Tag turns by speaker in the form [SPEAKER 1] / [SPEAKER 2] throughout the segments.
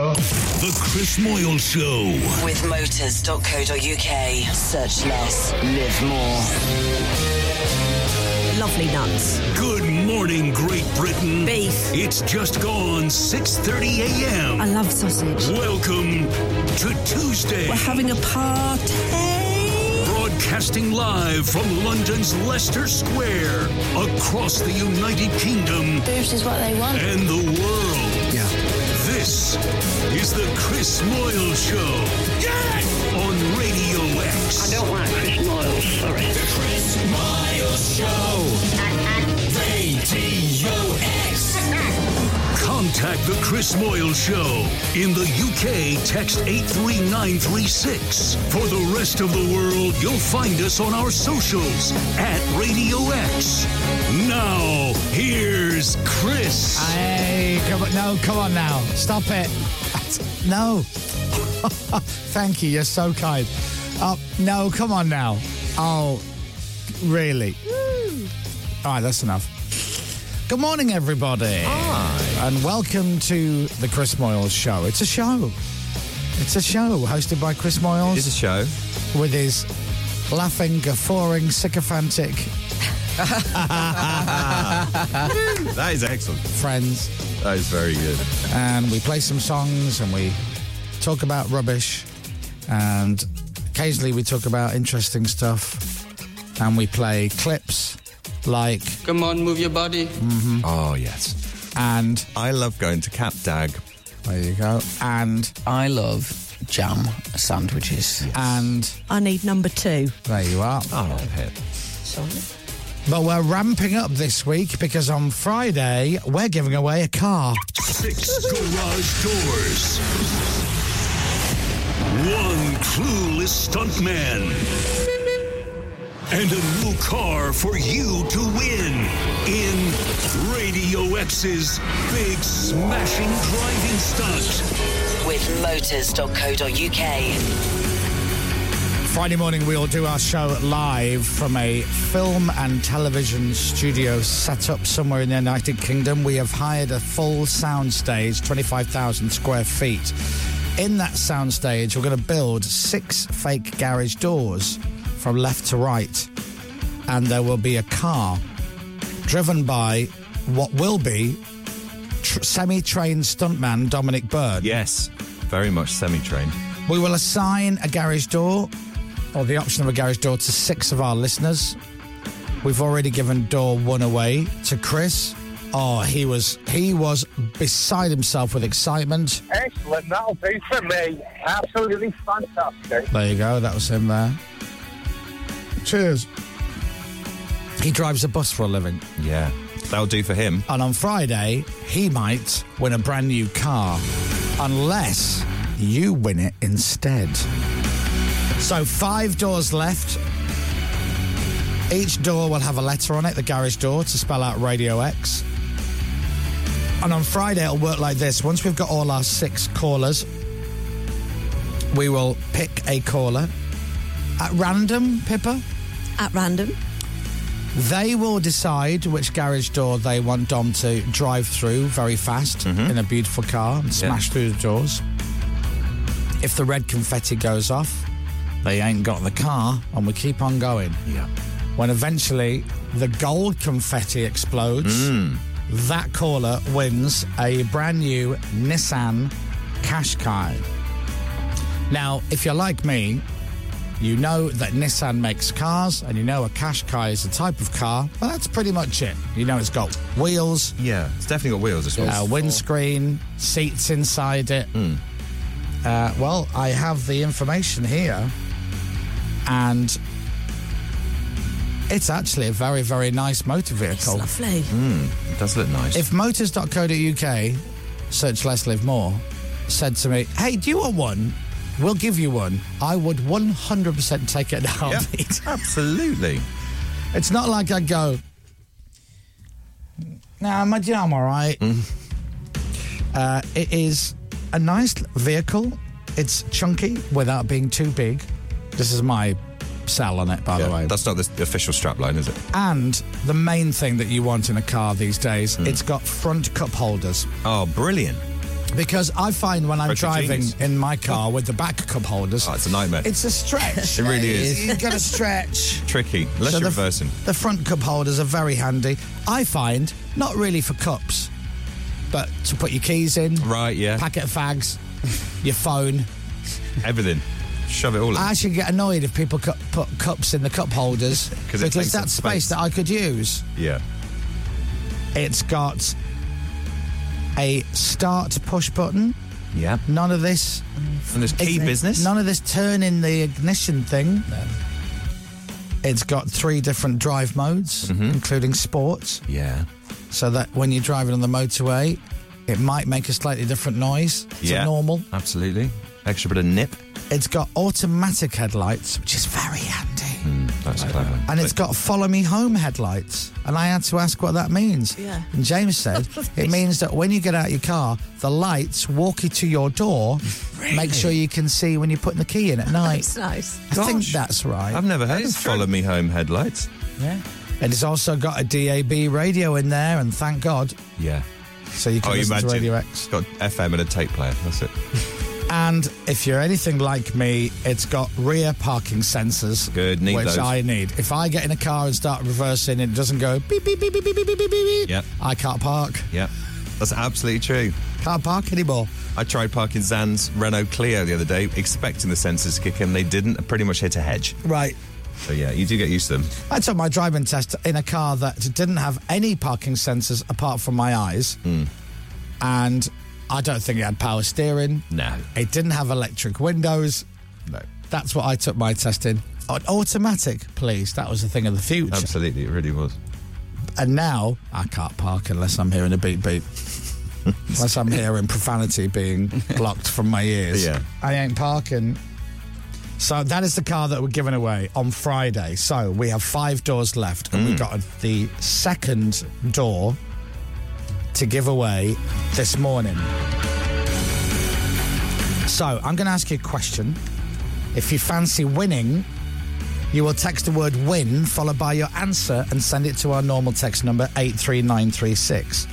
[SPEAKER 1] The Chris Moyle Show.
[SPEAKER 2] With motors.co.uk. Search less, live more.
[SPEAKER 3] Lovely nuts.
[SPEAKER 1] Good morning, Great Britain.
[SPEAKER 3] Beef.
[SPEAKER 1] It's just gone 6.30 a.m.
[SPEAKER 3] I love sausage.
[SPEAKER 1] Welcome to Tuesday.
[SPEAKER 3] We're having a party
[SPEAKER 1] broadcasting live from London's Leicester Square, across the United Kingdom.
[SPEAKER 4] Boobs is what they want.
[SPEAKER 1] And the world.
[SPEAKER 5] Yeah.
[SPEAKER 1] This is the Chris Moyle Show.
[SPEAKER 6] Yes!
[SPEAKER 1] On Radio X.
[SPEAKER 7] I don't like Chris Moyle, sorry.
[SPEAKER 6] The Chris Moyle Show. Radio X.
[SPEAKER 1] Contact The Chris Moyle Show. In the UK, text 83936. For the rest of the world, you'll find us on our socials at Radio X. Now, here's Chris.
[SPEAKER 5] Hey, come on, no, come on now. Stop it. No. Thank you, you're so kind. Oh, no, come on now. Oh, really? Woo. All right, that's enough. Good morning, everybody.
[SPEAKER 8] Hi.
[SPEAKER 5] And welcome to the Chris Moyle Show. It's a show. It's a show hosted by Chris Moyles.
[SPEAKER 8] It's a show.
[SPEAKER 5] With his laughing, guffawing, sycophantic.
[SPEAKER 8] that is excellent.
[SPEAKER 5] Friends.
[SPEAKER 8] That is very good.
[SPEAKER 5] And we play some songs and we talk about rubbish. And occasionally we talk about interesting stuff. And we play clips like
[SPEAKER 9] come on move your body
[SPEAKER 5] mm-hmm.
[SPEAKER 8] oh yes
[SPEAKER 5] and
[SPEAKER 8] i love going to cap dag
[SPEAKER 5] there you go and
[SPEAKER 9] i love jam sandwiches yes.
[SPEAKER 5] and
[SPEAKER 3] i need number two
[SPEAKER 5] there you are
[SPEAKER 8] oh pip
[SPEAKER 9] sorry
[SPEAKER 5] but we're ramping up this week because on friday we're giving away a car
[SPEAKER 1] six garage doors one clueless stuntman and a new car for you to win in Radio X's big smashing driving stunt
[SPEAKER 2] with motors.co.uk.
[SPEAKER 5] Friday morning, we'll do our show live from a film and television studio set up somewhere in the United Kingdom. We have hired a full soundstage, 25,000 square feet. In that soundstage, we're going to build six fake garage doors from left to right, and there will be a car driven by what will be tr- semi trained stuntman Dominic Byrne.
[SPEAKER 8] Yes, very much semi trained.
[SPEAKER 5] We will assign a garage door or the option of a garage door to six of our listeners. We've already given door one away to Chris. Oh, he was he was beside himself with excitement.
[SPEAKER 10] Excellent, that'll be for me. Absolutely fantastic.
[SPEAKER 5] There you go, that was him there. Cheers. He drives a bus for a living.
[SPEAKER 8] Yeah, that'll do for him.
[SPEAKER 5] And on Friday, he might win a brand new car, unless you win it instead. So, five doors left. Each door will have a letter on it, the garage door, to spell out Radio X. And on Friday, it'll work like this. Once we've got all our six callers, we will pick a caller at random, Pippa?
[SPEAKER 3] At random.
[SPEAKER 5] They will decide which garage door they want Dom to drive through very fast mm-hmm. in a beautiful car and smash yeah. through the doors. If the red confetti goes off, they ain't got the car and we keep on going.
[SPEAKER 8] Yeah.
[SPEAKER 5] When eventually the gold confetti explodes,
[SPEAKER 8] mm.
[SPEAKER 5] that caller wins a brand new Nissan Qashqai. Now, if you're like me, you know that Nissan makes cars, and you know a Qashqai is a type of car. Well, that's pretty much it. You know it's got wheels.
[SPEAKER 8] Yeah, it's definitely got wheels as well.
[SPEAKER 5] Uh, windscreen, seats inside it.
[SPEAKER 8] Mm.
[SPEAKER 5] Uh, well, I have the information here, and it's actually a very, very nice motor vehicle.
[SPEAKER 3] It's lovely.
[SPEAKER 8] Mm, it does look nice.
[SPEAKER 5] If motors.co.uk, search less, live more, said to me, "Hey, do you want one?" We'll give you one. I would 100% take it now. Yeah,
[SPEAKER 8] absolutely.
[SPEAKER 5] It's not like I go, now, nah, imagine I'm all right.
[SPEAKER 8] Mm.
[SPEAKER 5] Uh, it is a nice vehicle. It's chunky without being too big. This is my sell on it, by yeah, the way.
[SPEAKER 8] That's not the official strapline, is it?
[SPEAKER 5] And the main thing that you want in a car these days, mm. it's got front cup holders.
[SPEAKER 8] Oh, brilliant
[SPEAKER 5] Because I find when I'm
[SPEAKER 8] That's a
[SPEAKER 5] driving
[SPEAKER 8] genius.
[SPEAKER 5] in my car with the back cup holders,
[SPEAKER 8] Oh, it's a nightmare.
[SPEAKER 5] it's a stretch.
[SPEAKER 8] It really is.
[SPEAKER 5] You've got to stretch.
[SPEAKER 8] tricky. Unless
[SPEAKER 5] So
[SPEAKER 8] you're
[SPEAKER 5] the,
[SPEAKER 8] reversing.
[SPEAKER 5] The front cup holders are very handy. I find, not really for cups, but to put your keys in,
[SPEAKER 8] Right, yeah.
[SPEAKER 5] packet of fags, your phone.
[SPEAKER 8] Everything. Shove it all in.
[SPEAKER 5] I actually get annoyed if people cu- put cups in the cup holders
[SPEAKER 8] 'Cause it
[SPEAKER 5] because
[SPEAKER 8] takes up
[SPEAKER 5] that's space
[SPEAKER 8] space.
[SPEAKER 5] that I could use.
[SPEAKER 8] yeah.
[SPEAKER 5] It's got a start push button.
[SPEAKER 8] Yeah.
[SPEAKER 5] None of this
[SPEAKER 8] And there's key
[SPEAKER 5] igni-
[SPEAKER 8] business.
[SPEAKER 5] None of this turning the ignition thing. It's got three different drive modes,
[SPEAKER 8] Mm-hmm.
[SPEAKER 5] including sports,
[SPEAKER 8] Yeah.
[SPEAKER 5] so that when you're driving on the motorway, it might make a slightly different noise to
[SPEAKER 8] yeah.
[SPEAKER 5] normal.
[SPEAKER 8] Absolutely. Extra bit of nip.
[SPEAKER 5] It's got automatic headlights, which is very handy.
[SPEAKER 8] Hmm, That's clever.
[SPEAKER 5] And it's got follow me home headlights. And I had to ask what that means.
[SPEAKER 3] Yeah.
[SPEAKER 5] And James said it means that when you get out of your car, the lights walk you to your door, make sure you can see when you're putting the key in at night.
[SPEAKER 3] It's nice.
[SPEAKER 5] I think
[SPEAKER 8] Gosh. Uh.
[SPEAKER 5] that's right.
[SPEAKER 8] I've never heard of
[SPEAKER 5] is true.
[SPEAKER 8] follow me home headlights.
[SPEAKER 5] Yeah. And it's also got a DAB radio in there, and thank God.
[SPEAKER 8] Yeah.
[SPEAKER 5] So you can
[SPEAKER 8] Oh, you
[SPEAKER 5] listen
[SPEAKER 8] imagine.
[SPEAKER 5] to Radio X.
[SPEAKER 8] Got FM and a tape player. That's it.
[SPEAKER 5] And if you're anything like me, it's got rear parking sensors.
[SPEAKER 8] Good, need
[SPEAKER 5] Which
[SPEAKER 8] those.
[SPEAKER 5] I need. If I get in a car and start reversing and it doesn't go beep, beep, beep, beep, beep, beep, beep, beep, beep,
[SPEAKER 8] Yeah.
[SPEAKER 5] I can't park.
[SPEAKER 8] Yeah. That's absolutely true.
[SPEAKER 5] Can't park anymore.
[SPEAKER 8] I tried parking Zan's Renault Clio the other day, expecting the sensors to kick in. They didn't. I pretty much hit a hedge.
[SPEAKER 5] Right.
[SPEAKER 8] So yeah, you do get used to them.
[SPEAKER 5] I took my driving test in a car that didn't have any parking sensors apart from my eyes.
[SPEAKER 8] Hmm.
[SPEAKER 5] And I don't think it had power steering.
[SPEAKER 8] No.
[SPEAKER 5] It didn't have electric windows.
[SPEAKER 8] No.
[SPEAKER 5] That's what I took my test in. An automatic, please. That was the thing of the future.
[SPEAKER 8] Absolutely, it really was.
[SPEAKER 5] And now I can't park unless I'm hearing a beep beep. unless I'm hearing profanity being blocked from my ears.
[SPEAKER 8] Yeah.
[SPEAKER 5] I ain't parking. So that is the car that we're giving away on Friday. So we have five doors left, and
[SPEAKER 8] Mm.
[SPEAKER 5] we've got the second door to give away this morning. So I'm going to ask you a question. If you fancy winning, you will text the word win followed by your answer and send it to our normal text number 83936.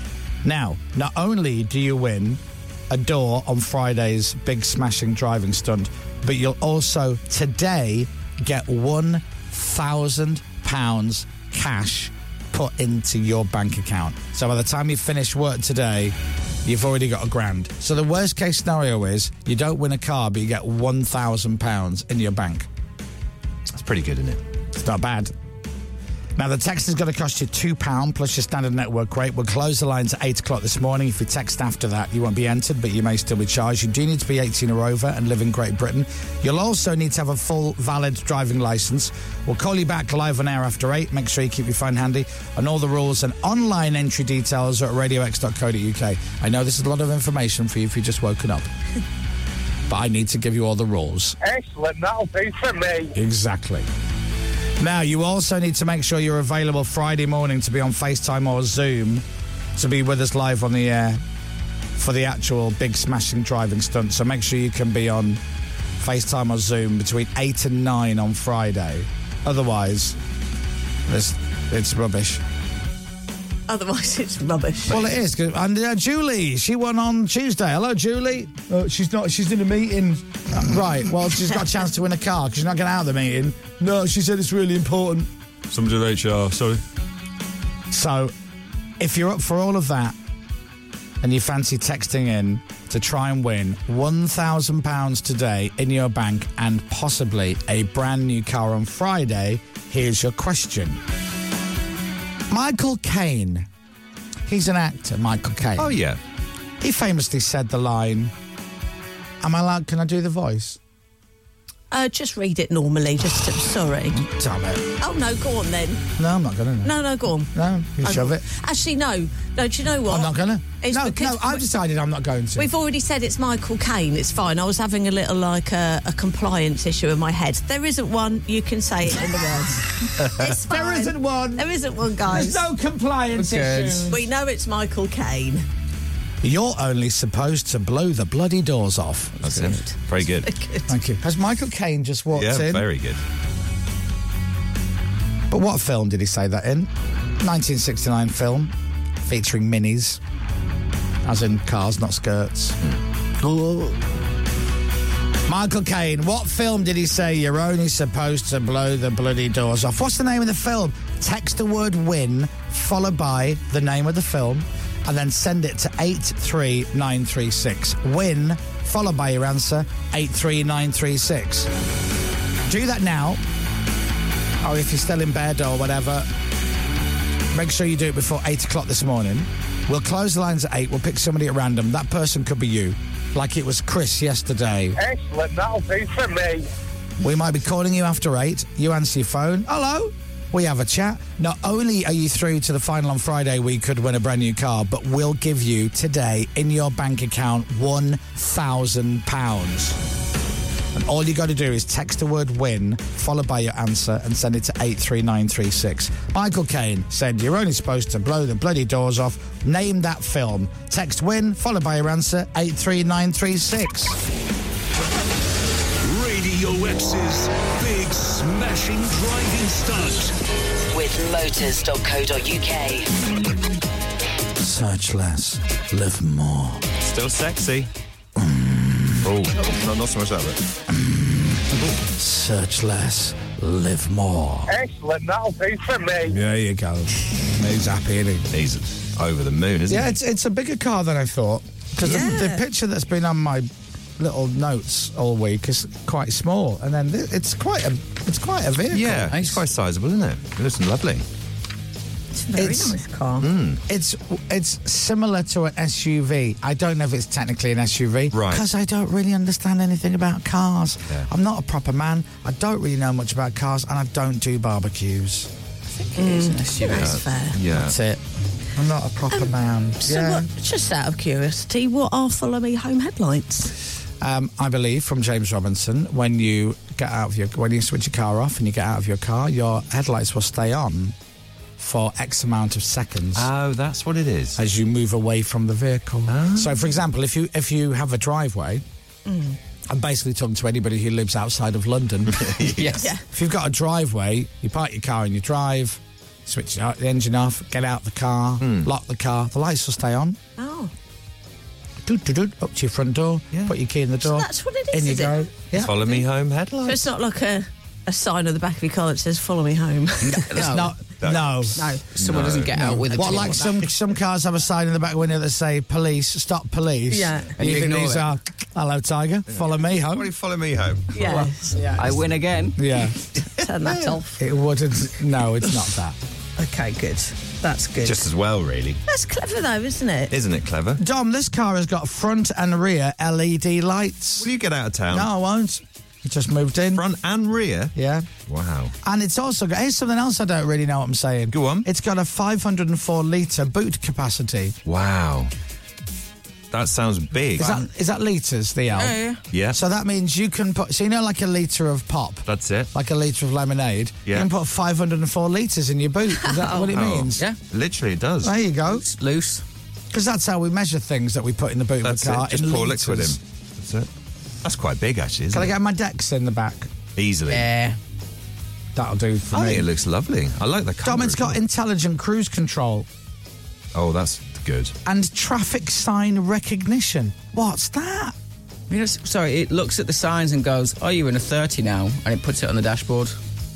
[SPEAKER 5] Now, not only do you win a door on Friday's big smashing driving stunt, but you'll also today get £1,000 cash put into your bank account. So by the time you finish work today, you've already got a grand. So the worst case scenario is you don't win a car, but you get £1,000 in your bank.
[SPEAKER 8] It's pretty good, isn't it?
[SPEAKER 5] It's not bad. Now, the text is going to cost you £2 plus your standard network rate. We'll close the lines at 8 o'clock this morning. If you text after that, you won't be entered, but you may still be charged. You do need to be 18 or over and live in Great Britain. You'll also need to have a full valid driving licence. We'll call you back live an hour after 8. Make sure you keep your phone handy. And all the rules and online entry details are at radiox.co.uk. I know this is a lot of information for you if you've just woken up, but I need to give you all the rules.
[SPEAKER 10] Excellent. That'll be for me.
[SPEAKER 5] Exactly. Now, you also need to make sure you're available Friday morning to be on FaceTime or Zoom to be with us live on the air for the actual big smashing driving stunt. So make sure you can be on FaceTime or Zoom between 8 and 9 on Friday. Otherwise, it's, it's rubbish.
[SPEAKER 3] Otherwise, it's rubbish.
[SPEAKER 5] Well, it is. 'cause- And uh, Julie, she won on Tuesday. Hello, Julie. Uh, she's not. She's in a meeting. right. Well, she's got a chance to win a car because she's not getting out of the meeting. No, she said it's really important.
[SPEAKER 8] Somebody at HR. Sorry.
[SPEAKER 5] So, if you're up for all of that and you fancy texting in to try and win £1,000 today in your bank and possibly a brand new car on Friday, here's your question Michael Caine. He's an actor, Michael Caine.
[SPEAKER 8] Oh yeah.
[SPEAKER 5] He famously said the line, Am I allowed? Can I do the voice?
[SPEAKER 3] Uh, just read it normally. Just sorry.
[SPEAKER 5] Damn it.
[SPEAKER 3] Oh no, go on then.
[SPEAKER 5] No, I'm not going to.
[SPEAKER 3] No, no, go on.
[SPEAKER 5] No, you shove it.
[SPEAKER 3] Actually, no. No, do you know what?
[SPEAKER 5] I'm not going to.
[SPEAKER 3] It's
[SPEAKER 5] No,
[SPEAKER 3] because
[SPEAKER 5] no, I've decided I'm not going to.
[SPEAKER 3] We've already said it's Michael Caine. It's fine. I was having a little like a, a compliance issue in my head. There isn't one. You can say it in the words. it's fine.
[SPEAKER 5] There isn't one.
[SPEAKER 3] There isn't one, guys.
[SPEAKER 5] There's no compliance
[SPEAKER 9] Good.
[SPEAKER 5] issues.
[SPEAKER 3] We know it's Michael Caine.
[SPEAKER 5] You're only supposed to blow the bloody doors off.
[SPEAKER 8] That's it. Very good.
[SPEAKER 5] Thank you. Has Michael Caine just walked
[SPEAKER 8] Yeah,
[SPEAKER 5] in?
[SPEAKER 8] very good.
[SPEAKER 5] But what film did he say that in? 1969 film featuring minis. as in cars, not skirts.
[SPEAKER 8] Hmm.
[SPEAKER 5] Oh. Michael Caine, what film did he say you're only supposed to blow the bloody doors off? What's the name of the film? Text the word win, followed by the name of the film, and then send it to 83936. Win, followed by your answer, 83936. Do that now. Or if you're still in bed or whatever, make sure you do it before eight o'clock this morning. We'll close the lines at eight. We'll pick somebody at random. That person could be you, like it was Chris yesterday.
[SPEAKER 10] Excellent, that'll do for me.
[SPEAKER 5] We might be calling you after eight. You answer your phone. Hello. We have a chat. Not only are you through to the final on Friday, we could win a brand new car, but we'll give you today in your bank account one thousand pounds. And all you got to do is text the word win, followed by your answer, and send it to 83936. Michael Caine said, You're only supposed to blow the bloody doors off. Name that film. Text win, followed by your answer, 83936.
[SPEAKER 1] Radio X's big smashing driving stunt.
[SPEAKER 2] with motors.co.uk.
[SPEAKER 5] Search less, live more.
[SPEAKER 8] Still sexy.
[SPEAKER 5] Mm.
[SPEAKER 8] Oh, no, not so much that bit.
[SPEAKER 5] Search less, live more.
[SPEAKER 10] Excellent, that'll do for me.
[SPEAKER 5] There you go. He's happy, isn't he?
[SPEAKER 8] He's over the moon, isn't
[SPEAKER 5] Yeah,
[SPEAKER 8] he?
[SPEAKER 5] it's, it's a bigger car than I thought. Because the, the picture that's been on my little notes all week is quite small, and then th- it's quite a it's quite a vehicle.
[SPEAKER 8] Yeah,
[SPEAKER 9] Nice.
[SPEAKER 8] it's quite sizable, isn't it? It looks lovely.
[SPEAKER 3] It's a very
[SPEAKER 5] It's-
[SPEAKER 3] nice car.
[SPEAKER 8] Mm.
[SPEAKER 5] It's it's similar to an SUV. I don't know if it's technically an SUV,
[SPEAKER 8] Right.
[SPEAKER 5] Because I don't really understand anything about cars.
[SPEAKER 8] Yeah.
[SPEAKER 5] I'm not a proper man. I don't really know much about cars, and I don't do barbecues.
[SPEAKER 3] Mm. That's fair. Um,
[SPEAKER 8] Yeah.
[SPEAKER 5] That's it. I'm not a proper man.
[SPEAKER 3] So,
[SPEAKER 5] yeah.
[SPEAKER 3] what, just out of curiosity, what are Follow Me Home headlights?
[SPEAKER 5] um, I believe, from James Robinson. When you get out of your, when you switch your car off and you get out of your car, your headlights will stay on for X amount of seconds
[SPEAKER 8] Oh, that's what it is.
[SPEAKER 5] as you move away from the vehicle. So, for example, if you if you have a driveway,
[SPEAKER 3] Mm.
[SPEAKER 5] I'm basically talking to anybody who lives outside of London.
[SPEAKER 9] Yes.
[SPEAKER 3] Yeah.
[SPEAKER 5] If you've got a driveway, you park your car and you drive, switch the the engine off, get out the car,
[SPEAKER 8] Hmm.
[SPEAKER 5] lock the car, the lights will stay on.
[SPEAKER 3] Oh,
[SPEAKER 5] Doot, doot, doot, up to your front door,
[SPEAKER 8] Yeah.
[SPEAKER 5] put your key in the door.
[SPEAKER 3] that's what it is,
[SPEAKER 5] In you
[SPEAKER 3] is it?
[SPEAKER 5] go. Yeah.
[SPEAKER 8] Follow me home
[SPEAKER 3] so
[SPEAKER 8] headlights.
[SPEAKER 3] it's not like a, a sign on the back of your car that says Follow Me Home.
[SPEAKER 5] It's
[SPEAKER 9] No.
[SPEAKER 5] not. No.
[SPEAKER 9] No. Someone doesn't get out with a
[SPEAKER 5] What,
[SPEAKER 9] tool.
[SPEAKER 5] like some some cars have a sign in the back window that say "Police, stop, police."
[SPEAKER 3] Yeah.
[SPEAKER 5] and you, think
[SPEAKER 9] ignore
[SPEAKER 5] these
[SPEAKER 9] it.
[SPEAKER 5] are "Hello, Tiger, follow me
[SPEAKER 8] Why do
[SPEAKER 5] home."
[SPEAKER 8] you follow me home?
[SPEAKER 3] yeah,
[SPEAKER 9] I win again.
[SPEAKER 5] Yeah,
[SPEAKER 3] turn that off.
[SPEAKER 5] it wouldn't. No, it's not that.
[SPEAKER 3] Okay, good. That's good.
[SPEAKER 8] Just as well, really.
[SPEAKER 3] That's clever though, isn't it?
[SPEAKER 8] Isn't it clever?
[SPEAKER 5] Dom, this car has got front and rear LED lights.
[SPEAKER 8] Will you get out of town?
[SPEAKER 5] No, I won't. It just moved in.
[SPEAKER 8] Front and rear.
[SPEAKER 5] Yeah.
[SPEAKER 8] Wow.
[SPEAKER 5] And it's also got. Here's something else I don't really know what I'm saying.
[SPEAKER 8] Go on.
[SPEAKER 5] It's got a 504 litre boot capacity.
[SPEAKER 8] Wow. That sounds big.
[SPEAKER 5] Is that is that litres, the L?
[SPEAKER 8] yeah.
[SPEAKER 5] So that means you can put. So you know, like a litre of pop.
[SPEAKER 8] That's it.
[SPEAKER 5] like a litre of lemonade,
[SPEAKER 8] Yeah.
[SPEAKER 5] you can put 504 litres in your boot. Is that what it
[SPEAKER 8] Oh.
[SPEAKER 5] means?
[SPEAKER 9] Yeah.
[SPEAKER 8] Literally, it does.
[SPEAKER 5] There you go.
[SPEAKER 9] It's loose.
[SPEAKER 5] Because that's how we measure things that we put in the boot
[SPEAKER 8] That's
[SPEAKER 5] of a car.
[SPEAKER 8] it. Just
[SPEAKER 5] in
[SPEAKER 8] pour
[SPEAKER 5] litres.
[SPEAKER 8] liquid in. That's it. That's quite big, actually, isn't
[SPEAKER 5] Can I
[SPEAKER 8] it?
[SPEAKER 5] get my decks in the back?
[SPEAKER 8] Easily.
[SPEAKER 9] Yeah.
[SPEAKER 5] That'll do for
[SPEAKER 8] I think it
[SPEAKER 5] me.
[SPEAKER 8] looks lovely. I like the colour.
[SPEAKER 5] Dom, it's
[SPEAKER 8] as
[SPEAKER 5] got
[SPEAKER 8] well.
[SPEAKER 5] intelligent cruise control
[SPEAKER 8] Oh, that's good.
[SPEAKER 5] and traffic sign recognition. What's that?
[SPEAKER 9] You know, s- sorry, it looks at the signs and goes, "Oh, you're in a 30 now," and it puts it on the dashboard.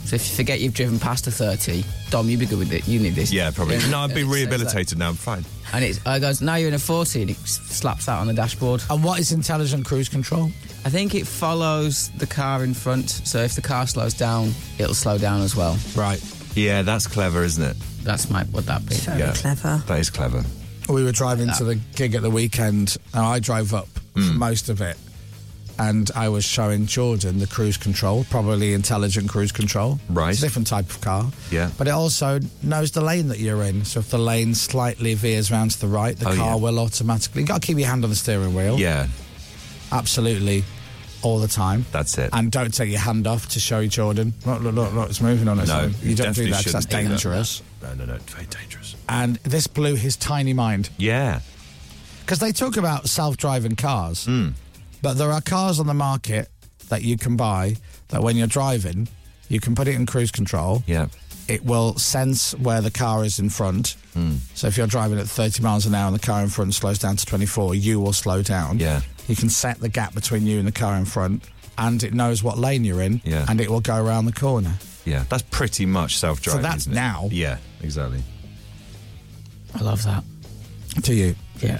[SPEAKER 9] So if you forget you've driven past a 30, Dom, you'd be good with it. You need this.
[SPEAKER 8] Yeah, probably. No, I've been
[SPEAKER 9] And it says that.
[SPEAKER 8] rehabilitated now. I'm fine.
[SPEAKER 9] And it uh, goes, "Now you're in a 40," and it s- slaps that on the dashboard.
[SPEAKER 5] And what is intelligent cruise control?
[SPEAKER 9] I think it follows the car in front, so if the car slows down, it'll slow down as well.
[SPEAKER 5] Right.
[SPEAKER 8] Yeah, that's clever, isn't it?
[SPEAKER 9] That's my what that be.
[SPEAKER 3] Very
[SPEAKER 8] yeah.
[SPEAKER 3] clever.
[SPEAKER 8] That is clever.
[SPEAKER 5] We were driving to the gig at the weekend, and I drove up for
[SPEAKER 8] Hmm.
[SPEAKER 5] most of it. And I was showing Jordan the cruise control, probably intelligent cruise control.
[SPEAKER 8] Right.
[SPEAKER 5] It's a different type of car.
[SPEAKER 8] Yeah.
[SPEAKER 5] But it also knows the lane that you're in. So if the lane slightly veers round to the right, the
[SPEAKER 8] Oh,
[SPEAKER 5] car
[SPEAKER 8] yeah.
[SPEAKER 5] will automatically. You've got to keep your hand on the steering wheel.
[SPEAKER 8] Yeah,
[SPEAKER 5] Absolutely. All the time.
[SPEAKER 8] that's it.
[SPEAKER 5] And don't take your hand off to show Jordan. Look, look, look, look, it's moving on. It's
[SPEAKER 8] no,
[SPEAKER 5] on. You don't do
[SPEAKER 8] definitely
[SPEAKER 5] that 'cause that's
[SPEAKER 8] shouldn't do that.
[SPEAKER 5] dangerous.
[SPEAKER 8] No, no, no, it's very dangerous.
[SPEAKER 5] And this blew his tiny mind.
[SPEAKER 8] Yeah,
[SPEAKER 5] Because they talk about self-driving cars,
[SPEAKER 8] Hmm.
[SPEAKER 5] but there are cars on the market that you can buy that when you're driving, you can put it in cruise control
[SPEAKER 8] yeah.
[SPEAKER 5] it will sense where the car is in front.
[SPEAKER 8] Hmm.
[SPEAKER 5] So if you're driving at 30 miles an hour and the car in front slows down to 24, you will slow down.
[SPEAKER 8] Yeah.
[SPEAKER 5] You can set the gap between you and the car in front, and it knows what lane you're in,
[SPEAKER 8] Yeah.
[SPEAKER 5] and it will go around the corner.
[SPEAKER 8] Yeah, that's pretty much self-driving.
[SPEAKER 5] So that's
[SPEAKER 8] isn't it?
[SPEAKER 5] now.
[SPEAKER 8] Yeah, exactly.
[SPEAKER 9] I love that.
[SPEAKER 5] To you,
[SPEAKER 9] Yeah.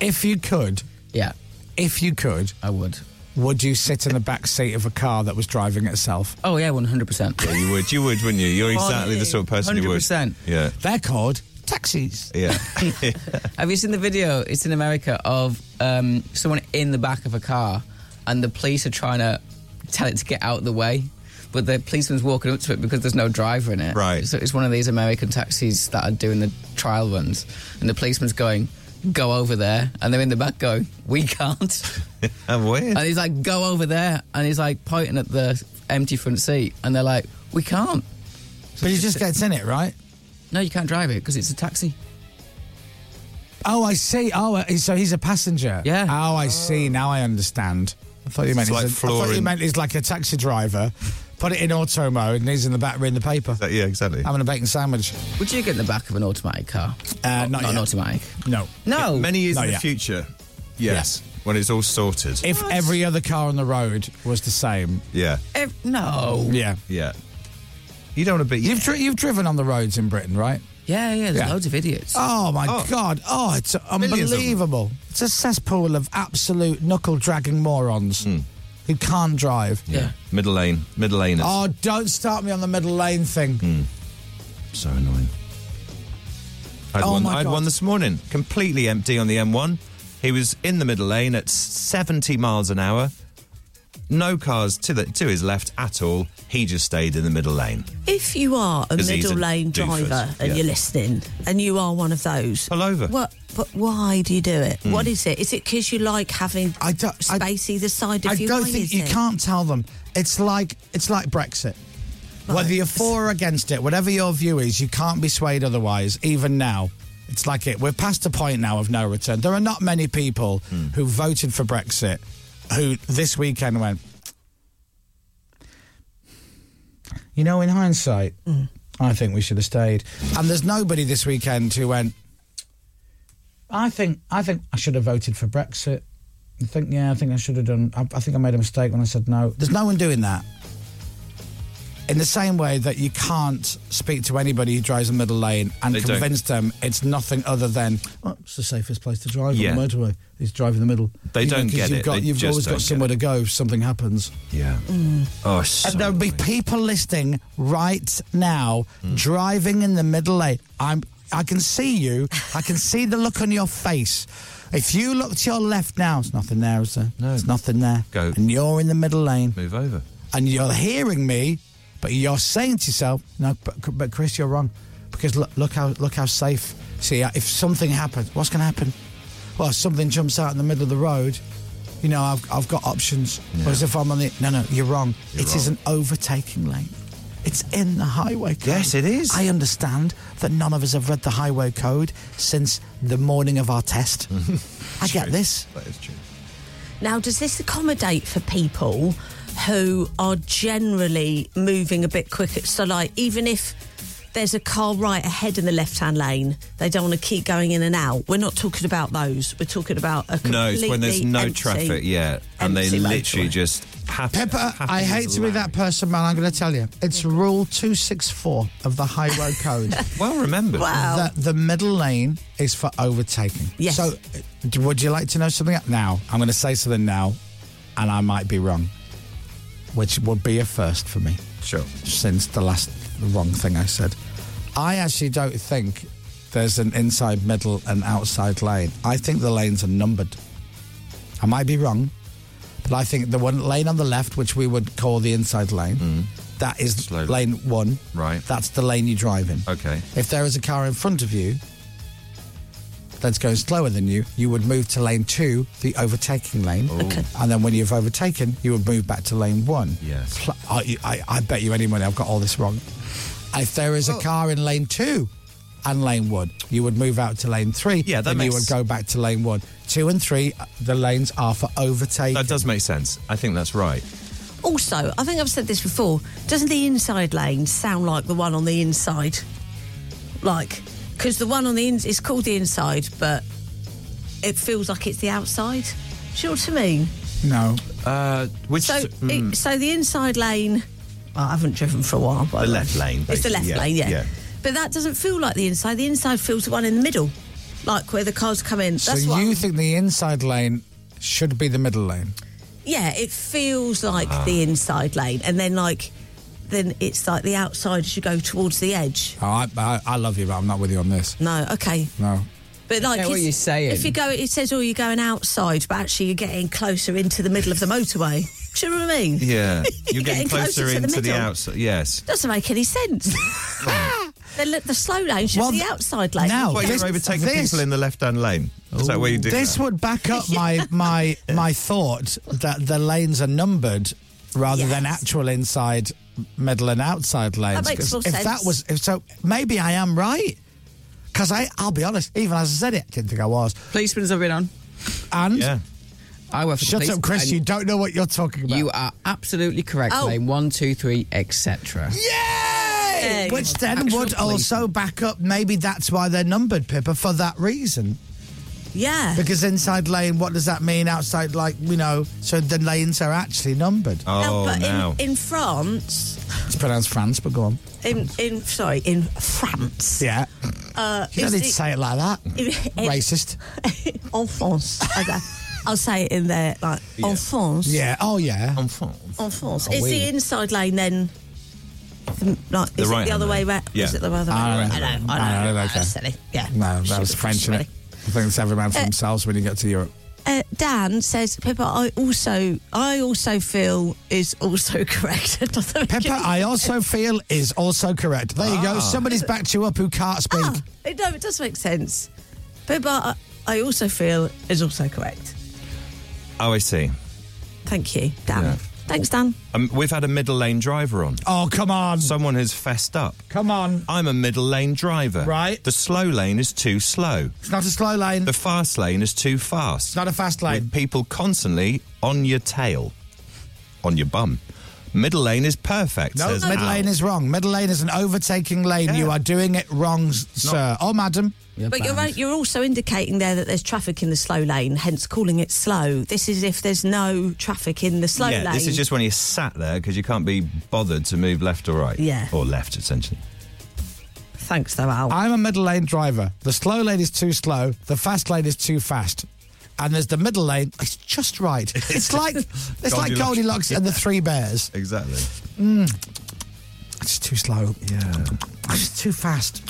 [SPEAKER 5] if you could,
[SPEAKER 9] Yeah.
[SPEAKER 5] if you could,
[SPEAKER 9] I would.
[SPEAKER 5] would you sit in the back seat of a car that was driving itself?
[SPEAKER 9] Oh yeah, one hundred percent.
[SPEAKER 8] Yeah, you would, you would, wouldn't you? You're exactly the sort of person who would.
[SPEAKER 9] 100%.
[SPEAKER 8] Yeah,
[SPEAKER 5] They're called taxis.
[SPEAKER 8] yeah.
[SPEAKER 9] Have you seen the video? It's in America of um, someone in the back of a car, and the police are trying to tell it to get out of the way, but the policeman's walking up to it because there's no driver in it.
[SPEAKER 8] Right.
[SPEAKER 9] So it's one of these American taxis that are doing the trial runs, and the policeman's going, "Go over there," and they're in the back going, "We can't."
[SPEAKER 8] and weird.
[SPEAKER 9] And he's like, go over there. And he's like pointing at the empty front seat. And they're like, we can't.
[SPEAKER 5] But he just gets in it, right?
[SPEAKER 9] No, you can't drive it because it's a taxi.
[SPEAKER 5] Oh, I see. Oh, uh, so he's a passenger.
[SPEAKER 9] Yeah.
[SPEAKER 5] Oh, I see. Now I understand. I thought you meant
[SPEAKER 8] It's like
[SPEAKER 5] he's a, I thought you
[SPEAKER 8] flooring.
[SPEAKER 5] meant he's like a taxi driver. Put it in auto mode, and he's in the back reading the paper.
[SPEAKER 8] That- yeah, exactly.
[SPEAKER 5] Having a bacon sandwich.
[SPEAKER 9] Would you get in the back of an automatic car?
[SPEAKER 5] Uh, not
[SPEAKER 9] not an
[SPEAKER 5] yet.
[SPEAKER 9] automatic.
[SPEAKER 5] No.
[SPEAKER 9] No.
[SPEAKER 8] Many years
[SPEAKER 5] Not
[SPEAKER 8] in the
[SPEAKER 5] yet.
[SPEAKER 8] future. Yes, when it's all sorted.
[SPEAKER 5] If every other car on the road was the same.
[SPEAKER 8] yeah,
[SPEAKER 9] Ev- no.
[SPEAKER 5] Yeah.
[SPEAKER 8] yeah. You don't want to be.
[SPEAKER 5] You've dri- you've driven on the roads in Britain, right?
[SPEAKER 9] Yeah, yeah. There's
[SPEAKER 5] Yeah.
[SPEAKER 9] loads of idiots.
[SPEAKER 5] Oh my
[SPEAKER 8] Oh.
[SPEAKER 5] god! Oh, it's
[SPEAKER 8] Millions of them.
[SPEAKER 5] unbelievable. It's a cesspool of absolute knuckle dragging morons who can't drive.
[SPEAKER 9] yeah.
[SPEAKER 8] middle lane, middle lane. is
[SPEAKER 5] Oh, don't start me on the middle lane thing.
[SPEAKER 8] so annoying. I had,
[SPEAKER 5] Oh
[SPEAKER 8] one
[SPEAKER 5] my
[SPEAKER 8] I had
[SPEAKER 5] God.
[SPEAKER 8] one this morning, completely empty on the M1. He was in the middle lane at 70 miles an hour. No cars to the to his left at all. He just stayed in the middle lane.
[SPEAKER 3] If you are a
[SPEAKER 8] 'Cause he's
[SPEAKER 3] middle
[SPEAKER 8] a
[SPEAKER 3] lane
[SPEAKER 8] doofus,
[SPEAKER 3] driver and
[SPEAKER 8] yeah.
[SPEAKER 3] you're listening, and you are one of those,
[SPEAKER 8] Pull over.
[SPEAKER 3] What? But why do you do it? What is it? Is it because you like having
[SPEAKER 5] Hmm. I don't- I-
[SPEAKER 3] space either side of
[SPEAKER 5] I
[SPEAKER 3] you?
[SPEAKER 5] don't
[SPEAKER 3] Why
[SPEAKER 5] think
[SPEAKER 3] is
[SPEAKER 5] you
[SPEAKER 3] it?
[SPEAKER 5] can't tell them. It's like it's like Brexit. Whether you're for or against it, whatever your view is, you can't be swayed otherwise. Even now, it's like it. We're past the point now of no return. There are not many people who voted for Brexit who this weekend went. You know, in hindsight, I think we should have stayed. And there's nobody this weekend who went. I think I think I should have voted for Brexit. I think yeah, I think I should have done. I, I think I made a mistake when I said no. There's no one doing that. In the same way that you can't speak to anybody who drives a middle lane and
[SPEAKER 8] They don't.
[SPEAKER 5] convince them it's nothing other than "Oh, it's the safest place to drive
[SPEAKER 8] Yeah.
[SPEAKER 5] on the motorway. He's driving the middle.
[SPEAKER 8] They
[SPEAKER 5] You know,
[SPEAKER 8] don't
[SPEAKER 5] 'cause
[SPEAKER 8] get
[SPEAKER 5] you've
[SPEAKER 8] it.
[SPEAKER 5] Got,
[SPEAKER 8] They
[SPEAKER 5] you've
[SPEAKER 8] just
[SPEAKER 5] always
[SPEAKER 8] don't
[SPEAKER 5] got
[SPEAKER 8] get
[SPEAKER 5] somewhere to go if something happens.
[SPEAKER 8] Yeah.
[SPEAKER 1] Mm.
[SPEAKER 8] Oh, so
[SPEAKER 5] And there'll be
[SPEAKER 8] annoying. Hmm.
[SPEAKER 5] people listening right now driving in the middle lane. I'm I can see you. I can see the look on your face. If you look to your left now, it's nothing there, is there?
[SPEAKER 8] No.
[SPEAKER 5] It's nothing there.
[SPEAKER 8] Go.
[SPEAKER 5] And you're in the middle lane.
[SPEAKER 8] move over.
[SPEAKER 5] And you're hearing me, but you're saying to yourself, no, but, but Chris, you're wrong. Because look, look how look how safe. See, if something happens, what's going to happen? Well, if something jumps out in the middle of the road, you know, I've, I've got options. Whereas if I'm on the. No, no, you're wrong. It is
[SPEAKER 8] wrong.
[SPEAKER 5] an overtaking lane. It's in the highway code.
[SPEAKER 8] Yes, it is.
[SPEAKER 5] I understand that none of us have read the highway code since the morning of our test. I get this.
[SPEAKER 8] That is true.
[SPEAKER 3] Now, does this accommodate for people who are generally moving a bit quicker? So, like, even if there's a car right ahead in the left hand lane, they don't want to keep going in and out. We're not talking about those. We're talking about a completely
[SPEAKER 8] No, it's when there's no
[SPEAKER 3] empty-
[SPEAKER 8] traffic yet, and they
[SPEAKER 3] empty
[SPEAKER 8] literally
[SPEAKER 3] motorway.
[SPEAKER 8] just have.
[SPEAKER 5] Pepper, I hate to be that person, man. I'm going to tell you. It's Rule 264 of the High Road Code
[SPEAKER 8] Well remembered.
[SPEAKER 3] Wow.
[SPEAKER 5] that the middle lane is for overtaking.
[SPEAKER 3] Yes.
[SPEAKER 5] So, uh, d- would you like to know something? Now, I'm going to say something now, and I might be wrong, which would be a first for me
[SPEAKER 8] Sure.
[SPEAKER 5] since the last wrong thing I said. I actually don't think there's an inside, middle, and outside lane. I think the lanes are numbered. I might be wrong, but I think the one lane on the left, which we would call the inside lane,
[SPEAKER 8] Mm-hmm.
[SPEAKER 5] that is
[SPEAKER 8] Slow-
[SPEAKER 5] lane one.
[SPEAKER 8] Right.
[SPEAKER 5] That's the lane you drive in.
[SPEAKER 8] Okay.
[SPEAKER 5] If there is a car in front of you that's going slower than you, you would move to lane two, the overtaking lane.
[SPEAKER 8] Oh.
[SPEAKER 3] Okay.
[SPEAKER 5] And then when you've overtaken, you would move back to lane one.
[SPEAKER 8] Yes.
[SPEAKER 5] Pl- I, I, I bet you any money I've got all this wrong. If there is a car in lane two and lane one, you would move out to lane three.
[SPEAKER 8] Yeah, that
[SPEAKER 5] then
[SPEAKER 8] makes-
[SPEAKER 5] you would go back to lane one. Two and three, uh, the lanes are for overtaking.
[SPEAKER 8] That does make sense. I think that's right.
[SPEAKER 3] Also, I think I've said this before. Doesn't the inside lane sound like the one on the inside? Like, because the one on the inside is called the inside, but it feels like it's the outside. Do you know what I mean?
[SPEAKER 5] No.
[SPEAKER 8] Uh, which
[SPEAKER 3] so,
[SPEAKER 8] mm,
[SPEAKER 3] it, so the inside lane. Well, I haven't driven for a while. But
[SPEAKER 8] the left lane.
[SPEAKER 3] It's the
[SPEAKER 8] basically,
[SPEAKER 3] left
[SPEAKER 8] yeah,
[SPEAKER 3] lane, yeah.
[SPEAKER 8] yeah.
[SPEAKER 3] But that doesn't feel like the inside. The inside feels the one in the middle, like where the cars come in.
[SPEAKER 5] So
[SPEAKER 3] That's what
[SPEAKER 5] you
[SPEAKER 3] I'm-
[SPEAKER 5] think the inside lane should be the middle lane?
[SPEAKER 3] Yeah, it feels like the
[SPEAKER 8] Ah.
[SPEAKER 3] inside lane, and then like, then it's like the outside as you go towards the edge.
[SPEAKER 5] Oh, I, I, I love you, but I'm not with you on this.
[SPEAKER 3] No, okay,
[SPEAKER 5] No.
[SPEAKER 3] but like,
[SPEAKER 9] get what
[SPEAKER 3] it's-
[SPEAKER 9] you're saying.
[SPEAKER 3] If you go, it says, "Oh, you're going outside," but actually, you're getting closer into the middle of the motorway. Do you know what I mean?
[SPEAKER 8] Yeah,
[SPEAKER 3] getting
[SPEAKER 8] you're getting
[SPEAKER 3] closer
[SPEAKER 8] closer,
[SPEAKER 3] to the
[SPEAKER 8] into the,
[SPEAKER 3] middle.
[SPEAKER 8] outside. Yes.
[SPEAKER 3] Doesn't make any sense. then look, the slow lane should
[SPEAKER 5] Well,
[SPEAKER 3] be the outside lane.
[SPEAKER 5] now-
[SPEAKER 8] Why
[SPEAKER 5] This-
[SPEAKER 8] you're overtaking
[SPEAKER 5] this-
[SPEAKER 8] people in the left-hand lane? Is that where you do
[SPEAKER 5] This
[SPEAKER 8] that?
[SPEAKER 5] would back up my my my thought that the lanes are numbered rather than
[SPEAKER 3] Yes.
[SPEAKER 5] actual inside, middle, and outside lanes.
[SPEAKER 3] makes
[SPEAKER 5] 'Cause
[SPEAKER 3] more
[SPEAKER 5] if that
[SPEAKER 3] sense.
[SPEAKER 5] was if so, maybe I am right. Because I, I'll be honest, even as I said it, I didn't think I was.
[SPEAKER 9] Policemen's have been on.
[SPEAKER 5] And
[SPEAKER 8] Yeah.
[SPEAKER 9] I work for the
[SPEAKER 5] shut
[SPEAKER 9] police
[SPEAKER 5] up, Chris,
[SPEAKER 9] and
[SPEAKER 5] you don't know what you're talking about.
[SPEAKER 9] you are absolutely correct.
[SPEAKER 3] Oh.
[SPEAKER 9] Lane one, two, three, etc.
[SPEAKER 5] Yay!
[SPEAKER 3] Yay.
[SPEAKER 5] Which then
[SPEAKER 9] Actual
[SPEAKER 5] would
[SPEAKER 9] policeman.
[SPEAKER 5] also back up. Maybe that's why they're numbered, Pippa, for that reason.
[SPEAKER 3] yeah.
[SPEAKER 5] Because inside lane, what does that mean? Outside, like you know, so the lanes are actually numbered.
[SPEAKER 3] Now,
[SPEAKER 8] Oh,
[SPEAKER 3] but
[SPEAKER 8] now.
[SPEAKER 3] in, in France,
[SPEAKER 5] It's pronounced France, but go on.
[SPEAKER 3] in, in sorry, in France,
[SPEAKER 5] Yeah,
[SPEAKER 3] uh,
[SPEAKER 5] you don't
[SPEAKER 3] is
[SPEAKER 5] need
[SPEAKER 3] the-
[SPEAKER 5] to say it like that. Racist.
[SPEAKER 3] en France. Okay. I'll say it in there, like en France.
[SPEAKER 5] Yeah. Oh yeah.
[SPEAKER 3] En France.
[SPEAKER 5] Oh,
[SPEAKER 3] is the
[SPEAKER 5] oui.
[SPEAKER 3] inside lane then? the- Like, is it
[SPEAKER 8] right-hand
[SPEAKER 3] the other way
[SPEAKER 8] lane.
[SPEAKER 3] round?
[SPEAKER 8] Yeah.
[SPEAKER 3] Is it the other way
[SPEAKER 5] Ah,
[SPEAKER 3] round?
[SPEAKER 5] right.
[SPEAKER 3] I know,
[SPEAKER 5] Ah,
[SPEAKER 3] I know.
[SPEAKER 5] right,
[SPEAKER 3] That's
[SPEAKER 5] okay.
[SPEAKER 3] silly. Yeah.
[SPEAKER 5] No, that was
[SPEAKER 3] Stupid
[SPEAKER 5] French. Innit? I
[SPEAKER 3] question,
[SPEAKER 5] think it's every man for
[SPEAKER 3] Uh,
[SPEAKER 5] themselves when you get to Europe.
[SPEAKER 3] really. Uh, Dan says, Pippa, I also, I also feel is also correct. It doesn't make
[SPEAKER 5] Pepper,
[SPEAKER 3] any-
[SPEAKER 5] I also feel is also correct. There you
[SPEAKER 8] Ah.
[SPEAKER 5] go. Somebody's backed you up who can't speak.
[SPEAKER 3] Ah, it, no, it does make sense. Pippa, I, I also feel is also correct.
[SPEAKER 8] Oh, I see.
[SPEAKER 3] Thank you, Dan.
[SPEAKER 8] Yeah.
[SPEAKER 3] Thanks, Dan.
[SPEAKER 8] Um, we've had a middle lane driver on.
[SPEAKER 5] Oh come on,
[SPEAKER 8] Someone who's fessed up.
[SPEAKER 5] come on.
[SPEAKER 8] I'm a middle lane driver.
[SPEAKER 5] Right.
[SPEAKER 8] The slow lane is too slow.
[SPEAKER 5] It's not a slow lane.
[SPEAKER 8] The fast lane is too fast.
[SPEAKER 5] It's not a fast lane.
[SPEAKER 8] With people constantly on your tail, on your bum. Middle lane is perfect.
[SPEAKER 5] No,
[SPEAKER 8] says
[SPEAKER 5] middle
[SPEAKER 8] Al.
[SPEAKER 5] lane is wrong. Middle lane is an overtaking lane. You
[SPEAKER 8] Yeah.
[SPEAKER 5] are doing it wrong, sir or madam.
[SPEAKER 3] But you're, right, you're also indicating there that there's traffic in the slow lane, hence calling it slow. This is if there's no traffic in the slow
[SPEAKER 8] yeah,
[SPEAKER 3] lane.
[SPEAKER 8] this is just when you're sat there because you can't be bothered to move left or right.
[SPEAKER 3] Yeah.
[SPEAKER 8] Or left, essentially.
[SPEAKER 3] Thanks, though, Al.
[SPEAKER 5] I'm a middle lane driver. The slow lane is too slow. The fast lane is too fast. And there's the middle lane. It's just right. It's like it's like
[SPEAKER 8] Goldilocks.
[SPEAKER 5] Goldilocks and the Three Bears.
[SPEAKER 8] Exactly.
[SPEAKER 5] Mm. It's too slow.
[SPEAKER 8] Yeah.
[SPEAKER 5] It's too fast.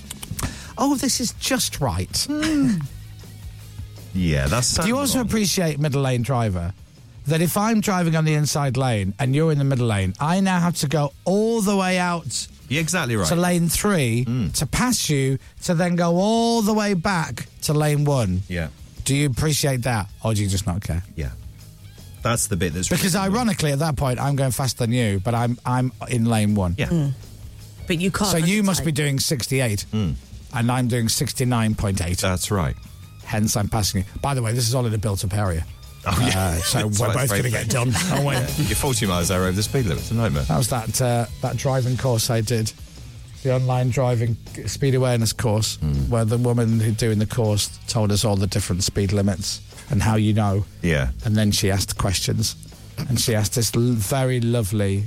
[SPEAKER 5] Oh, this is just right.
[SPEAKER 8] Hmm. Yeah, that's
[SPEAKER 5] Do you also appreciate middle lane driver? That if I'm driving on the inside lane and you're in the middle lane, I now have to go all the way out
[SPEAKER 8] Yeah, exactly right. Hmm.
[SPEAKER 5] to lane three to pass you to then go all the way back to lane one.
[SPEAKER 8] yeah.
[SPEAKER 5] Do you appreciate that, or do you just not care?
[SPEAKER 8] Yeah. That's the bit that's
[SPEAKER 5] Because
[SPEAKER 8] really-
[SPEAKER 5] ironically, at that point, I'm going faster than you, but I'm I'm in lane one.
[SPEAKER 8] Yeah.
[SPEAKER 3] Mm. but you can't.
[SPEAKER 5] So you must be
[SPEAKER 3] undertake.
[SPEAKER 5] doing 68, and I'm doing 69.8.
[SPEAKER 8] Hmm. That's right.
[SPEAKER 5] Hence, I'm passing you. By the way, this is all in a built-up area. Oh yeah. so
[SPEAKER 8] It's
[SPEAKER 5] we're
[SPEAKER 8] like
[SPEAKER 5] both
[SPEAKER 8] very
[SPEAKER 5] going to get done. aren't we?
[SPEAKER 8] You're 40 miles an hour over the speed limit. It's a nightmare.
[SPEAKER 5] That was that uh, that driving course I did, the online driving speed awareness course,
[SPEAKER 8] Hmm.
[SPEAKER 5] where the woman who doing the course told us all the different speed limits and how you know.
[SPEAKER 8] Yeah.
[SPEAKER 5] And then she asked questions, and she asked this l- very lovely.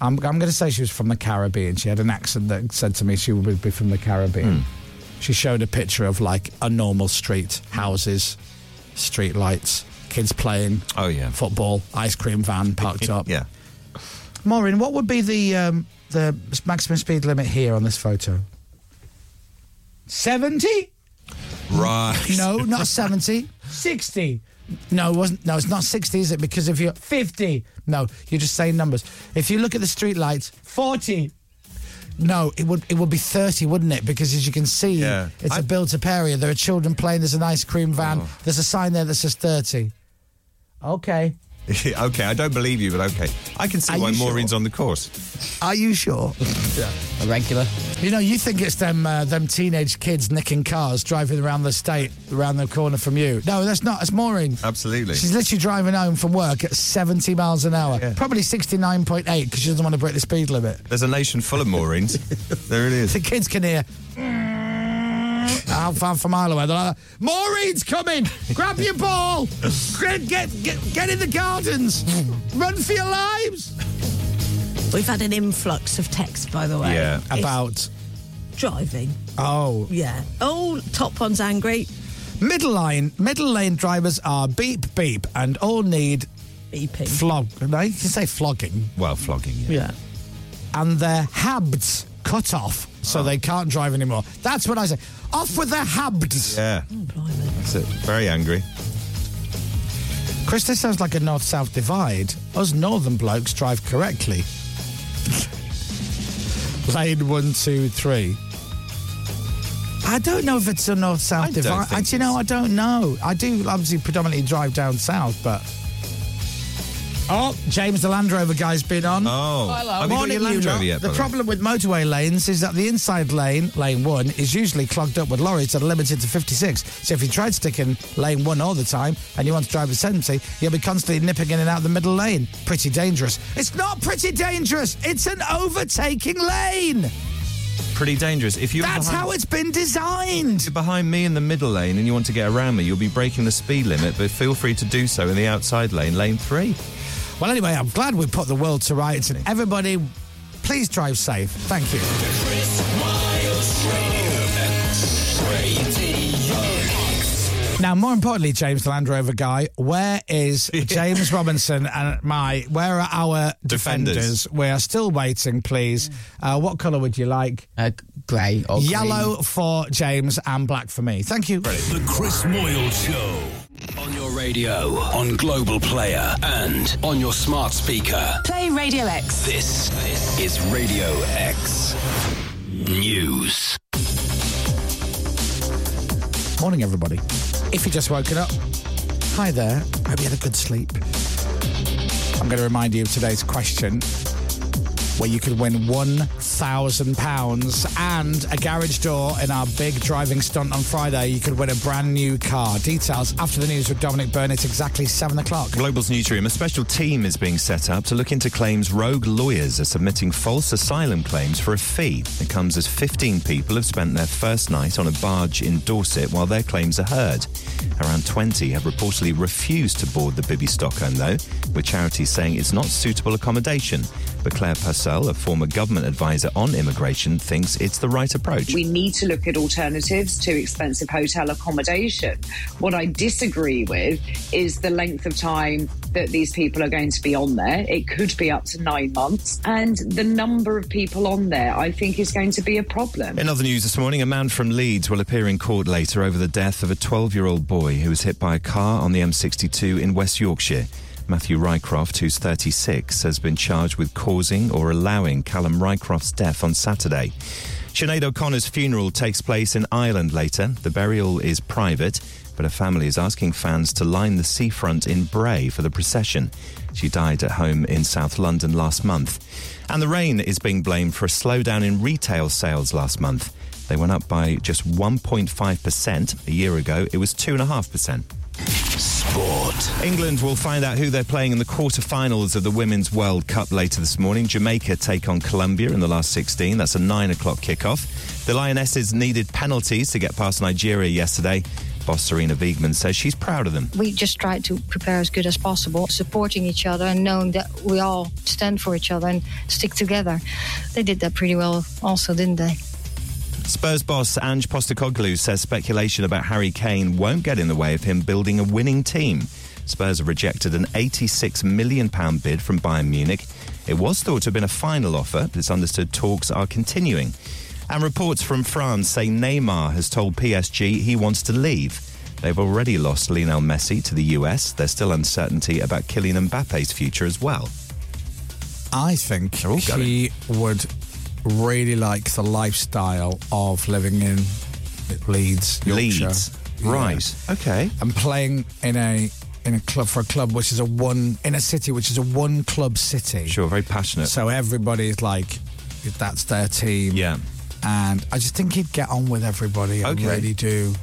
[SPEAKER 5] I'm, I'm going to say she was from the Caribbean. She had an accent that said to me she would be from the Caribbean.
[SPEAKER 8] Hmm.
[SPEAKER 5] She showed a picture of like a normal street, houses, street lights, kids playing.
[SPEAKER 8] Oh, yeah.
[SPEAKER 5] football, ice cream van parked up.
[SPEAKER 8] Yeah.
[SPEAKER 5] Maureen, what would be the um, the maximum speed limit here on this photo? Seventy?
[SPEAKER 8] Right.
[SPEAKER 5] No, not seventy. Sixty? No, it wasn't. No, it's not sixty, is it? Because if you're fifty, no, you're just saying numbers. If you look at the street lights, forty. No, it would it would be thirty, wouldn't it? Because as you can see,
[SPEAKER 8] Yeah.
[SPEAKER 5] it's a
[SPEAKER 8] I-
[SPEAKER 5] built-up area. Oh. There are children playing. There's an ice cream van. There's a sign there that says thirty. Okay,
[SPEAKER 8] okay, I don't believe you, but okay. I can see
[SPEAKER 5] Are
[SPEAKER 8] why
[SPEAKER 5] you sure?
[SPEAKER 8] Maureen's on the course.
[SPEAKER 5] Are you sure?
[SPEAKER 9] yeah. A regular.
[SPEAKER 5] You know, you think it's them uh, them teenage kids nicking cars driving around the state, around the corner from you. No, that's not. It's Maureen.
[SPEAKER 8] Absolutely.
[SPEAKER 5] She's literally driving home from work at 70 miles an hour. Probably 69.8 because she doesn't want to break the speed limit.
[SPEAKER 8] There's a nation full of Maureens. there it is.
[SPEAKER 5] The kids can hear. Half half a mile away. They're like, Maureen's coming! Grab your ball! Get, get, get, get in the gardens! Run for your lives!
[SPEAKER 3] We've had an influx of texts, by the way.
[SPEAKER 8] Yeah.
[SPEAKER 3] It's
[SPEAKER 5] About.
[SPEAKER 3] driving.
[SPEAKER 5] Oh.
[SPEAKER 3] Yeah. Oh, top one's angry.
[SPEAKER 5] Middle line, middle lane drivers are beep beep and all need
[SPEAKER 3] Beeping.
[SPEAKER 5] flog. No, you can say flogging,
[SPEAKER 8] Well, flogging you.
[SPEAKER 3] yeah.
[SPEAKER 5] and their habs cut off, so they can't drive anymore. That's what I say. Off with their habs.
[SPEAKER 8] Yeah,
[SPEAKER 3] Blimey.
[SPEAKER 8] that's it. Very angry.
[SPEAKER 5] Chris, this sounds like a north-south divide. Us northern blokes drive correctly. Lane one, two, three. I don't know if it's a north-south
[SPEAKER 8] I don't
[SPEAKER 5] divide.
[SPEAKER 8] think
[SPEAKER 5] do you know, I don't know. I do obviously predominantly drive down south, but. Oh, James the Land Rover guy's been on.
[SPEAKER 8] Oh,
[SPEAKER 9] hello.
[SPEAKER 8] have you got
[SPEAKER 5] Morning,
[SPEAKER 8] your Land
[SPEAKER 5] you
[SPEAKER 8] Rover
[SPEAKER 5] lot.
[SPEAKER 8] yet? by
[SPEAKER 5] the
[SPEAKER 8] way?
[SPEAKER 5] problem with motorway lanes is that the inside lane, lane one, is usually clogged up with lorries that are limited to 56. So if you tried sticking lane one all the time and you want to drive at 70, you'll be constantly nipping in and out the middle lane. Pretty dangerous. It's not pretty dangerous. It's an overtaking lane.
[SPEAKER 8] Pretty dangerous. If you're
[SPEAKER 5] That's
[SPEAKER 8] behind,
[SPEAKER 5] how it's been
[SPEAKER 8] if
[SPEAKER 5] designed.
[SPEAKER 8] you're behind me in the middle lane and you want to get around me, you'll be breaking the speed limit, but feel free to do so in the outside lane, lane three.
[SPEAKER 5] Well, anyway, I'm glad we put the world to rights. And everybody, please drive safe. Thank you.
[SPEAKER 6] Chris Miles Show. Radio X.
[SPEAKER 5] Now, more importantly, James the Land Rover guy, where is James Robinson and my? Where are our defenders?
[SPEAKER 8] Defenders.
[SPEAKER 5] We are still waiting, please. Uh, what colour would you like?
[SPEAKER 9] Uh, grey or green.
[SPEAKER 5] Yellow for James and black for me. Thank you.
[SPEAKER 1] The Chris Moyle Show.
[SPEAKER 2] On your
[SPEAKER 6] Radio on Global Player and on your smart speaker.
[SPEAKER 2] Play Radio X.
[SPEAKER 6] This is Radio X News.
[SPEAKER 5] Morning, everybody. If you've just woken up, hi there. Hope you had a good sleep. I'm going to remind you of today's question where you could win £1,000 and a garage door in our big driving stunt on Friday. You could win a brand new car. Details after the news with Dominic Byrne. It's exactly 7 o'clock.
[SPEAKER 8] Global's newsroom, a special team is being set up to look into claims rogue lawyers are submitting false asylum claims for a fee. It comes as 15 people have spent their first night on a barge in Dorset while their claims are heard. Around 20 have reportedly refused to board the Bibby Stockholm, though, with charities saying it's not suitable accommodation. But Claire Purcell, a former government advisor on immigration, thinks it's the right approach.
[SPEAKER 4] We need to look at alternatives to expensive hotel accommodation. What I disagree with is the length of time that these people are going to be on there. It could be up to nine months. And the number of people on there, I think, is going to be a problem.
[SPEAKER 8] In other news this morning, a man from Leeds will appear in court later over the death of a 12 year old boy who was hit by a car on the M62 in West Yorkshire. Matthew Rycroft, who's 36, has been charged with causing or allowing Callum Rycroft's death on Saturday. Sinead O'Connor's funeral takes place in Ireland later. The burial is private, but her family is asking fans to line the seafront in Bray for the procession. She died at home in South London last month. And the rain is being blamed for a slowdown in retail sales last month. They went up by just 1.5%. A year ago, it was 2.5%.
[SPEAKER 6] Sport.
[SPEAKER 8] England will find out who they're playing in the quarter-finals of the Women's World Cup later this morning. Jamaica take on Colombia in the last 16. That's a 9 o'clock kickoff. The Lionesses needed penalties to get past Nigeria yesterday. Boss Serena Wiegmann says she's proud of them.
[SPEAKER 11] we just try to prepare as good as possible, supporting each other and knowing that we all stand for each other and stick together. They did that pretty well, also, didn't they?
[SPEAKER 8] Spurs boss Ange Postecoglou says speculation about Harry Kane won't get in the way of him building a winning team. Spurs have rejected an £86 million bid from Bayern Munich. It was thought to have been a final offer, but it's understood talks are continuing. And reports from France say Neymar has told PSG he wants to leave. They've already lost Lionel Messi to the US. There's still uncertainty about Kylian Mbappe's future as well.
[SPEAKER 5] I think
[SPEAKER 8] all
[SPEAKER 5] he would really like the lifestyle of living in Leeds, Yorkshire.
[SPEAKER 8] Leeds.
[SPEAKER 5] Yeah.
[SPEAKER 8] Right. Okay.
[SPEAKER 5] and playing in a in a club for a club which is a one in a city which is a one club city.
[SPEAKER 8] Sure, very passionate.
[SPEAKER 5] So everybody's like, that's their team.
[SPEAKER 8] Yeah.
[SPEAKER 5] And I just think he'd get on with everybody. I
[SPEAKER 8] Okay.
[SPEAKER 5] really do.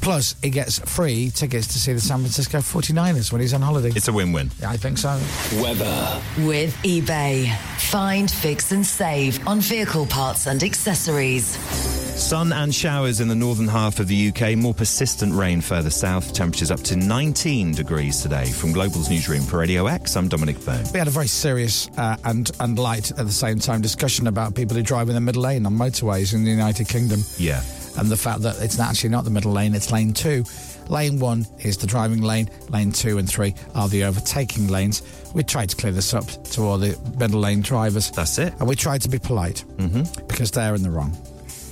[SPEAKER 5] Plus, he gets free tickets to see the San Francisco 49ers when he's on holiday.
[SPEAKER 8] It's a win-win.
[SPEAKER 5] Yeah, I think so.
[SPEAKER 8] Weather.
[SPEAKER 12] With eBay. Find, fix, and save on vehicle parts and accessories.
[SPEAKER 8] Sun and showers in the northern half of the UK, more persistent rain further south. Temperatures up to 19 degrees today. From Global's newsroom for Radio X, I'm Dominic Byrne.
[SPEAKER 5] We had a very serious uh, and and light at the same time discussion about people who drive in the middle lane on motorways in the United Kingdom.
[SPEAKER 8] Yeah.
[SPEAKER 5] and the fact that it's actually not the middle lane, it's lane two. Lane one is the driving lane, lane two and three are the overtaking lanes. We tried to clear this up to all the middle lane drivers.
[SPEAKER 8] That's it.
[SPEAKER 5] And we tried to be polite mm-hmm. because they're in the wrong.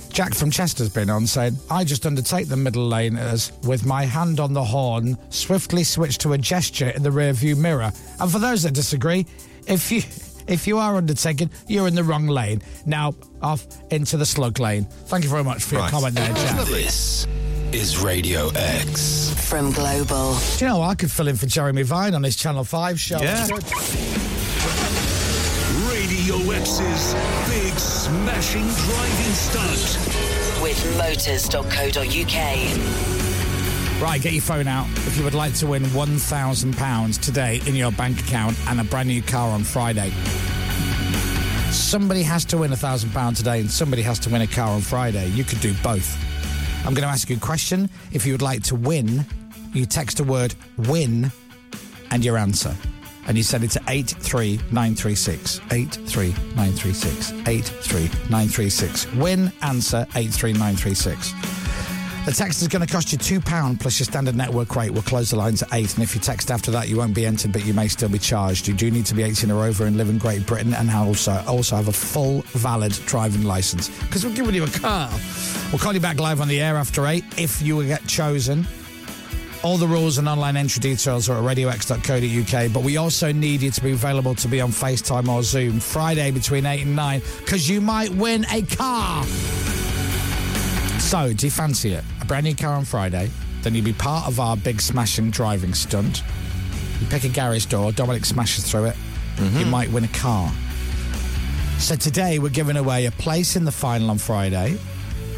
[SPEAKER 5] Jack from Chester's been on saying, I just undertake the middle lane as, with my hand on the horn, swiftly switch to a gesture in the rearview mirror. And for those that disagree, if you if you are undertaking, you're in the wrong lane. Now off into the slug lane. Thank you very much for your comment there, Jack.
[SPEAKER 6] This is Radio X.
[SPEAKER 12] From Global.
[SPEAKER 5] Do you know I could fill in for Jeremy Vine on his Channel Five show?
[SPEAKER 6] Yeah.
[SPEAKER 1] Radio X's big smashing driving stunt.
[SPEAKER 12] With motors.co.uk.
[SPEAKER 5] Right, get your phone out if you would like to win one thousand pounds today in your bank account and a brand new car on Friday. Somebody has to win a thousand pounds today, and somebody has to win a car on Friday. You could do both. I'm going to ask you a question. If you would like to win, you text the word "win" and your answer, and you send it to eight three nine three six eight three nine three six eight three nine three six. Win answer eight three nine three six. The text is going to cost you £2 plus your standard network rate. We'll close the lines at 8. And if you text after that, you won't be entered, but you may still be charged. You do need to be 18 or over and live in Great Britain and also, also have a full valid driving licence. Because we're giving you a car. We'll call you back live on the air after 8 if you get chosen. All the rules and online entry details are at radiox.co.uk, but we also need you to be available to be on FaceTime or Zoom Friday between 8 and 9 because you might win a car. So, do you fancy it? A brand new car on Friday, then you'll be part of our big smashing driving stunt. You pick a garage door, Dominic smashes through it, you might win a car. So, today we're giving away a place in the final on Friday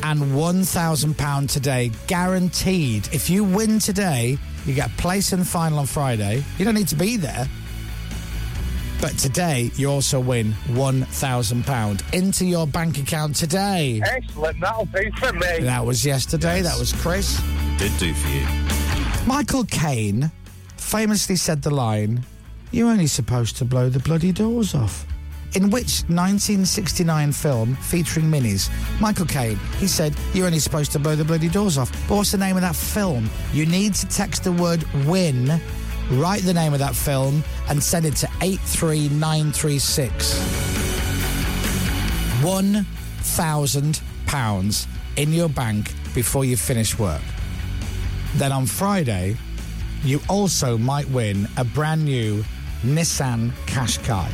[SPEAKER 5] and £1,000 today, guaranteed. If you win today, you get a place in the final on Friday. You don't need to be there. But today, you also win £1,000 into your bank account today.
[SPEAKER 10] Excellent, that'll do for me.
[SPEAKER 5] That was yesterday. That was Chris.
[SPEAKER 8] Did do for you.
[SPEAKER 5] Michael Caine famously said the line, You're only supposed to blow the bloody doors off. In which 1969 film featuring minis, Michael Caine, he said, You're only supposed to blow the bloody doors off. But what's the name of that film? You need to text the word win, write the name of that film, and send it to 83936. £1,000 in your bank before you finish work. Then on Friday, you also might win a brand new Nissan Qashqai.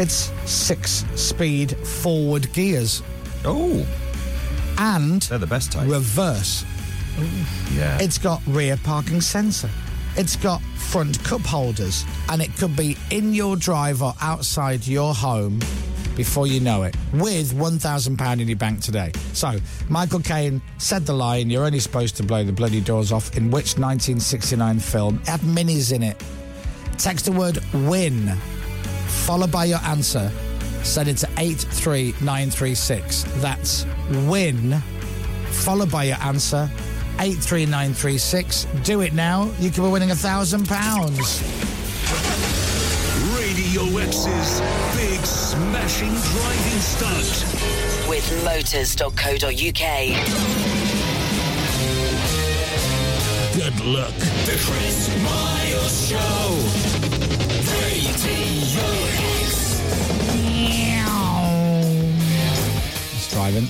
[SPEAKER 5] It's six speed forward gears.
[SPEAKER 8] Oh.
[SPEAKER 5] And
[SPEAKER 8] They're the best type.
[SPEAKER 5] reverse.
[SPEAKER 8] Yeah.
[SPEAKER 5] It's got rear parking sensor. It's got front cup holders. And it could be in your drive or outside your home before you know it with £1,000 in your bank today. So, Michael Caine said the line, You're only supposed to blow the bloody doors off, in which 1969 film? It had minis in it. Text the word win, followed by your answer. Send it to 83936. That's win, followed by your answer. 83936. Do it now. You could be winning a thousand pounds.
[SPEAKER 1] Radio X's big smashing driving stunt.
[SPEAKER 12] With motors.co.uk.
[SPEAKER 1] Good luck.
[SPEAKER 6] The Chris Miles Show. Radio X.
[SPEAKER 5] It's driving.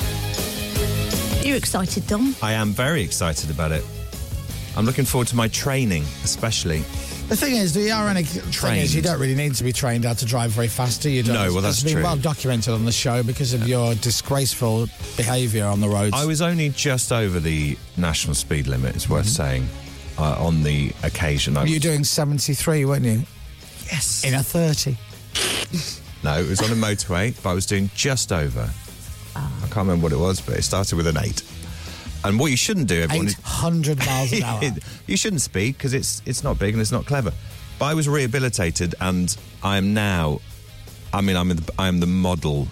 [SPEAKER 3] You excited, Dom?
[SPEAKER 8] I am very excited about it. I'm looking forward to my training, especially.
[SPEAKER 5] The thing is, the ironic thing
[SPEAKER 8] Trained.
[SPEAKER 5] is, you don't really need to be trained how to drive very fast, do you? Dom?
[SPEAKER 8] No, well, that's
[SPEAKER 5] been
[SPEAKER 8] true.
[SPEAKER 5] well documented on the show because of your disgraceful behaviour on the roads.
[SPEAKER 8] I was only just over the national speed limit, it's worth saying. uh, on the occasion. I
[SPEAKER 5] Mm-hmm. You were
[SPEAKER 8] was-
[SPEAKER 5] doing 73, weren't you? Yes. In a 30.
[SPEAKER 8] No, it was on a motorway, but I was doing just over.
[SPEAKER 5] Ah.
[SPEAKER 8] I can't remember what it was, but it started with an eight. And what you shouldn't do, everyone, is-
[SPEAKER 5] 800 miles an hour.
[SPEAKER 8] you shouldn't speed because it's it's not big and it's not clever. But I was rehabilitated, and I am now. I mean, I'm the, I'm the model,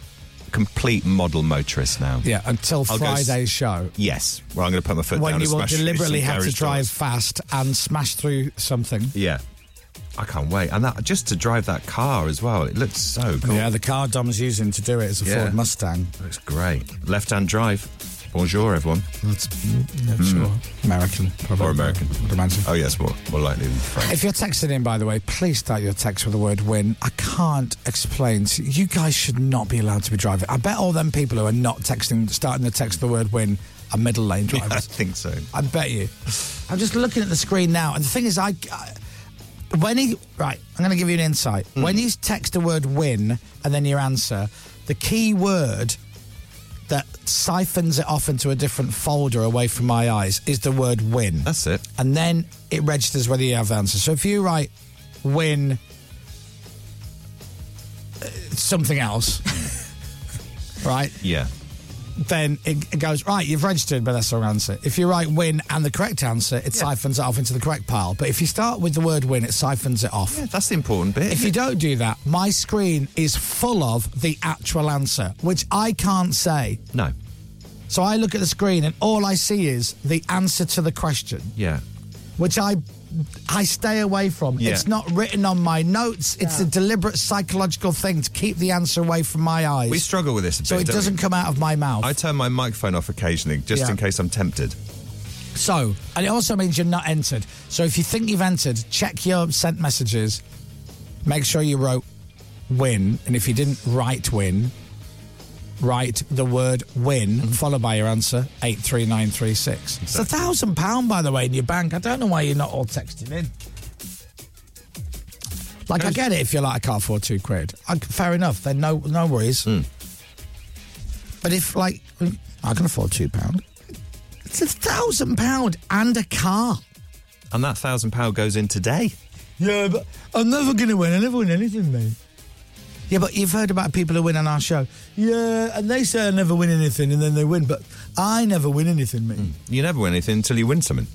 [SPEAKER 8] complete model motorist now.
[SPEAKER 5] Yeah, until
[SPEAKER 8] I'll go s-
[SPEAKER 5] Friday's show.
[SPEAKER 8] Yes, well, I'm going to put my foot
[SPEAKER 5] when
[SPEAKER 8] down.
[SPEAKER 5] you
[SPEAKER 8] and
[SPEAKER 5] will
[SPEAKER 8] smash
[SPEAKER 5] deliberately
[SPEAKER 8] some
[SPEAKER 5] have to
[SPEAKER 8] garage
[SPEAKER 5] drive
[SPEAKER 8] doors.
[SPEAKER 5] fast and smash through something.
[SPEAKER 8] Yeah, I can't wait, and that just to drive that car as well. It looks so cool.
[SPEAKER 5] Yeah, the car Dom's using to do it is a
[SPEAKER 8] Yeah.
[SPEAKER 5] Ford Mustang.
[SPEAKER 8] Looks great. Left-hand drive. Bonjour, everyone. Hmm.
[SPEAKER 5] That's not sure. American, probably.
[SPEAKER 8] Or American. Oh, yes, more, more likely than French.
[SPEAKER 5] If you're texting in, by the way, please start your text with the word win. I can't explain. to- You guys should not be allowed to be driving. I bet all them people who are not texting, starting the text with the word win, are middle lane drivers. I
[SPEAKER 8] think so.
[SPEAKER 5] I bet you. I'm just looking at the screen now, and the thing is, I. I- when he right, I'm going to give you an insight.
[SPEAKER 8] Hmm.
[SPEAKER 5] When you text the word "win" and then your answer, the key word that siphons it off into a different folder away from my eyes is the word win.
[SPEAKER 8] That's it.
[SPEAKER 5] And then it registers whether you have the answer. So if you write win uh, something else, right,
[SPEAKER 8] Yeah.
[SPEAKER 5] then it, it goes, right, you've registered, but that's the wrong answer. If you write win and the correct answer, it siphons it off into the correct pile. But if you start with the word win, it siphons it off.
[SPEAKER 8] That's the important bit.
[SPEAKER 5] If you don't do that, my screen is full of the actual answer, which I can't say.
[SPEAKER 8] No.
[SPEAKER 5] So I look at the screen and all I see is the answer to the question,
[SPEAKER 8] Yeah.
[SPEAKER 5] which I I stay away from.
[SPEAKER 8] Yeah.
[SPEAKER 5] It's not written on my notes. It's a deliberate psychological thing to keep the answer away from my eyes.
[SPEAKER 8] We struggle with this a bit.
[SPEAKER 5] so it
[SPEAKER 8] don't
[SPEAKER 5] doesn't
[SPEAKER 8] we?
[SPEAKER 5] come out of my mouth.
[SPEAKER 8] I turn my microphone off occasionally just
[SPEAKER 5] Yeah.
[SPEAKER 8] in case I'm tempted.
[SPEAKER 5] So, and it also means you're not entered. So if you think you've entered, check your sent messages. Make sure you wrote win. And if you didn't write win, write the word win followed by your answer 83936. It's a thousand pound, by the way, in your bank. I don't know why you're not all texting in. Like, I get it if you're like, I can't afford two quid. I, fair enough. Then no, no worries. But if, like, I can afford two pound. It's a thousand pound and a car.
[SPEAKER 8] And that thousand pound goes in today.
[SPEAKER 5] Yeah, but I'm never going to win. I never win anything, mate. Yeah, but you've heard about people who win on our show. Yeah, and they say I never win anything, and then they win. But I never win anything, mate.
[SPEAKER 8] You never win anything until you win something.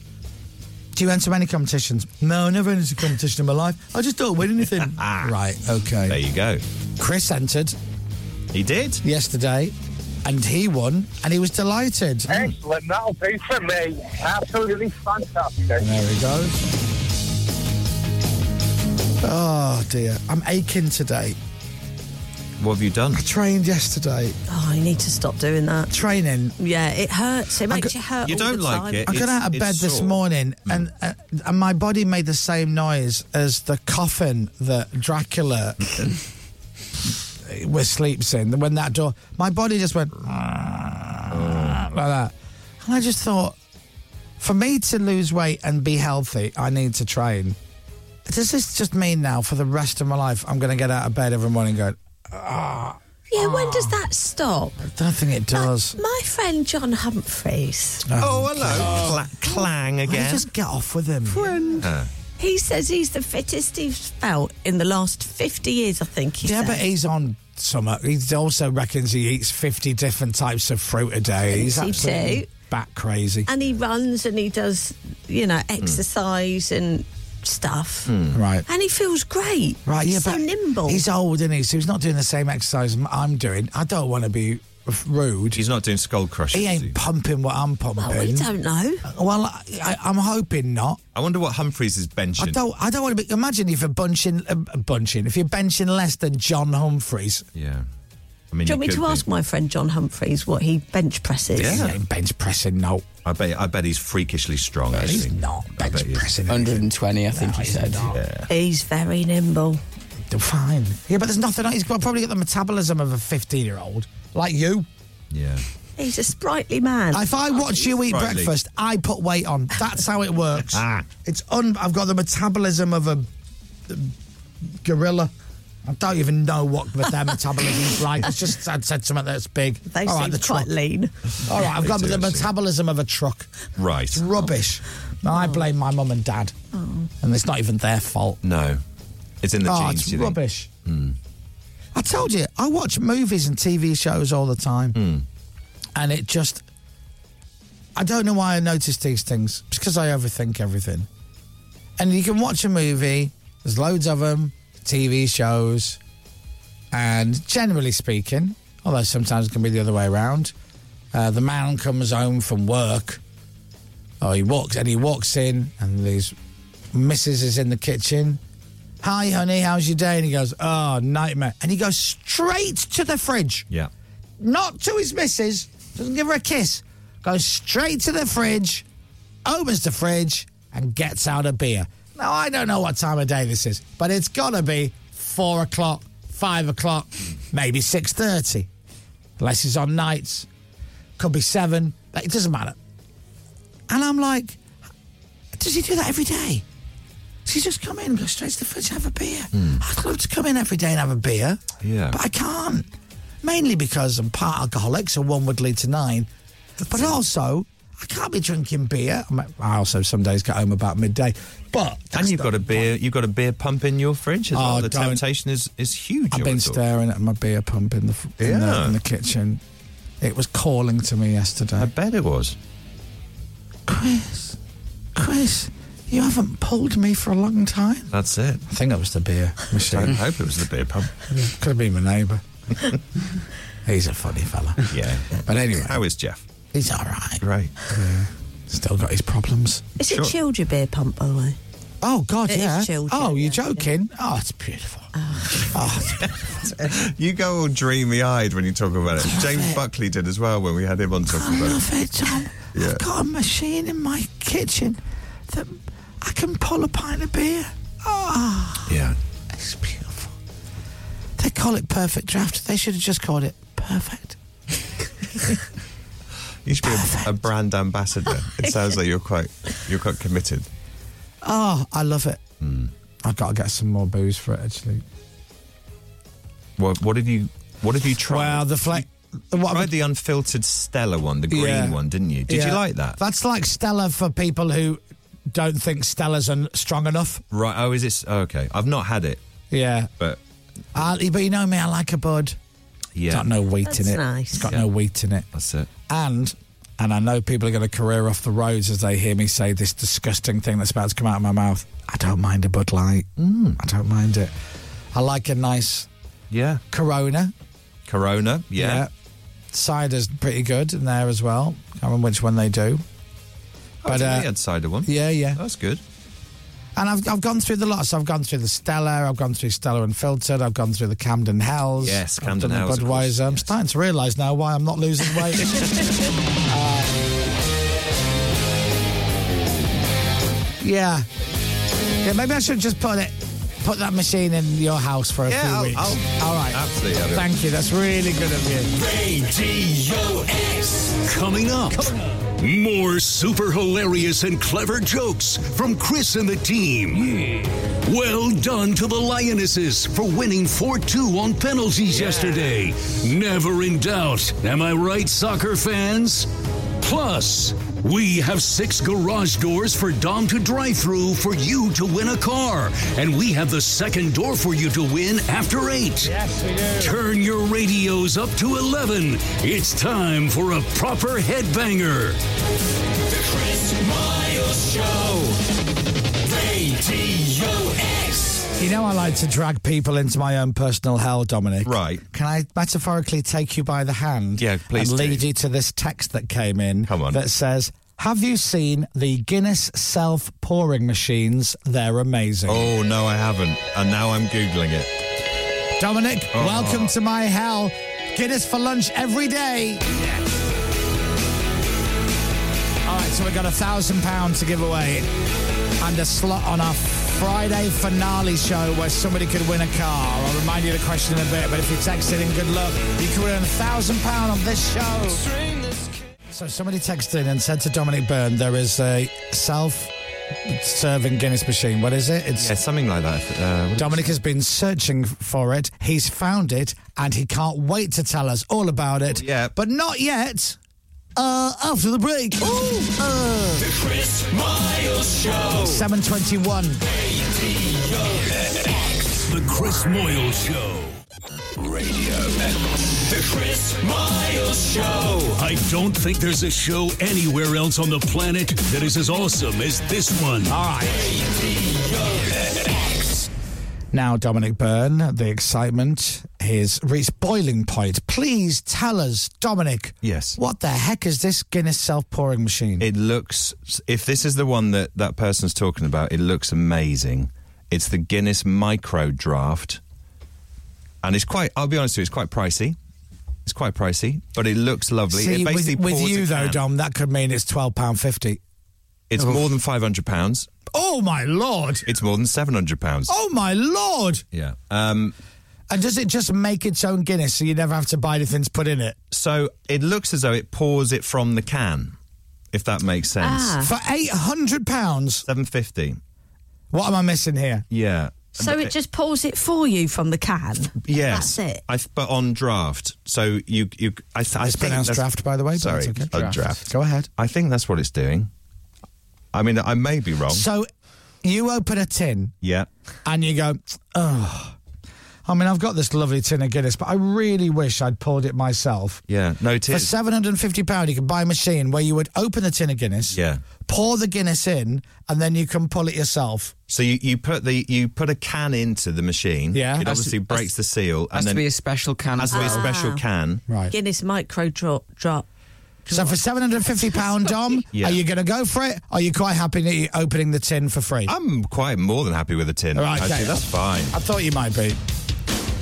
[SPEAKER 5] Do you enter any competitions? No, I never entered a competition in my life. I just don't win anything. right, okay.
[SPEAKER 8] Ah. There you go.
[SPEAKER 5] Chris entered.
[SPEAKER 8] He did?
[SPEAKER 5] Yesterday, and he won, and he was delighted.
[SPEAKER 10] Excellent. That'll be for me. Absolutely fantastic. There
[SPEAKER 5] we go. Oh, dear. I'm aching today.
[SPEAKER 8] What have you done?
[SPEAKER 5] Trained yesterday.
[SPEAKER 3] Oh, you need to stop doing that.
[SPEAKER 5] Training.
[SPEAKER 3] Yeah, it hurts. It makes you hurt. all the time.
[SPEAKER 5] I got out of bed this morning, and uh, and my body made the same noise as the coffin that Dracula uh, was sleeps in. When that door, my body just went like that, and I just thought, for me to lose weight and be healthy, I need to train. Does this just mean now for the rest of my life I'm going to get out of bed every morning going? Ah,
[SPEAKER 3] Yeah, when does that stop?
[SPEAKER 5] I don't think it does.
[SPEAKER 3] My friend John Humphreys.
[SPEAKER 5] Oh,
[SPEAKER 8] hello. clang
[SPEAKER 5] Why don't you Just get off with him.
[SPEAKER 3] Friend.
[SPEAKER 8] Uh,
[SPEAKER 3] He says he's the fittest he's felt in the last 50 years, I think. He
[SPEAKER 5] Yeah,
[SPEAKER 3] said.
[SPEAKER 5] but he's on summer. He also reckons he eats 50 different types of fruit a day. He's
[SPEAKER 3] Thinks he
[SPEAKER 5] absolutely
[SPEAKER 3] too.
[SPEAKER 5] bat crazy.
[SPEAKER 3] And he runs and he does, you know,
[SPEAKER 5] Hmm.
[SPEAKER 3] exercise and stuff.
[SPEAKER 8] Hmm.
[SPEAKER 5] Right.
[SPEAKER 3] And he feels great.
[SPEAKER 5] Right, yeah,
[SPEAKER 3] He's so
[SPEAKER 5] but
[SPEAKER 3] nimble.
[SPEAKER 5] he's old, isn't he? So he's not doing the same exercise m- I'm doing. I don't want to be f- rude.
[SPEAKER 8] He's not doing skull crushes.
[SPEAKER 5] He
[SPEAKER 8] is
[SPEAKER 5] ain't pumping what I'm pumping.
[SPEAKER 3] Well, we don't know.
[SPEAKER 5] Well, I, I, I'm hoping not.
[SPEAKER 8] I wonder what Humphreys is benching.
[SPEAKER 5] I don't. I don't want to be. Imagine if you're bunching, uh, bunching. If you're benching less than John Humphreys,
[SPEAKER 8] Yeah. I mean,
[SPEAKER 3] Do you
[SPEAKER 8] it
[SPEAKER 3] want me
[SPEAKER 8] could
[SPEAKER 3] to
[SPEAKER 8] be.
[SPEAKER 3] ask my friend John Humphreys what he bench presses?
[SPEAKER 8] Yeah.
[SPEAKER 5] He ain't bench pressing, no.
[SPEAKER 8] I bet, I bet he's freakishly strong, actually.
[SPEAKER 5] he's not bench pressing.
[SPEAKER 9] 120, I think he said.
[SPEAKER 3] He's very nimble.
[SPEAKER 5] They're fine. Yeah, but there's nothing. He's got, probably got the metabolism of a 15 year old, like you.
[SPEAKER 8] Yeah.
[SPEAKER 3] He's a sprightly man.
[SPEAKER 5] If I watch you eat
[SPEAKER 8] Sprightly.
[SPEAKER 5] breakfast, I put weight on. That's how it works.
[SPEAKER 8] Ah.
[SPEAKER 5] It's un. I've got the metabolism of a, a gorilla. I don't even know what their metabolism's like. It's just I said something that's big.
[SPEAKER 3] They
[SPEAKER 5] All right,
[SPEAKER 3] seem
[SPEAKER 5] the
[SPEAKER 3] quite
[SPEAKER 5] truck.
[SPEAKER 3] lean.
[SPEAKER 5] All right, I've
[SPEAKER 8] They
[SPEAKER 5] got
[SPEAKER 8] do,
[SPEAKER 5] the
[SPEAKER 8] actually.
[SPEAKER 5] metabolism of a truck.
[SPEAKER 8] Right.
[SPEAKER 5] It's rubbish. I blame my mum and dad,
[SPEAKER 3] Oh.
[SPEAKER 5] and it's not even their fault.
[SPEAKER 8] No, it's in the
[SPEAKER 5] oh,
[SPEAKER 8] genes.
[SPEAKER 5] it's
[SPEAKER 8] you think?
[SPEAKER 5] rubbish.
[SPEAKER 8] Hmm.
[SPEAKER 5] I told you, I watch movies and TV shows all the time,
[SPEAKER 8] Hmm.
[SPEAKER 5] and it just. I don't know why I notice these things. It's because I overthink everything. And you can watch a movie, there's loads of them, TV shows, and generally speaking, although sometimes it can be the other way around, uh, the man comes home from work, or he walks and he walks in, and his missus is in the kitchen. Hi, honey, how's your day? And he goes, Oh, nightmare. And he goes straight to the fridge
[SPEAKER 8] Yeah.
[SPEAKER 5] not to his missus, doesn't give her a kiss, goes straight to the fridge, opens the fridge, and gets out a beer. Now, I don't know what time of day this is, but it's gotta be four o'clock, five o'clock, maybe six thirty. Unless he's on nights. Could be seven. Like, It doesn't matter. And I'm like, does he do that every day? Does he just come in and go straight to the fridge and have a beer? I'd love to come in every day and have a beer.
[SPEAKER 8] Yeah.
[SPEAKER 5] But I can't. Mainly because I'm part alcoholic, so one would lead to nine. But also, I can't be drinking beer. I mean, I also some days get home about midday. But
[SPEAKER 8] And you've got a beer. You've got a beer pump in your fridge as well.
[SPEAKER 5] Oh,
[SPEAKER 8] The
[SPEAKER 5] don't.
[SPEAKER 8] temptation is is huge. I
[SPEAKER 5] I've been
[SPEAKER 8] would have thought.
[SPEAKER 5] staring at my beer pump in the, f- in, the,
[SPEAKER 8] Yeah.
[SPEAKER 5] in the kitchen. It was calling to me yesterday. I
[SPEAKER 8] bet it was.
[SPEAKER 5] Chris, Chris, you haven't pulled me for a long time.
[SPEAKER 8] That's it.
[SPEAKER 5] I think that was the beer machine.
[SPEAKER 8] I hope it was the beer pump.
[SPEAKER 5] Could have been my neighbour. He's a funny fella.
[SPEAKER 8] Yeah.
[SPEAKER 5] But anyway.
[SPEAKER 8] How is Jeff?
[SPEAKER 5] He's all right.
[SPEAKER 8] Right.
[SPEAKER 5] Yeah. Still got his problems.
[SPEAKER 3] Is it chilled your beer pump, by the way?
[SPEAKER 5] Oh, God,
[SPEAKER 3] It is
[SPEAKER 5] yeah.
[SPEAKER 3] chilled,
[SPEAKER 5] oh, you're joking? Oh, it's beautiful.
[SPEAKER 8] Oh, You go all dreamy eyed when you talk about it. James Buckley did as well when we had him on talking about it.
[SPEAKER 5] Perfect, Tom.
[SPEAKER 8] Yeah.
[SPEAKER 5] I've got a machine in my kitchen that I can pull a pint of beer. Oh,
[SPEAKER 8] Yeah.
[SPEAKER 5] it's beautiful. They call it perfect draft. They should have just called it perfect.
[SPEAKER 8] You should be a, a brand ambassador. It sounds like you're quite you're quite committed.
[SPEAKER 5] Oh, I love it. I've got to get some more booze for it, actually.
[SPEAKER 8] What, what have you What have you tried? Well,
[SPEAKER 5] the flag.
[SPEAKER 8] tried the unfiltered Stella one, the green
[SPEAKER 5] Yeah.
[SPEAKER 8] one, didn't you? Did you
[SPEAKER 5] Yeah.
[SPEAKER 8] like that?
[SPEAKER 5] That's like Stella for people who don't think Stella's un- strong enough.
[SPEAKER 8] Right. Oh, is this oh, okay? I've not had it,
[SPEAKER 5] Yeah.
[SPEAKER 8] but
[SPEAKER 5] I, but you know me, I like a bud.
[SPEAKER 8] yeah,
[SPEAKER 5] It's got no wheat in it. It's got no wheat in it.
[SPEAKER 8] That's it.
[SPEAKER 5] And and I know people are going to career off the roads as they hear me say this disgusting thing that's about to come out of my mouth. I don't mind a Bud Light.
[SPEAKER 8] Mm.
[SPEAKER 5] I don't mind it. I like a nice
[SPEAKER 8] yeah
[SPEAKER 5] Corona.
[SPEAKER 8] Corona. Yeah.
[SPEAKER 5] Cider's pretty good in there as well. I can't remember which one they do.
[SPEAKER 8] Oh,
[SPEAKER 5] But,
[SPEAKER 8] but
[SPEAKER 5] uh,
[SPEAKER 8] uh, had cider one.
[SPEAKER 5] Yeah, yeah.
[SPEAKER 8] That's good.
[SPEAKER 5] And I've, I've gone through the lot. So I've gone through the Stella, I've gone through Stella Unfiltered, I've gone through the Camden Hells.
[SPEAKER 8] Yes,
[SPEAKER 5] I've done
[SPEAKER 8] Camden
[SPEAKER 5] the
[SPEAKER 8] Hells, of course,
[SPEAKER 5] Budweiser. I'm starting to realise now why I'm not losing weight. Uh, yeah. Yeah, maybe I should just put it, put that machine in your house for a
[SPEAKER 8] Yeah,
[SPEAKER 5] few
[SPEAKER 8] I'll-
[SPEAKER 5] weeks.
[SPEAKER 8] I'll-
[SPEAKER 5] All right.
[SPEAKER 8] absolutely, I'll do it.
[SPEAKER 5] Thank you. That's really good of you.
[SPEAKER 1] Radio X. Coming up, more super hilarious and clever jokes from Chris and the team. Well done to the Lionesses for winning 4 2 on penalties yesterday. Never in doubt. Am I right, soccer fans? Plus, we have six garage doors for Dom to drive through for you to win a car. And we have the second door for you to win after eight. Yes, we do. Turn your radios up to 11. It's time for a proper headbanger.
[SPEAKER 13] The Chris Miles Show. Radio X.
[SPEAKER 5] You know, I like to drag people into my own personal hell, Dominic.
[SPEAKER 8] Right.
[SPEAKER 5] Can I metaphorically take you by the hand?
[SPEAKER 8] Yeah, please
[SPEAKER 5] And
[SPEAKER 8] do.
[SPEAKER 5] lead you to this text that came in. Come on. That says, Have you seen the Guinness self pouring machines? They're amazing.
[SPEAKER 8] Oh no, I haven't, and now I'm googling it.
[SPEAKER 5] Dominic,
[SPEAKER 8] Oh.
[SPEAKER 5] welcome to my hell. Guinness for lunch every day. All right, so we've got a thousand pounds to give away and a slot on our Friday finale show where somebody could win a car. I'll remind you of the question in a bit, but if you text it in good luck, you can win a thousand pound on this show. So somebody texted in and said to Dominic Byrne, there is a self-serving Guinness machine. What is it? It's
[SPEAKER 8] Yeah, something like that. Uh, what-
[SPEAKER 5] Dominic has been searching for it. He's found it, and he can't wait to tell us all about it. Yeah. But not yet, uh, after the break. Ooh, uh.
[SPEAKER 13] The Chris Miles Show.
[SPEAKER 5] 721.
[SPEAKER 1] The Chris Moyle Show.
[SPEAKER 13] Radio. The Chris Miles Show.
[SPEAKER 1] I don't think there's a show anywhere else on the planet that is as awesome as this one. All
[SPEAKER 13] right.
[SPEAKER 5] Now, Dominic Byrne, the excitement is reached boiling point. Please tell us, Dominic.
[SPEAKER 8] Yes.
[SPEAKER 5] What the heck is this Guinness self pouring machine?
[SPEAKER 8] It looks, if this is the one that that person's talking about, it looks amazing. It's the Guinness Micro Draft. And it's quite, I'll be honest with you, it's quite pricey. It's quite pricey, but it looks lovely.
[SPEAKER 5] See,
[SPEAKER 8] it
[SPEAKER 5] with,
[SPEAKER 8] basically
[SPEAKER 5] with
[SPEAKER 8] pours
[SPEAKER 5] you
[SPEAKER 8] a
[SPEAKER 5] though,
[SPEAKER 8] can.
[SPEAKER 5] Dom, that could mean it's twelve pound fifty.
[SPEAKER 8] It's more than £500.
[SPEAKER 5] Oh my lord!
[SPEAKER 8] It's more than £700.
[SPEAKER 5] Oh my lord!
[SPEAKER 8] Yeah. Um,
[SPEAKER 5] And does it just make its own Guinness, so you never have to buy anything to put in it?
[SPEAKER 8] so it looks as though it pours it from the can, if that makes sense.
[SPEAKER 3] Ah.
[SPEAKER 5] For eight hundred pounds,
[SPEAKER 8] seven fifty.
[SPEAKER 5] What am I missing here?
[SPEAKER 8] Yeah.
[SPEAKER 3] So
[SPEAKER 8] But
[SPEAKER 3] it just pours it for you from the can.
[SPEAKER 8] Yes,
[SPEAKER 3] That's it.
[SPEAKER 8] I th- but on draft, so you you. I, th- I
[SPEAKER 5] It's
[SPEAKER 8] think
[SPEAKER 5] pronounced
[SPEAKER 8] that's-
[SPEAKER 5] draft, by the way, but
[SPEAKER 8] Sorry,
[SPEAKER 5] it's okay.
[SPEAKER 8] on
[SPEAKER 5] Draft.
[SPEAKER 8] draft.
[SPEAKER 5] Go ahead.
[SPEAKER 8] I think that's what it's doing. I mean, I may be wrong.
[SPEAKER 5] So you open a tin
[SPEAKER 8] yeah,
[SPEAKER 5] and you go, oh. I mean, I've got this lovely tin of Guinness, but I really wish I'd poured it myself.
[SPEAKER 8] yeah. No, Oh, it
[SPEAKER 5] For
[SPEAKER 8] is.
[SPEAKER 5] seven hundred and fifty pound, you can buy a machine where you would open the tin of Guinness,
[SPEAKER 8] yeah.
[SPEAKER 5] pour the Guinness in, and then you can pull it yourself.
[SPEAKER 8] So you, you put the you put a can into the machine.
[SPEAKER 5] Yeah.
[SPEAKER 8] It
[SPEAKER 5] Has
[SPEAKER 8] obviously
[SPEAKER 5] to-
[SPEAKER 8] breaks the seal.
[SPEAKER 9] Has
[SPEAKER 8] and then
[SPEAKER 9] to be a special can.
[SPEAKER 8] Has
[SPEAKER 9] as
[SPEAKER 8] to be a
[SPEAKER 9] well.
[SPEAKER 8] special can.
[SPEAKER 3] Guinness micro drop. drop.
[SPEAKER 5] So for seven hundred and fifty pound, Dom,
[SPEAKER 8] Yeah.
[SPEAKER 5] are you going to go for it? Are you quite happy that you're opening the tin for free?
[SPEAKER 8] I'm quite more than happy with the tin.
[SPEAKER 5] All right,
[SPEAKER 8] actually,
[SPEAKER 5] okay.
[SPEAKER 8] that's fine.
[SPEAKER 5] I thought you might be.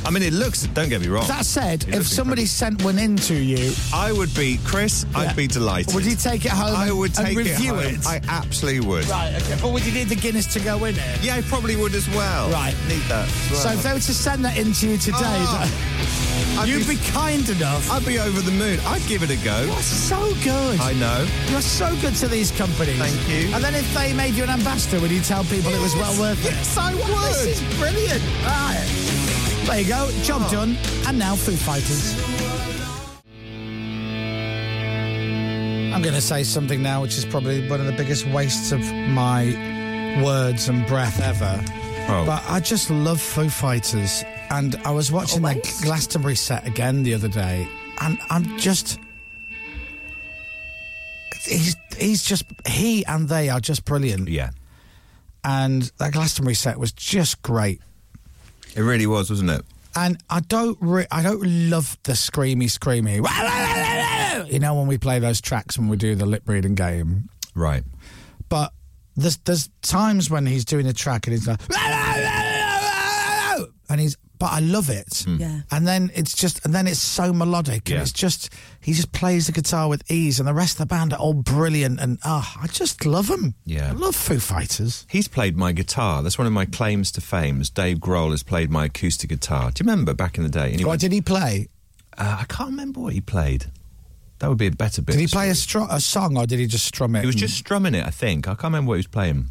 [SPEAKER 8] I mean, it looks. Don't get me wrong.
[SPEAKER 5] That said,
[SPEAKER 8] It
[SPEAKER 5] if
[SPEAKER 8] looks
[SPEAKER 5] somebody sent one in to you,
[SPEAKER 8] I would be Chris.
[SPEAKER 5] Yeah.
[SPEAKER 8] I'd be delighted.
[SPEAKER 5] Would you take it home
[SPEAKER 8] I
[SPEAKER 5] and-
[SPEAKER 8] would
[SPEAKER 5] and
[SPEAKER 8] take
[SPEAKER 5] review
[SPEAKER 8] it, home.
[SPEAKER 5] it?
[SPEAKER 8] I absolutely would.
[SPEAKER 5] right? Okay, but would you need the Guinness to go in it?
[SPEAKER 8] Yeah, I probably would as well.
[SPEAKER 5] Right.
[SPEAKER 8] Need that. as
[SPEAKER 5] So
[SPEAKER 8] well.
[SPEAKER 5] if they were to send that in to you today,
[SPEAKER 8] Ah. I'd
[SPEAKER 5] you'd
[SPEAKER 8] be-
[SPEAKER 5] be, kind enough.
[SPEAKER 8] I'd be over the moon. I'd give it a go.
[SPEAKER 5] You're so good.
[SPEAKER 8] I know.
[SPEAKER 5] oh, You're so good to these companies.
[SPEAKER 8] Thank you.
[SPEAKER 5] And then if they made you an ambassador, would you tell people it was well worth it?
[SPEAKER 8] Yes, I
[SPEAKER 5] Wow, This Oh, is brilliant. Right. There you go.
[SPEAKER 8] Oh.
[SPEAKER 5] Job done. And now Foo Fighters. I'm going to say something now, which is probably one of the biggest wastes of my words and breath ever.
[SPEAKER 8] Oh.
[SPEAKER 5] But I just love Foo Fighters, and I was watching their
[SPEAKER 3] Always.
[SPEAKER 5] Glastonbury set again the other day, and I'm just. He's he's just he and they are just brilliant,
[SPEAKER 8] Yeah.
[SPEAKER 5] and that Glastonbury set was just great.
[SPEAKER 8] It really was, wasn't it?
[SPEAKER 5] And I don't re- I don't love the screamy screamy, you know, when we play those tracks when we do the lip reading game.
[SPEAKER 8] Right.
[SPEAKER 5] but there's there's times when he's doing a track and he's like, and he's, but I love it.
[SPEAKER 3] Yeah.
[SPEAKER 5] And then it's just, and then it's so melodic,
[SPEAKER 8] Hmm. Yeah.
[SPEAKER 5] and it's just he just plays the guitar with ease, and the rest of the band are all brilliant, and ah, I just love them.
[SPEAKER 8] Yeah.
[SPEAKER 5] I love Foo Fighters.
[SPEAKER 8] He's played my guitar. That's one of my claims to fame. Is Dave Grohl has played my acoustic guitar. Do you remember back in the day? And he
[SPEAKER 5] What
[SPEAKER 8] went-
[SPEAKER 5] did he play?
[SPEAKER 8] uh, I can't remember what he played. That would be a better bit.
[SPEAKER 5] Did he
[SPEAKER 8] of
[SPEAKER 5] play a, str- a song or did he just strum it?
[SPEAKER 8] He was
[SPEAKER 5] and-
[SPEAKER 8] just strumming it, I think. I can't remember what he was playing.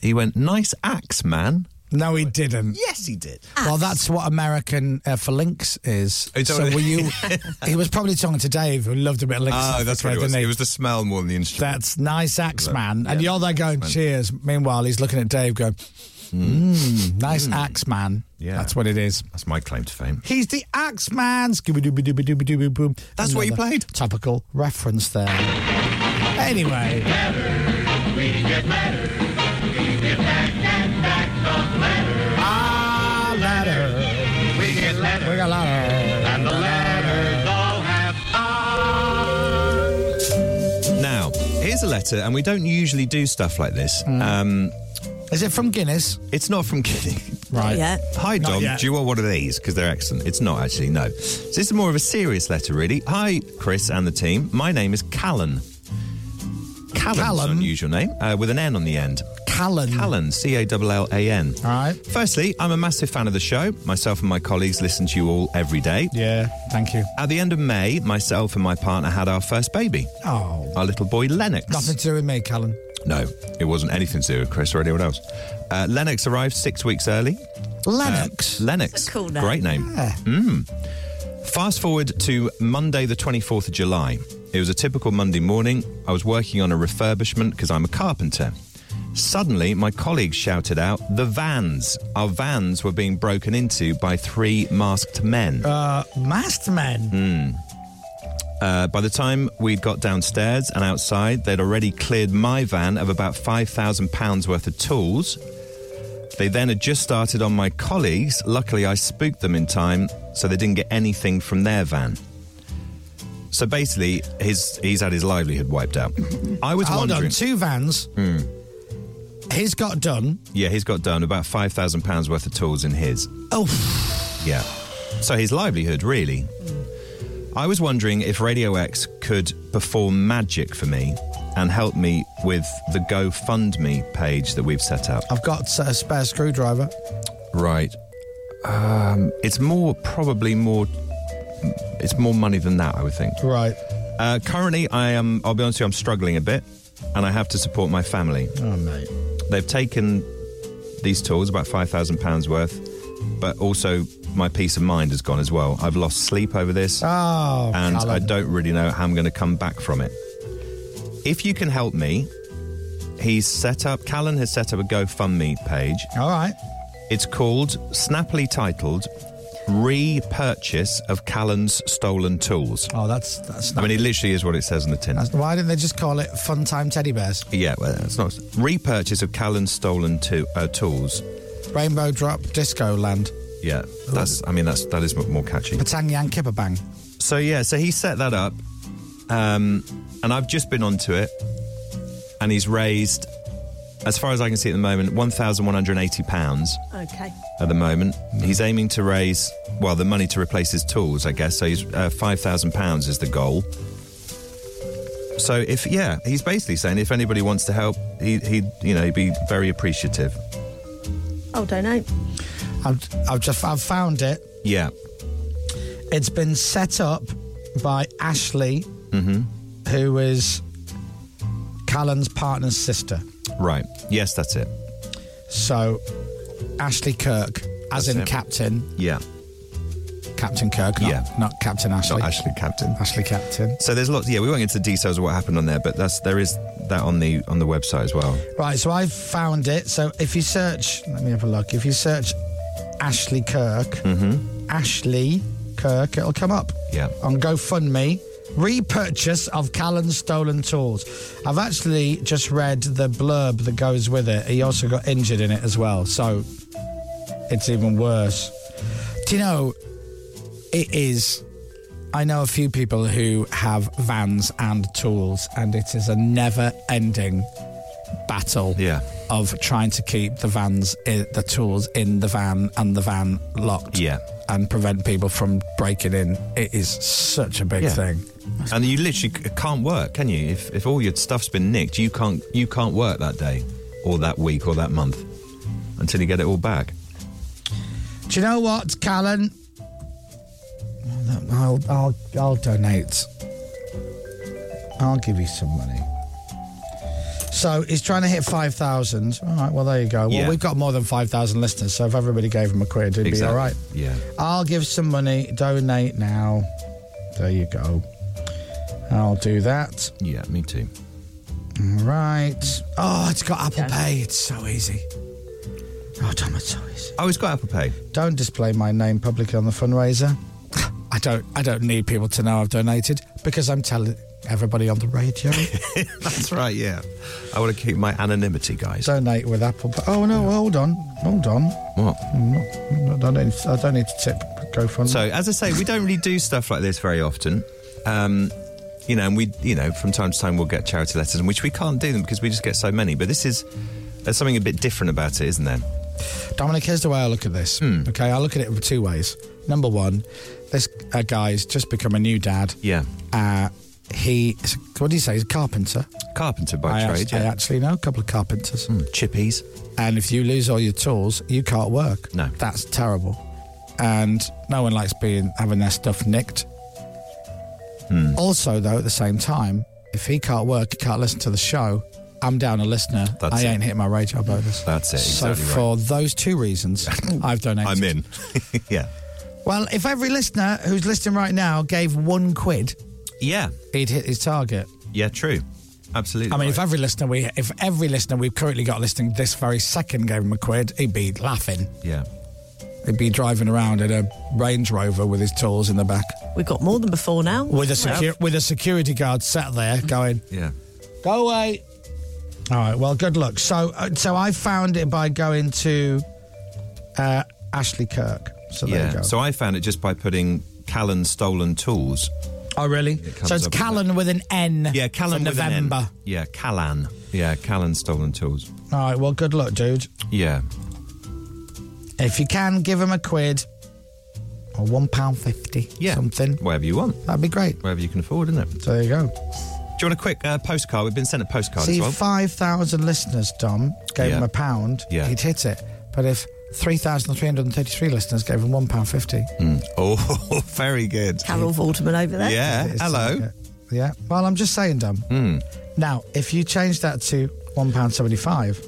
[SPEAKER 8] He went, "Nice axe, man."
[SPEAKER 5] no, he didn't.
[SPEAKER 8] Yes, he did.
[SPEAKER 5] Well, that's what American uh, for Lynx is.
[SPEAKER 8] It's
[SPEAKER 5] so
[SPEAKER 8] only-
[SPEAKER 5] were you? he was probably talking to Dave, who loved a bit of Lynx.
[SPEAKER 8] Oh, that's what it
[SPEAKER 5] didn't
[SPEAKER 8] was.
[SPEAKER 5] he?
[SPEAKER 8] It was the smell more than the instrument.
[SPEAKER 5] That's nice axe man. And
[SPEAKER 8] Yeah.
[SPEAKER 5] you're there going,
[SPEAKER 8] Man.
[SPEAKER 5] cheers. Meanwhile, he's looking at Dave going, mm, nice axe man.
[SPEAKER 8] Hmm. Yeah.
[SPEAKER 5] That's what it is.
[SPEAKER 8] That's my claim to fame.
[SPEAKER 5] He's the axe man. Scooby dooby dooby dooby dooby boom.
[SPEAKER 8] That's what he
[SPEAKER 5] Another
[SPEAKER 8] played.
[SPEAKER 5] Topical reference there. Anyway, ah, ladder. We got ladder. And the ladder.
[SPEAKER 8] Now, here's a letter, and we don't usually do stuff like this.
[SPEAKER 5] Mm.
[SPEAKER 8] Um,
[SPEAKER 5] Is it from Guinness?
[SPEAKER 8] it's not from Kidding.
[SPEAKER 5] Right.
[SPEAKER 3] Yeah.
[SPEAKER 8] Hi,
[SPEAKER 5] Not
[SPEAKER 8] Dom.
[SPEAKER 5] yet.
[SPEAKER 8] Do you want one of these? Because they're excellent. It's not actually, no. So this is more of a serious letter, really. Hi, Chris and the team. My name is Callan. Callan's
[SPEAKER 5] Callan?
[SPEAKER 8] an unusual name, uh, with an N on the end.
[SPEAKER 5] Callan.
[SPEAKER 8] Callan, C A L L A N.
[SPEAKER 5] All right.
[SPEAKER 8] Firstly, I'm a massive fan of the show. Myself and my colleagues listen to you all every day.
[SPEAKER 5] Yeah. Thank you.
[SPEAKER 8] At the end of May, myself and my partner had our first baby,
[SPEAKER 5] Oh.
[SPEAKER 8] our little boy Lennox.
[SPEAKER 5] Nothing to do with me, Callan.
[SPEAKER 8] No, it wasn't anything to do with Chris or anyone else. Uh, Lennox arrived six weeks early. Uh,
[SPEAKER 5] Lennox.
[SPEAKER 8] Lennox.
[SPEAKER 3] That's a cool name.
[SPEAKER 8] Great name.
[SPEAKER 5] Yeah.
[SPEAKER 8] Fast forward to Monday, the 24th of July. It was a typical Monday morning. I was working on a refurbishment because I'm a carpenter. Suddenly, my colleagues shouted out, The vans! Our vans were being broken into by three masked men.
[SPEAKER 5] Uh, masked men?
[SPEAKER 8] Mm. Uh, by the time we'd got downstairs and outside, they'd already cleared my van of about £5,000 worth of tools. They then had just started on my colleagues. Luckily, I spooked them in time, so they didn't get anything from their van. So basically, his, he's had his livelihood wiped out. I was
[SPEAKER 5] Hold
[SPEAKER 8] wondering.
[SPEAKER 5] on, two vans.
[SPEAKER 8] Hmm.
[SPEAKER 5] His got done.
[SPEAKER 8] Yeah, he's got done about five thousand pounds worth of tools in his.
[SPEAKER 5] Oh,
[SPEAKER 8] Yeah. So his livelihood, really. I was wondering if Radio X could perform magic for me and help me with the GoFundMe page that we've set up.
[SPEAKER 5] I've got uh, a spare screwdriver.
[SPEAKER 8] Right. Um, it's more, probably more. It's more money than that, I would think.
[SPEAKER 5] Right.
[SPEAKER 8] Uh, currently, I am. I'll be honest with you. I'm struggling a bit, and I have to support my family.
[SPEAKER 5] Oh, mate.
[SPEAKER 8] They've taken these tools, about five thousand pounds worth, but also my peace of mind has gone as well. I've lost sleep over this,
[SPEAKER 5] Oh,
[SPEAKER 8] and I
[SPEAKER 5] Callum.
[SPEAKER 8] don't really know how I'm going to come back from it. If you can help me, he's set up. Callan has set up a GoFundMe page.
[SPEAKER 5] All right.
[SPEAKER 8] It's called, snappily titled, "Repurchase of Callan's Stolen Tools."
[SPEAKER 5] Oh, that's that's.
[SPEAKER 8] I mean, it literally is what it says on the tin.
[SPEAKER 5] Why didn't they just call it Fun Time Teddy Bears?
[SPEAKER 8] Yeah, well, that's not. Repurchase of Callan's stolen to, uh, tools.
[SPEAKER 5] Rainbow Drop Disco Land.
[SPEAKER 8] Yeah, that's. I mean, that's that is m- more catchy.
[SPEAKER 5] Patangyan Kipperbang.
[SPEAKER 8] So yeah, so he set that up, um, and I've just been onto it, and he's raised, as far as I can see at the moment, one thousand one hundred eighty pounds
[SPEAKER 3] Okay.
[SPEAKER 8] at the moment. He's aiming to raise, well, the money to replace his tools, I guess. So he's uh, five thousand pounds is the goal. So if yeah, he's basically saying if anybody wants to help, he he you know he'd be very appreciative.
[SPEAKER 3] Oh, don't know.
[SPEAKER 5] I've, I've just I've found it.
[SPEAKER 8] Yeah.
[SPEAKER 5] It's been set up by Ashley,
[SPEAKER 8] Mm-hmm.
[SPEAKER 5] who is Callan's partner's sister.
[SPEAKER 8] Right. Yes, that's it.
[SPEAKER 5] So Ashley Kirk, as
[SPEAKER 8] That's
[SPEAKER 5] in
[SPEAKER 8] it.
[SPEAKER 5] Captain,
[SPEAKER 8] Yeah.
[SPEAKER 5] Captain Kirk. Not,
[SPEAKER 8] Yeah.
[SPEAKER 5] not Captain Ashley.
[SPEAKER 8] Not Ashley Captain.
[SPEAKER 5] Ashley Captain.
[SPEAKER 8] So there's lots. Yeah, we won't get into the details of what happened on there, but that's there is that on the on the website as well.
[SPEAKER 5] Right, so I've found it. So if you search, let me have a look. If you search Ashley Kirk,
[SPEAKER 8] Hmm. Mm-hmm.
[SPEAKER 5] Ashley Kirk, it'll come up.
[SPEAKER 8] Yeah.
[SPEAKER 5] On GoFundMe, repurchase of Callan's stolen tools. I've actually just read the blurb that goes with it. He also got injured in it as well, so it's even worse. Do you know, it is. I know a few people who have vans and tools, and it is a never ending battle
[SPEAKER 8] Yeah.
[SPEAKER 5] of trying to keep the vans, i- the tools in the van and the van locked
[SPEAKER 8] Yeah.
[SPEAKER 5] and prevent people from breaking in. It is such a big
[SPEAKER 8] Yeah.
[SPEAKER 5] thing.
[SPEAKER 8] And you literally c- can't work, can you? If if all your stuff's been nicked, you can't you can't work that day, or that week, or that month, until you get it all back.
[SPEAKER 5] Do you know what, Callan? I'll, I'll, I'll donate. I'll give you some money. So he's trying to hit 5,000. All right, well, there you go. Well,
[SPEAKER 8] Yeah.
[SPEAKER 5] we've got more than 5,000 listeners, so if everybody gave him a quid, it'd be all right.
[SPEAKER 8] Yeah.
[SPEAKER 5] I'll give some money. Donate now. There you go. I'll do that.
[SPEAKER 8] Yeah. Me too.
[SPEAKER 5] All right. Oh, it's got Apple Pay. It's so easy. Oh, Tom, it's so easy.
[SPEAKER 8] Oh, it's got Apple Pay.
[SPEAKER 5] Don't display my name publicly on the fundraiser. I don't. I don't need people to know I've donated because I'm telling everybody on the radio.
[SPEAKER 8] That's right. Yeah. I want to keep my anonymity, guys.
[SPEAKER 5] donate with Apple. Pay. Oh no! Hold on. Hold on.
[SPEAKER 8] What?
[SPEAKER 5] I'm not, I don't need. I don't need to tip GoFundMe.
[SPEAKER 8] So, as I say, we don't really do stuff like this very often. Um, you know, and we, you know, from time to time we'll get charity letters, in which we can't do them because we just get so many. But this is, there's something a bit different about it, isn't there?
[SPEAKER 5] Dominic, here's the way I look at this.
[SPEAKER 8] Hmm.
[SPEAKER 5] Okay, I look at it two ways. Number one, this uh, guy's just become a new dad.
[SPEAKER 8] Yeah.
[SPEAKER 5] Uh, he, is- what do you say? He's a carpenter.
[SPEAKER 8] Carpenter by
[SPEAKER 5] I
[SPEAKER 8] trade.
[SPEAKER 5] act- I
[SPEAKER 8] yeah. Hmm,
[SPEAKER 5] actually know a couple of carpenters.
[SPEAKER 8] Chippies.
[SPEAKER 5] And if you lose all your tools, you can't work.
[SPEAKER 8] No.
[SPEAKER 5] That's terrible. And no one likes being having their stuff nicked.
[SPEAKER 8] Hmm.
[SPEAKER 5] Also, though, at the same time, if he can't work, he can't listen to the show. I'm down a listener.
[SPEAKER 8] That's
[SPEAKER 5] I
[SPEAKER 8] it. Uh,
[SPEAKER 5] ain't hit my radio bonus.
[SPEAKER 8] That's it,
[SPEAKER 5] So
[SPEAKER 8] exactly
[SPEAKER 5] for
[SPEAKER 8] right.
[SPEAKER 5] those two reasons, I've donated.
[SPEAKER 8] I'm in. yeah.
[SPEAKER 5] Well, if every listener who's listening right now gave one quid,
[SPEAKER 8] yeah,
[SPEAKER 5] he'd hit his target.
[SPEAKER 8] Yeah, true. Absolutely.
[SPEAKER 5] I mean, if every listener we if every listener we've currently got listening this very second gave him a quid, he'd be laughing.
[SPEAKER 8] Yeah.
[SPEAKER 5] He'd be driving around in a Range Rover with his tools in the back,
[SPEAKER 3] We've got more than before now.
[SPEAKER 5] with a secu- with a security guard sat there going,
[SPEAKER 8] "Yeah,
[SPEAKER 5] go away." All right. Well, good luck. So, uh, so I found it by going to uh, Ashley Kirk. So there
[SPEAKER 8] yeah.
[SPEAKER 5] you go.
[SPEAKER 8] So I found it just by putting Callan stolen tools.
[SPEAKER 5] oh, really?
[SPEAKER 8] comes
[SPEAKER 5] so it's
[SPEAKER 8] up with
[SPEAKER 5] Callan with an N. Yeah,
[SPEAKER 8] Callan
[SPEAKER 5] for
[SPEAKER 8] with an N.
[SPEAKER 5] November.
[SPEAKER 8] Yeah, Callan. Yeah, Callan stolen tools.
[SPEAKER 5] All right. Well, good luck, dude.
[SPEAKER 8] Yeah.
[SPEAKER 5] If you can, give him a quid or one pound fifty.
[SPEAKER 8] Yeah.
[SPEAKER 5] Something.
[SPEAKER 8] Whatever you want.
[SPEAKER 5] That'd be great.
[SPEAKER 8] Wherever you can afford, isn't it?
[SPEAKER 5] There you go.
[SPEAKER 8] Do you want a quick uh, postcard? We've been sent a postcard
[SPEAKER 5] See,
[SPEAKER 8] as well.
[SPEAKER 5] five thousand listeners, Dom, gave
[SPEAKER 8] Yeah.
[SPEAKER 5] him a pound.
[SPEAKER 8] Yeah.
[SPEAKER 5] He'd hit it. But if three thousand three hundred and thirty-three listeners gave him one pound fifty.
[SPEAKER 8] Mm. Oh, very good.
[SPEAKER 3] Carol Vorderman over there.
[SPEAKER 8] Yeah.
[SPEAKER 5] It's- it's-
[SPEAKER 8] Hello.
[SPEAKER 5] Yeah. Well, I'm just saying, Dom.
[SPEAKER 8] Mm.
[SPEAKER 5] Now, if you change that to one pound seventy-five,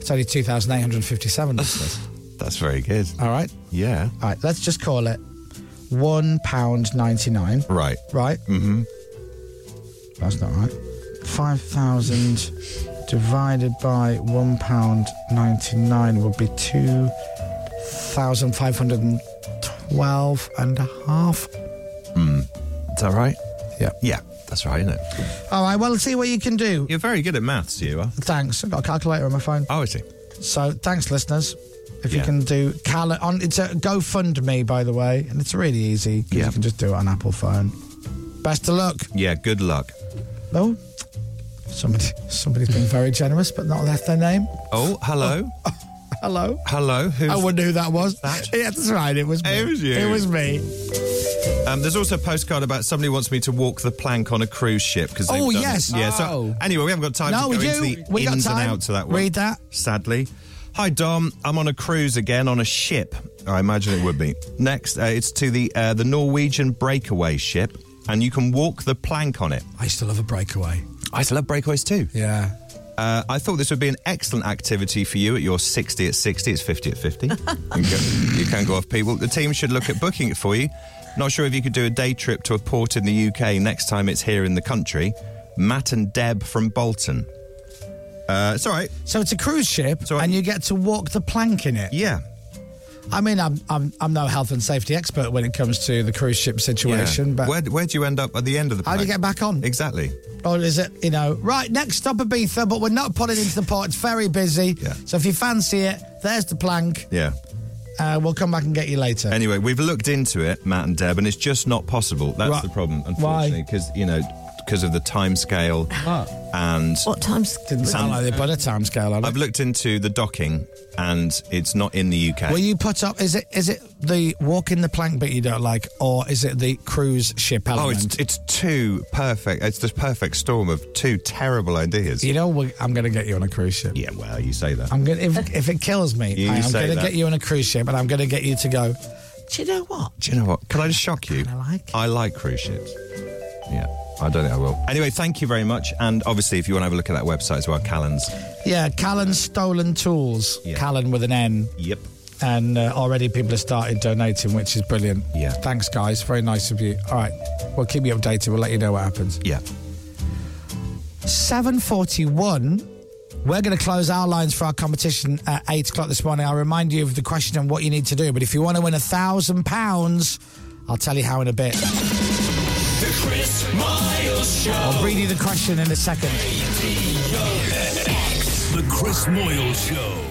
[SPEAKER 5] it's only two thousand eight hundred fifty-seven listeners.
[SPEAKER 8] That's very good.
[SPEAKER 5] All right.
[SPEAKER 8] Yeah.
[SPEAKER 5] All right. Let's just call it one pound ninety-nine.
[SPEAKER 8] Right.
[SPEAKER 5] Right.
[SPEAKER 8] Mm-hmm.
[SPEAKER 5] That's not right. Five thousand divided by one pound ninety-nine would be two thousand five hundred and twelve and a half.
[SPEAKER 8] Mm. Is that right?
[SPEAKER 5] Yeah.
[SPEAKER 8] Yeah. That's right, isn't it?
[SPEAKER 5] All right. Well, see what you can do.
[SPEAKER 8] You're very good at maths, you are.
[SPEAKER 5] Oh, Thanks. I've got a calculator on my phone.
[SPEAKER 8] Oh, I see.
[SPEAKER 5] So thanks, listeners. If you
[SPEAKER 8] Yeah.
[SPEAKER 5] can do Cal on it's a GoFundMe, by the way, and it's really easy. 'cause
[SPEAKER 8] Yeah.
[SPEAKER 5] You can just do it on Apple phone. Best of luck.
[SPEAKER 8] Yeah. Good luck.
[SPEAKER 5] Oh, somebody somebody's been very generous, but not left their name.
[SPEAKER 8] Oh, hello.
[SPEAKER 5] Hello.
[SPEAKER 8] Hello. Who's
[SPEAKER 5] I wonder who that was. Yeah, that's right. It was me.
[SPEAKER 8] It was you.
[SPEAKER 5] It was me.
[SPEAKER 8] Um, there's also a postcard about somebody wants me to walk the plank on a cruise ship because
[SPEAKER 5] Oh, yes. Oh.
[SPEAKER 8] yeah. So anyway, we haven't got time
[SPEAKER 5] No,
[SPEAKER 8] to go
[SPEAKER 5] we
[SPEAKER 8] into
[SPEAKER 5] do.
[SPEAKER 8] the
[SPEAKER 5] We got
[SPEAKER 8] ins
[SPEAKER 5] time.
[SPEAKER 8] and outs of that one.
[SPEAKER 5] Read that.
[SPEAKER 8] Sadly, hi Dom. I'm on a cruise again on a ship. I imagine it would be next. Uh, it's to the uh, the Norwegian breakaway ship, and you can walk the plank on it.
[SPEAKER 5] I still have a breakaway.
[SPEAKER 8] I still love breakaways too.
[SPEAKER 5] Yeah.
[SPEAKER 8] Uh, I thought this would be an excellent activity for you at your 60 at 60. It's 50 at 50. you, can go, you can go off people. The team should look at booking it for you. Not sure if you could do a day trip to a port in the UK next time it's here in the country. Matt and Deb from Bolton. Uh, it's all right.
[SPEAKER 5] So it's a cruise ship, and you get to walk the plank in it.
[SPEAKER 8] Yeah.
[SPEAKER 5] I mean, I'm I'm I'm no health and safety expert when it comes to the cruise ship
[SPEAKER 8] Yeah.
[SPEAKER 5] situation, but
[SPEAKER 8] where, where do you end up at the end of the
[SPEAKER 5] How do you get
[SPEAKER 8] plank?
[SPEAKER 5] back on?
[SPEAKER 8] Exactly.
[SPEAKER 5] Or is it, you know, right, next stop Ibiza, but we're not putting into the port. It's very busy. So if you fancy it, there's the plank.
[SPEAKER 8] Yeah.
[SPEAKER 5] Uh, we'll come back and get you later.
[SPEAKER 8] Anyway, we've looked into it, Matt and Deb, and it's just not possible. That's
[SPEAKER 5] Right.
[SPEAKER 8] the problem,
[SPEAKER 5] Why?
[SPEAKER 8] unfortunately, because you know, because of the time scale and
[SPEAKER 3] What times?
[SPEAKER 5] Didn't sound
[SPEAKER 8] And-
[SPEAKER 5] like they put a time scale on it.
[SPEAKER 8] I've looked into the docking, and it's not in the UK.
[SPEAKER 5] Will you put up, is it is it the walk in the plank bit you don't like, or is it the cruise ship
[SPEAKER 8] oh,
[SPEAKER 5] element?
[SPEAKER 8] it's it's too perfect. It's the perfect storm of two terrible ideas.
[SPEAKER 5] you know, we- I'm going to get you on a cruise ship.
[SPEAKER 8] Yeah, well, you say that.
[SPEAKER 5] I'm gonna, if, if it kills me,
[SPEAKER 8] You
[SPEAKER 5] I, am
[SPEAKER 8] say
[SPEAKER 5] going to
[SPEAKER 8] that.
[SPEAKER 5] get you on a cruise ship and I'm going to get you to go, do you know what?
[SPEAKER 8] Do you know what? Can I just shock you? I
[SPEAKER 5] like.
[SPEAKER 8] I like cruise ships. Yeah, I don't think I will. Anyway, thank you very much, and obviously, if you want to have a look at that website as well, Callan's.
[SPEAKER 5] Yeah, Callan's Stolen Tools. Callan with an N.
[SPEAKER 8] Yep.
[SPEAKER 5] And uh, already people have started donating, which is brilliant.
[SPEAKER 8] Yeah.
[SPEAKER 5] Thanks, guys. Very nice of you. All right. We'll keep you updated. We'll let you know what happens.
[SPEAKER 8] Yeah.
[SPEAKER 5] 7.41. We're going to close our lines for our competition at 8 o'clock this morning. I'll remind you of the question and what you need to do. But if you want to win a £1,000, I'll tell you how in a bit.
[SPEAKER 13] The Chris Miles Show.
[SPEAKER 5] I'll read you the question in a second.
[SPEAKER 1] The Chris Moyle Show.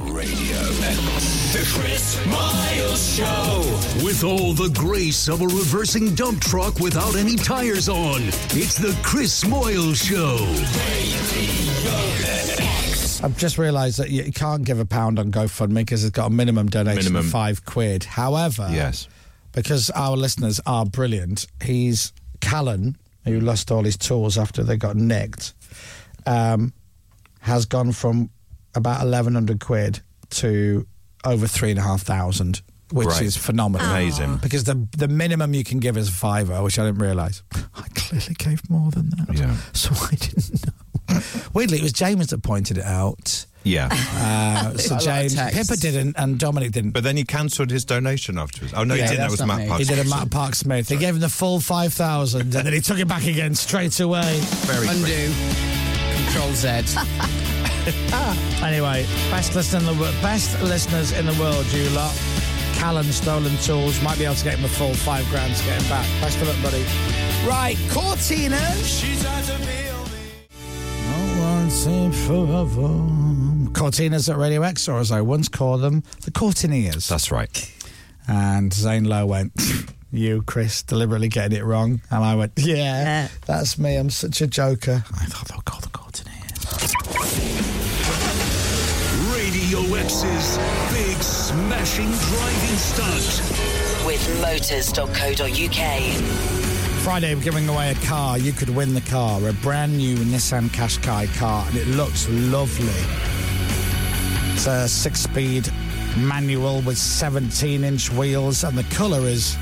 [SPEAKER 13] Radio X. The Chris Miles Show.
[SPEAKER 1] With all the grace of a reversing dump truck without any tires on, it's the Chris Moyle Show.
[SPEAKER 5] I've just realised that you can't give a pound on GoFundMe because it's got a minimum donation
[SPEAKER 8] Minimum.
[SPEAKER 5] of five quid. However,
[SPEAKER 8] Yes.
[SPEAKER 5] because our listeners are brilliant, he's Callan, who lost all his tools after they got nicked, um, has gone from about 1,100 quid to over 3,500, which
[SPEAKER 8] Right.
[SPEAKER 5] is phenomenal.
[SPEAKER 8] Amazing.
[SPEAKER 5] Because the, the minimum you can give is a fiver, which I didn't realise. I clearly gave more than that.
[SPEAKER 8] Yeah.
[SPEAKER 5] So I didn't know. Weirdly, it was James that pointed it out.
[SPEAKER 8] Yeah.
[SPEAKER 5] Uh,
[SPEAKER 8] A
[SPEAKER 5] so
[SPEAKER 8] lot of
[SPEAKER 5] James
[SPEAKER 8] texts.
[SPEAKER 5] Pippa didn't, and Dominic didn't.
[SPEAKER 14] But then he cancelled his donation afterwards. Oh no,
[SPEAKER 5] Yeah,
[SPEAKER 14] he didn't. That was
[SPEAKER 5] that's not
[SPEAKER 14] Matt
[SPEAKER 5] me.
[SPEAKER 14] Park.
[SPEAKER 5] He did a Matt Park Smith. They gave him the full five thousand, and then he took it back again straight away.
[SPEAKER 14] Very
[SPEAKER 9] Undo. Control Z.
[SPEAKER 5] anyway, best listener in the wo- best listeners in the world, you lot. Callum stolen tools might be able to get him a full five grand to get him back. Best of luck, buddy. Right, Cortinas. Not once in forever. Cortinas at Radio X, or as I once call them, the Cortineers.
[SPEAKER 8] That's right.
[SPEAKER 5] And Zane Lowe went, You, Chris, deliberately getting it wrong. And I went, Yeah, that's me. I'm such a joker. I thought they were called the
[SPEAKER 1] Radio X's big smashing driving stunt.
[SPEAKER 12] With motors.co.uk.
[SPEAKER 5] Friday, we're giving away a car. You could win the car, a brand new Nissan Qashqai car, and it looks lovely. It's a six speed manual with 17 inch wheels, and the colour is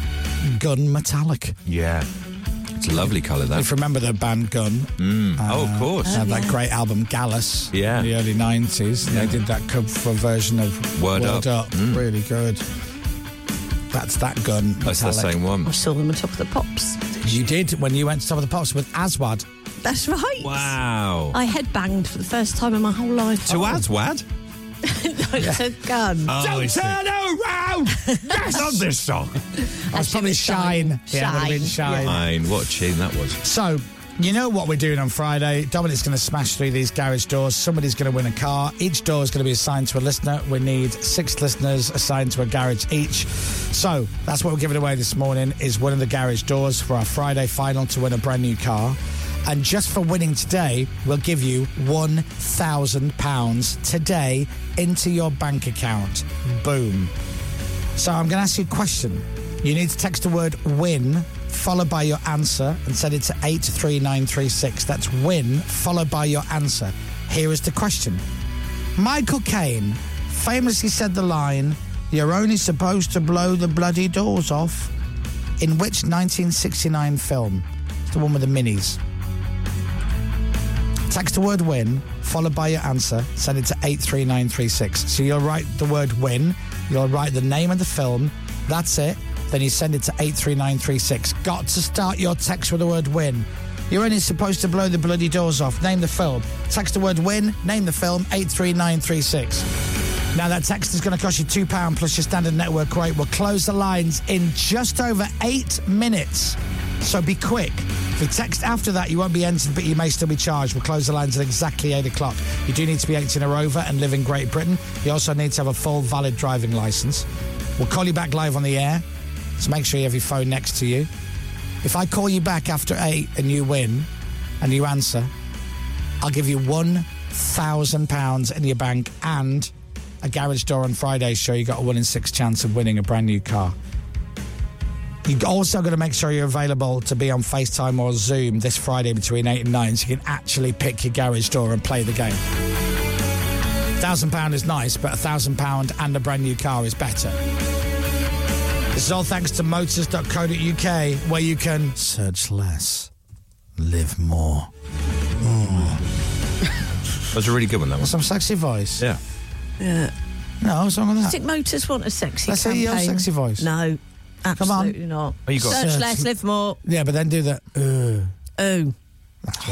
[SPEAKER 5] gun metallic.
[SPEAKER 8] Yeah. It's a lovely colour, that.
[SPEAKER 5] If you remember the band Gun.
[SPEAKER 8] Mm. oh, of course.
[SPEAKER 5] they had that great album Gallus
[SPEAKER 8] Yeah.
[SPEAKER 5] in the early 90s. They did that cover version of
[SPEAKER 8] Word Up. Mm.
[SPEAKER 5] Really good. That's that gun.
[SPEAKER 8] That's the
[SPEAKER 5] metallic.
[SPEAKER 8] same one.
[SPEAKER 3] I saw them on Top of the Pops.
[SPEAKER 5] You did when you went to Top of the Pops with Aswad.
[SPEAKER 3] That's right.
[SPEAKER 5] Oh.
[SPEAKER 8] Wow.
[SPEAKER 3] I Oh. headbanged for the first time in my whole life.
[SPEAKER 8] To Aswad?
[SPEAKER 3] no, it's a gun.
[SPEAKER 8] Oh, I see.
[SPEAKER 5] around! Yes!
[SPEAKER 8] Love this song.
[SPEAKER 5] I was probably Shine. Yeah, it would have been Shine.
[SPEAKER 8] Fine. What a tune that was.
[SPEAKER 5] So, you know what we're doing on Friday? Dominic's going to smash through these garage doors. Somebody's going to win a car. Each door is going to be assigned to a listener. We need six listeners assigned to a garage each. So, that's what we're giving away this morning is one of the garage doors for our Friday final to win a brand new car. And just for winning today, we'll give you £1,000 today into your bank account. Boom. So I'm going to ask you a question. You need to text the word win followed by your answer and send it to 83936. That's win followed by your answer. Here is the question Michael Caine famously said the line, You're only supposed to blow the bloody doors off. In which 1969 film? It's the one with the minis. Text the word win, followed by your answer. Send it to 83936. So you'll write the word win, you'll write the name of the film, that's it. Then you send it to 83936. Got to start your text with the word win. You're only supposed to blow the bloody doors off. Name the film. Text the word win, name the film, 83936. Now, that text is going to cost you £2 plus your standard network rate. We'll close the lines in just over eight minutes. So be quick. If you text after that, you won't be entered, but you may still be charged. We'll close the lines at exactly 8 o'clock. You do need to be 18 or over and live in Great Britain. You also need to have a full valid driving licence. We'll call you back live on the air, so make sure you have your phone next to you. If I call you back after 8 and you win and you answer, I'll give you £1,000 in your bank and a garage door on Friday's show. you got a 1 in 6 chance of winning a brand new car. You've also got to make sure you're available to be on FaceTime or Zoom this Friday between 8 and 9 so you can actually pick your garage door and play the game. £1,000 is nice, but £1,000 and a brand new car is better. This is all thanks to motors.co.uk where you can search less, live more.
[SPEAKER 8] That was a really good one, that was.
[SPEAKER 5] Some sexy voice.
[SPEAKER 8] Yeah.
[SPEAKER 3] Yeah.
[SPEAKER 5] No, what's wrong with that?
[SPEAKER 3] Stick Motors want a sexy
[SPEAKER 5] Let's hear
[SPEAKER 3] campaign.
[SPEAKER 5] your sexy voice.
[SPEAKER 3] No, absolutely not.
[SPEAKER 8] Oh, you got-
[SPEAKER 3] Search
[SPEAKER 8] Search-
[SPEAKER 3] less, live more.
[SPEAKER 5] Yeah, but then do that. Uh,
[SPEAKER 3] Ooh.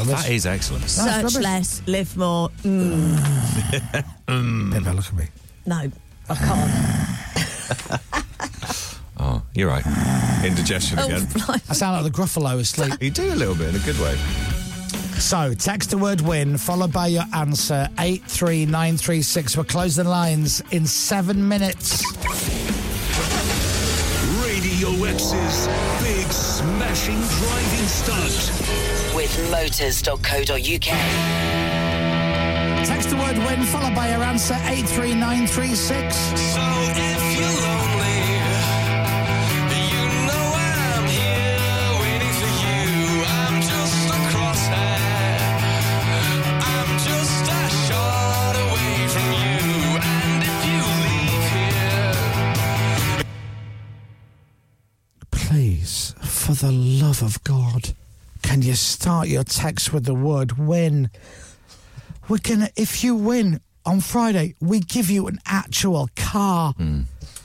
[SPEAKER 8] That is excellent.
[SPEAKER 3] Search less, live more. Mm.
[SPEAKER 8] Mm.
[SPEAKER 5] Pippa, look at me.
[SPEAKER 3] No, I can't.
[SPEAKER 8] Oh, you're right. Indigestion
[SPEAKER 3] Oh,
[SPEAKER 8] again.
[SPEAKER 5] I sound like the Gruffalo asleep.
[SPEAKER 8] You do a little bit in a good way.
[SPEAKER 5] So, text the word win, followed by your answer 83936. We'll close the lines in seven minutes.
[SPEAKER 1] Radio X's big smashing driving stunt.
[SPEAKER 12] With motors.co.uk.
[SPEAKER 5] Text the word win, followed by your answer 83936. So, if you're Please, for the love of God, can you start your text with the word win? We're gonna, if you win, on Friday, we give you an actual car.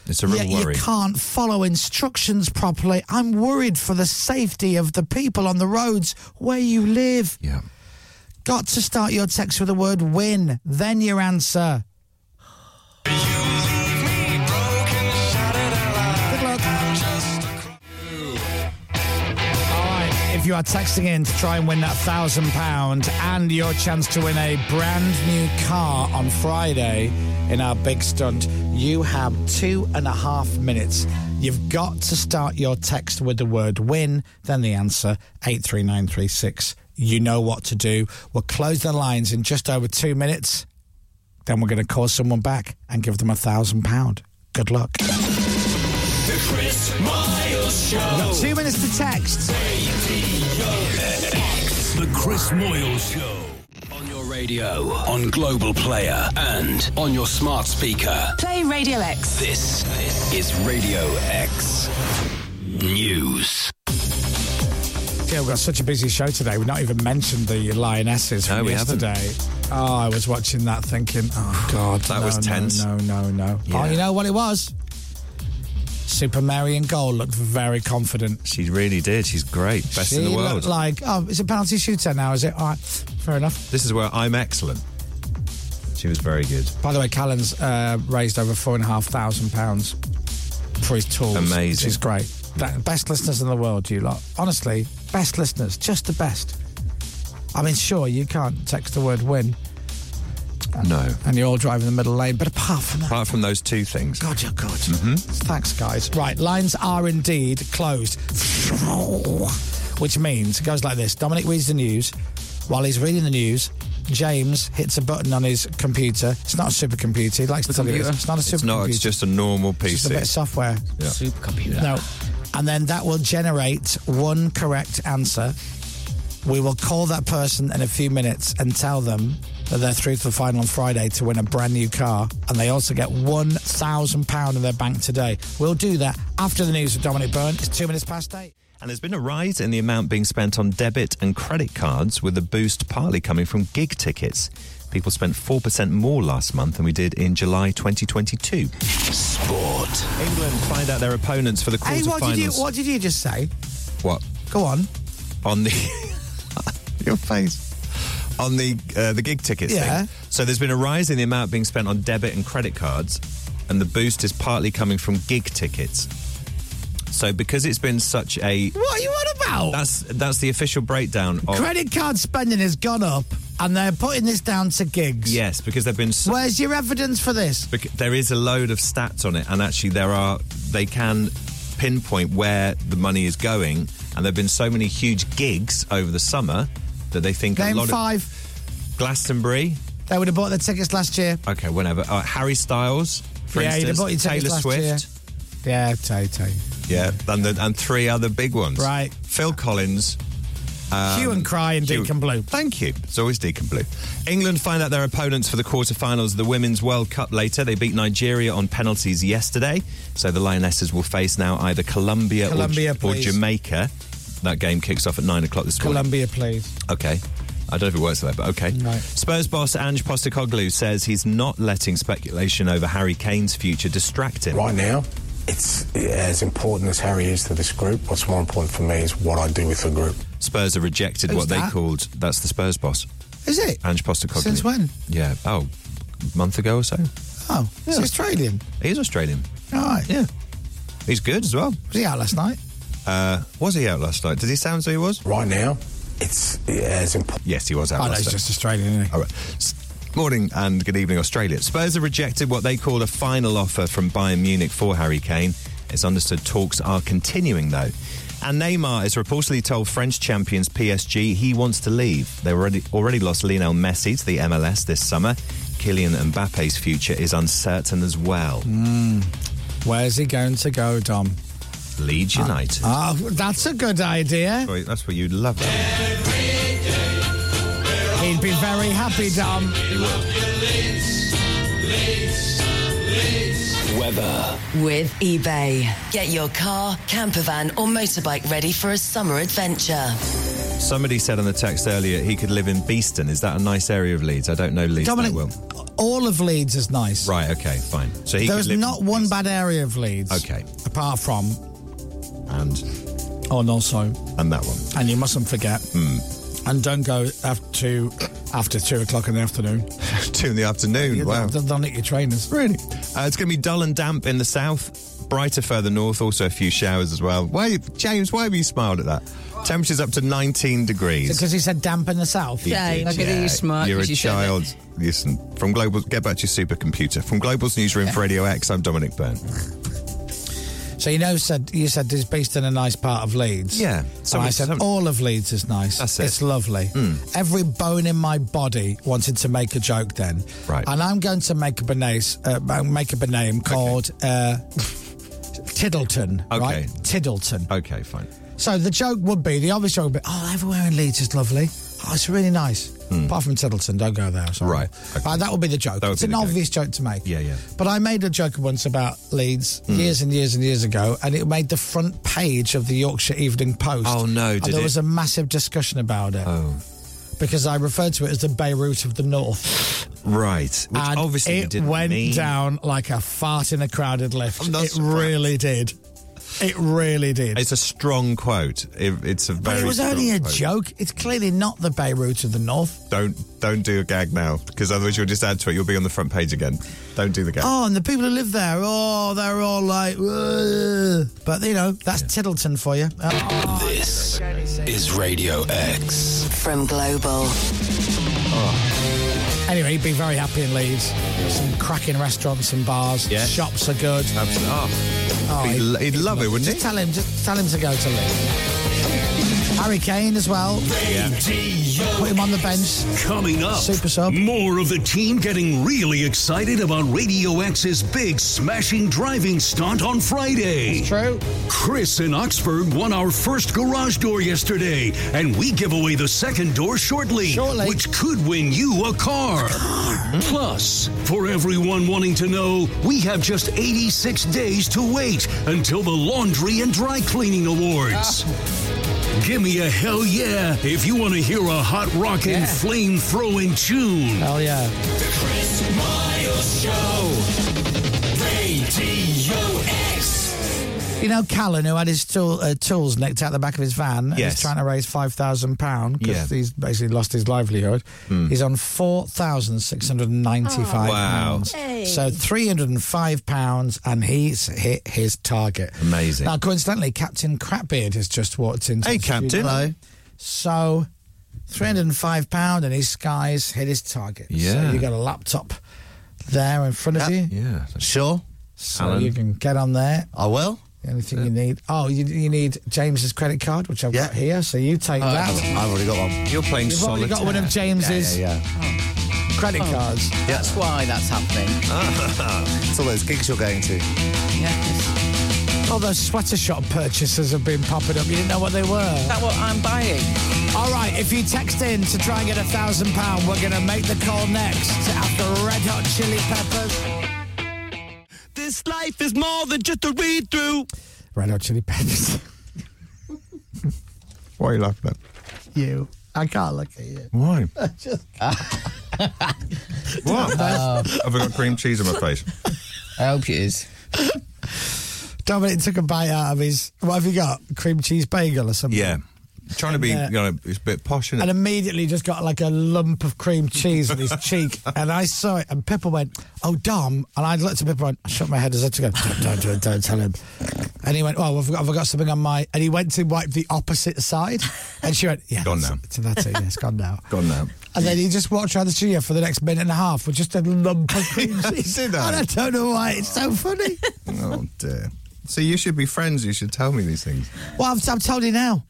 [SPEAKER 8] It's a real
[SPEAKER 5] Yet
[SPEAKER 8] worry.
[SPEAKER 5] You can't follow instructions properly. I'm worried for the safety of the people on the roads where you live.
[SPEAKER 8] Yeah.
[SPEAKER 5] Got to start your text with the word win, then your answer. All right, If you are texting in to try and win that thousand pound and your chance to win a brand new car on Friday in our big stunt, you have two and a half minutes. You've got to start your text with the word win, then the answer 83936. You know what to do. We'll close the lines in just over two minutes. Then we're going to call someone back and give them a thousand pound. Good luck.
[SPEAKER 13] The Chris Miles Show.
[SPEAKER 5] Got two minutes to text.
[SPEAKER 6] The Chris Moyle Show. On your radio, on Global Player, and on your smart speaker.
[SPEAKER 2] Play Radio X.
[SPEAKER 6] This is Radio X News.
[SPEAKER 5] Yeah, we've got such a busy show today. We've not even mentioned the Lionesses from
[SPEAKER 8] No, we haven't.
[SPEAKER 5] yesterday. Oh, I was watching that thinking, oh, God.
[SPEAKER 8] That
[SPEAKER 5] no,
[SPEAKER 8] was
[SPEAKER 5] no,
[SPEAKER 8] tense.
[SPEAKER 5] No, no, no.
[SPEAKER 8] Yeah.
[SPEAKER 5] Oh, you know what it was? Super Mary in goal looked very confident.
[SPEAKER 8] She really did. She's great. Best
[SPEAKER 5] she
[SPEAKER 8] in the world.
[SPEAKER 5] looked like, oh, it's a penalty shooter now, is it? All right, fair enough.
[SPEAKER 8] This is where I'm excellent. She was very good.
[SPEAKER 5] By the way, Callan's uh, raised over £4,500 for his tools.
[SPEAKER 8] Amazing.
[SPEAKER 5] Which is great. That, best listeners in the world, you lot. Honestly, best listeners, just the best. I mean, sure, you can't text the word win
[SPEAKER 8] No.
[SPEAKER 5] and you're all driving the middle lane, but apart from that,
[SPEAKER 8] Apart from those two things.
[SPEAKER 5] God, you're good.
[SPEAKER 8] hmm
[SPEAKER 5] Thanks, guys. Right, lines are indeed closed. Which means it goes like this Dominic reads the news. While he's reading the news, James hits a button on his computer. It's not a supercomputer. He likes to tell you it is. It's not a supercomputer.
[SPEAKER 8] It's not. It's just a normal
[SPEAKER 5] It's a bit of
[SPEAKER 8] PC.
[SPEAKER 5] software.
[SPEAKER 8] Yeah.
[SPEAKER 9] Supercomputer.
[SPEAKER 5] No. And then that will generate one correct answer. We will call that person in a few minutes and tell them that they're through to the final on Friday to win a brand new car. And they also get £1,000 in their bank today. We'll do that after the news with Dominic Byrne. It's two minutes past eight.
[SPEAKER 8] And there's been a rise in the amount being spent on debit and credit cards, with the boost partly coming from gig tickets. People spent 4% more last month than we did in July 2022. Sport. England find out their opponents for the
[SPEAKER 5] Hey,
[SPEAKER 8] quarterfinals.
[SPEAKER 5] what did, you, what did you just say?
[SPEAKER 8] What?
[SPEAKER 5] Go on.
[SPEAKER 8] On the. Your face. On the uh, the gig tickets
[SPEAKER 5] Yeah.
[SPEAKER 8] thing. So there's been a rise in the amount being spent on debit and credit cards, and the boost is partly coming from gig tickets. So because it's been such a
[SPEAKER 5] What are you on about?
[SPEAKER 8] that's that's the official breakdown of
[SPEAKER 5] Credit card spending has gone up and they're putting this down to gigs.
[SPEAKER 8] yes because there've been so,
[SPEAKER 5] Where's your evidence for this?
[SPEAKER 8] bec- there is a load of stats on it and actually there are they can pinpoint where the money is going and there've been so many huge gigs over the summer that they think a
[SPEAKER 5] Name
[SPEAKER 8] lot
[SPEAKER 5] five.
[SPEAKER 8] of Glastonbury
[SPEAKER 5] They would have bought the tickets last year.
[SPEAKER 8] okay whenever uh, Harry Styles for
[SPEAKER 5] yeah, you'd have
[SPEAKER 8] instance
[SPEAKER 5] bought your tickets
[SPEAKER 8] Taylor
[SPEAKER 5] last
[SPEAKER 8] Swift
[SPEAKER 5] Year. Yeah, Tay Tay.
[SPEAKER 8] yeah and the, and three other big ones
[SPEAKER 5] Right.
[SPEAKER 8] Phil Collins um,
[SPEAKER 5] Hugh and Cry and
[SPEAKER 8] Hugh-
[SPEAKER 5] Deacon Blue.
[SPEAKER 8] Thank you. It's always Deacon Blue. England find out their opponents for the quarterfinals of the Women's World Cup later. They beat Nigeria on penalties yesterday, so the Lionesses will face now either Colombia, or-
[SPEAKER 5] Colombia,
[SPEAKER 8] or,
[SPEAKER 5] please.
[SPEAKER 8] Jamaica. That game kicks off at nine o'clock this morning.
[SPEAKER 5] Columbia, please.
[SPEAKER 8] Okay. I don't know if it works for that, but okay.
[SPEAKER 5] Right.
[SPEAKER 8] Spurs boss Ange Postacoglu says he's not letting speculation over Harry Kane's future distract him.
[SPEAKER 15] Right now, it's as important as Harry is to this group. What's more important for me is what I do with the group.
[SPEAKER 8] Spurs have rejected
[SPEAKER 5] Who's
[SPEAKER 8] what
[SPEAKER 5] that?
[SPEAKER 8] they called that's the Spurs boss,
[SPEAKER 5] Is it?
[SPEAKER 8] Ange Postacoglu.
[SPEAKER 5] Since when?
[SPEAKER 8] Yeah. Oh, a month ago or so.
[SPEAKER 5] Oh, it's
[SPEAKER 8] Yeah.
[SPEAKER 5] Australian.
[SPEAKER 8] He is Australian.
[SPEAKER 5] All right.
[SPEAKER 8] Yeah. He's good as well.
[SPEAKER 5] Was he out last night?
[SPEAKER 8] Uh, was he out last night? Did he sound as though he was?
[SPEAKER 15] Right now, it's as important.
[SPEAKER 8] Yes, he was out
[SPEAKER 5] Oh, no,
[SPEAKER 8] last
[SPEAKER 5] he's
[SPEAKER 8] night.
[SPEAKER 5] just Australian, isn't he?
[SPEAKER 8] All right. S- Morning and good evening, Australia. Spurs have rejected what they call a final offer from Bayern Munich for Harry Kane. It's understood talks are continuing, though. And Neymar has reportedly told French champions PSG he wants to leave. They already, already lost Lionel Messi to the MLS this summer. Kylian Mbappe's future is uncertain as well.
[SPEAKER 5] Where's he going to go, Dom?
[SPEAKER 8] Leeds United. Oh,
[SPEAKER 5] Oh, that's a good idea.
[SPEAKER 8] Boy, that's what you'd love. That.
[SPEAKER 5] He'd be very happy, Dom.
[SPEAKER 6] Weather.
[SPEAKER 12] With eBay. Get your car, camper van, or motorbike ready for a summer adventure.
[SPEAKER 8] Somebody said on the text earlier he could live in Beeston. Is that a nice area of Leeds? I don't know Leeds
[SPEAKER 5] Dominic-
[SPEAKER 8] that well.
[SPEAKER 5] All of Leeds is nice.
[SPEAKER 8] Right, okay, fine. So he
[SPEAKER 5] There's
[SPEAKER 8] could live
[SPEAKER 5] not one bad area of Leeds.
[SPEAKER 8] Okay.
[SPEAKER 5] Apart from.
[SPEAKER 8] And.
[SPEAKER 5] Oh, and also.
[SPEAKER 8] And that one. Hmm.
[SPEAKER 5] And you mustn't forget. And don't go after after two o'clock in the afternoon.
[SPEAKER 8] two in the afternoon. Wow.
[SPEAKER 5] Don't, don't hit your trainers.
[SPEAKER 8] Really? Uh, it's going to be dull and damp in the south, brighter further north, also a few showers as well. Why, James, why have you smiled at that? Temperatures up to 19 degrees.
[SPEAKER 5] Because he said damp in the south.
[SPEAKER 8] He did, yeah. You're a child. Listen, from Global, get back to your supercomputer. From Global's newsroom for Radio X, I'm Dominic Byrne.
[SPEAKER 5] So you know, said you said it's based in a nice part of Leeds.
[SPEAKER 8] Yeah.
[SPEAKER 5] So I
[SPEAKER 8] Somebody-
[SPEAKER 5] said
[SPEAKER 8] some-
[SPEAKER 5] all of Leeds is nice.
[SPEAKER 8] That's it. Hmm.
[SPEAKER 5] It's lovely. Every bone in my body wanted to make a joke then.
[SPEAKER 8] Right.
[SPEAKER 5] And I'm going to make up a name, uh, make up a name called uh, Tiddleton.
[SPEAKER 8] Okay.
[SPEAKER 5] Right? Tiddleton.
[SPEAKER 8] Okay, fine.
[SPEAKER 5] So the joke would be the obvious joke would be, oh, everywhere in Leeds is lovely. Oh, it's really nice. Apart from Tiddleton, don't go there. Sorry.
[SPEAKER 8] Hmm. Right.
[SPEAKER 5] Uh, that would be the joke.
[SPEAKER 8] That would
[SPEAKER 5] it's
[SPEAKER 8] be
[SPEAKER 5] an
[SPEAKER 8] the joke.
[SPEAKER 5] obvious joke to make.
[SPEAKER 8] Yeah, Hmm. yeah.
[SPEAKER 5] But I made a joke once about Leeds years and years and years ago, and it made the front page of the Yorkshire Evening Post.
[SPEAKER 8] Oh, no,
[SPEAKER 5] And
[SPEAKER 8] did
[SPEAKER 5] there
[SPEAKER 8] it?
[SPEAKER 5] was a massive discussion about it. Oh. Because I referred to it as the Beirut of the North.
[SPEAKER 8] Right. Which
[SPEAKER 5] and
[SPEAKER 8] obviously you
[SPEAKER 5] it
[SPEAKER 8] didn't
[SPEAKER 5] went
[SPEAKER 8] mean. Oh,
[SPEAKER 5] down like a fart in a crowded lift.
[SPEAKER 8] I'm not
[SPEAKER 5] It
[SPEAKER 8] surprised.
[SPEAKER 5] really did. It really did.
[SPEAKER 8] It's a strong quote. It, it's a very.
[SPEAKER 5] But it was
[SPEAKER 8] strong
[SPEAKER 5] only a
[SPEAKER 8] quote.
[SPEAKER 5] joke. It's clearly not the Beirut of the North.
[SPEAKER 8] Don't don't do a gag now, because otherwise you'll just add to it. You'll be on the front page again. Don't do the gag.
[SPEAKER 5] Oh, and the people who live there, oh, they're all like, "Ugh." but you know, that's Tiddleton for you. Oh.
[SPEAKER 6] This is Radio X.
[SPEAKER 12] From Global.
[SPEAKER 5] Anyway, you'd be very happy in Leeds. Some cracking restaurants and bars.
[SPEAKER 8] Yeah.
[SPEAKER 5] Shops are good.
[SPEAKER 8] Absolutely.
[SPEAKER 5] Oh,
[SPEAKER 8] he'd, lo- he'd love it, wouldn't
[SPEAKER 5] Just
[SPEAKER 8] he?
[SPEAKER 5] tell him, just tell him to go to Leeds. Harry Kane as well. Put him on the bench.
[SPEAKER 1] Coming up,
[SPEAKER 5] Super sub.
[SPEAKER 1] more of the team getting really excited about Radio X's big smashing driving stunt on Friday. It's
[SPEAKER 5] true.
[SPEAKER 1] Chris in Oxford won our first garage door yesterday, and we give away the second door shortly,
[SPEAKER 5] Shortly.
[SPEAKER 1] which could win you a car. Plus, for everyone wanting to know, we have just 86 days to wait until the Laundry and Dry Cleaning Awards. Give me a hell yeah if you want to hear a hot rockin'
[SPEAKER 5] Yeah.
[SPEAKER 1] flame throwing tune.
[SPEAKER 5] Hell yeah.
[SPEAKER 13] The Chris Miles Show. Radio X.
[SPEAKER 5] You know Callan, who had his tool, uh, tools nicked out the back of his van, and
[SPEAKER 8] Yes.
[SPEAKER 5] he's trying to raise five thousand pound
[SPEAKER 8] Yeah. Hmm.
[SPEAKER 5] because he's basically lost his livelihood. He's on four thousand six hundred and ninety-five
[SPEAKER 8] Oh. Wow.
[SPEAKER 5] pounds,
[SPEAKER 3] Hey.
[SPEAKER 5] so three hundred and five pounds, and he's hit his target.
[SPEAKER 8] Amazing.
[SPEAKER 5] Now, coincidentally, Captain Crapbeard has just walked into.
[SPEAKER 8] Hey,
[SPEAKER 5] the studio.
[SPEAKER 8] Captain. Hello.
[SPEAKER 5] So, three hundred and five pound, and his skies hit his target.
[SPEAKER 8] Yeah.
[SPEAKER 5] So you got a laptop there in front of you.
[SPEAKER 8] Yeah.
[SPEAKER 16] Sure,
[SPEAKER 5] So
[SPEAKER 16] Alan.
[SPEAKER 5] you can get on there.
[SPEAKER 16] I will.
[SPEAKER 5] Anything you need? Oh, you, you need James's credit card, which I've got here. So you take that.
[SPEAKER 16] Uh, I've already got one.
[SPEAKER 8] Oh, You're playing
[SPEAKER 5] You've
[SPEAKER 8] solid. Oh.
[SPEAKER 5] already got one of James's
[SPEAKER 16] Yeah, yeah,
[SPEAKER 5] credit cards.
[SPEAKER 9] That's why that's happening.
[SPEAKER 16] yeah. it's all those gigs you're going to.
[SPEAKER 5] All those sweater shop purchases have been popping up. You didn't know what they were.
[SPEAKER 9] Is that what I'm buying?
[SPEAKER 5] All right, if you text in to try and get a thousand pound, we're going to make the call next after Red Hot Chili Peppers.
[SPEAKER 13] This life is more than just a read through.
[SPEAKER 5] Red Hot Chili Peppers.
[SPEAKER 8] Why are you laughing at?
[SPEAKER 5] you. I can't look at you.
[SPEAKER 8] Why?
[SPEAKER 5] I just.
[SPEAKER 8] What?
[SPEAKER 5] Uh,
[SPEAKER 8] Have I got cream cheese on my face?
[SPEAKER 9] I hope it is.
[SPEAKER 5] Um, Dominic took a bite out of his. What have you got? Cream cheese bagel or something?
[SPEAKER 8] Yeah. Trying to be,
[SPEAKER 5] uh,
[SPEAKER 8] you know, it's a bit posh, is
[SPEAKER 5] and immediately just got like a lump of cream cheese on his cheek. And I saw it, and Pippa went, "Oh, Dom!" And I looked at Pippa and I shook my head as if to go, "Don't, don't do it, don't tell him." And he went, "Oh, have I, got, have I got something on my?" And he went to wipe the opposite side, and she went, "Yeah,
[SPEAKER 8] Gone
[SPEAKER 5] that's
[SPEAKER 8] now.
[SPEAKER 5] it, So that's it. Yeah, it's gone now."
[SPEAKER 8] Gone now.
[SPEAKER 5] And then he just walked around the studio for the next minute and a half with just a lump of cream cheese.
[SPEAKER 8] Did I?
[SPEAKER 5] And I don't know why it's so funny.
[SPEAKER 8] Oh dear. So you should be friends. You should tell me these things.
[SPEAKER 5] well, I've, I've told you now.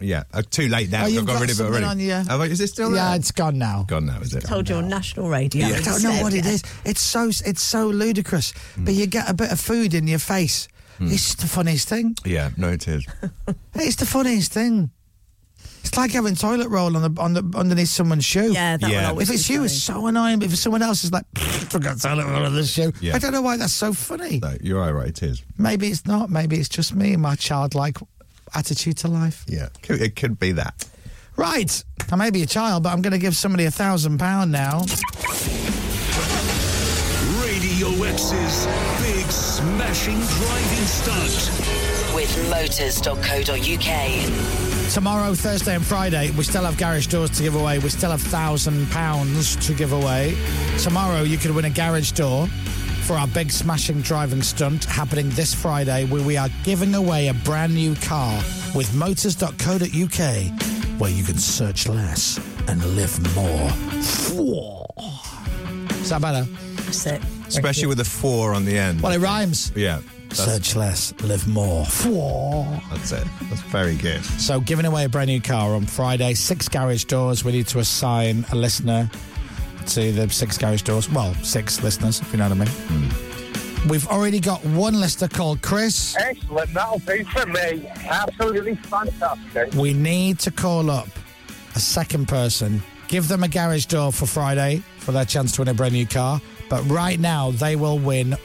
[SPEAKER 8] Yeah. Uh, too late now.
[SPEAKER 5] Oh,
[SPEAKER 8] I've
[SPEAKER 5] you've
[SPEAKER 8] got,
[SPEAKER 5] got
[SPEAKER 8] rid of it
[SPEAKER 5] something
[SPEAKER 8] already.
[SPEAKER 5] on you.
[SPEAKER 8] Have I- is it still
[SPEAKER 5] yeah,
[SPEAKER 8] there?
[SPEAKER 5] it's gone now.
[SPEAKER 8] gone now. Is it?
[SPEAKER 3] Told you on national radio.
[SPEAKER 8] Yeah.
[SPEAKER 5] I don't know what it is. It's so it's so ludicrous.
[SPEAKER 8] Hmm.
[SPEAKER 5] But you get a bit of food in your face. It's the funniest thing.
[SPEAKER 8] Yeah. No, it is.
[SPEAKER 5] It's the funniest thing. It's like having toilet roll on the on the underneath someone's shoe.
[SPEAKER 3] Yeah, that
[SPEAKER 8] Yeah.
[SPEAKER 3] one always
[SPEAKER 5] If it's
[SPEAKER 3] is
[SPEAKER 5] you,
[SPEAKER 3] funny.
[SPEAKER 5] it's so annoying. But if it's someone else, it's like forgot toilet roll on the shoe.
[SPEAKER 8] Yeah.
[SPEAKER 5] I don't know why that's so funny.
[SPEAKER 8] No, you're all right. It is.
[SPEAKER 5] Maybe it's not. Maybe it's just me and my childlike attitude to life.
[SPEAKER 8] Yeah. It could be that.
[SPEAKER 5] Right. I may be a child, but I'm going to give somebody a thousand pound now.
[SPEAKER 1] Radio X's big smashing driving stunt.
[SPEAKER 12] With motors.co.uk.
[SPEAKER 5] Tomorrow, Thursday, and Friday, we still have garage doors to give away. We still have thousand pounds to give away. Tomorrow, you could win a garage door for our big smashing driving stunt happening this Friday, where we are giving away a brand new car with motors.co.uk, where you can search less and live more. Four. Is that better?
[SPEAKER 3] That's it.
[SPEAKER 14] Especially with a four on the end.
[SPEAKER 5] Well, it rhymes.
[SPEAKER 14] Yeah.
[SPEAKER 5] Search less, live more. Four.
[SPEAKER 14] That's it. That's very good.
[SPEAKER 5] So, giving away a brand new car on Friday, six garage doors. We need to assign a listener to the six garage doors. Well, six listeners, if you know what I mean. We've already got one listener called Chris.
[SPEAKER 10] Excellent. That'll be for me. Absolutely fantastic.
[SPEAKER 5] We need to call up a second person, give them a garage door for Friday for their chance to win a brand new car. But right now, they will win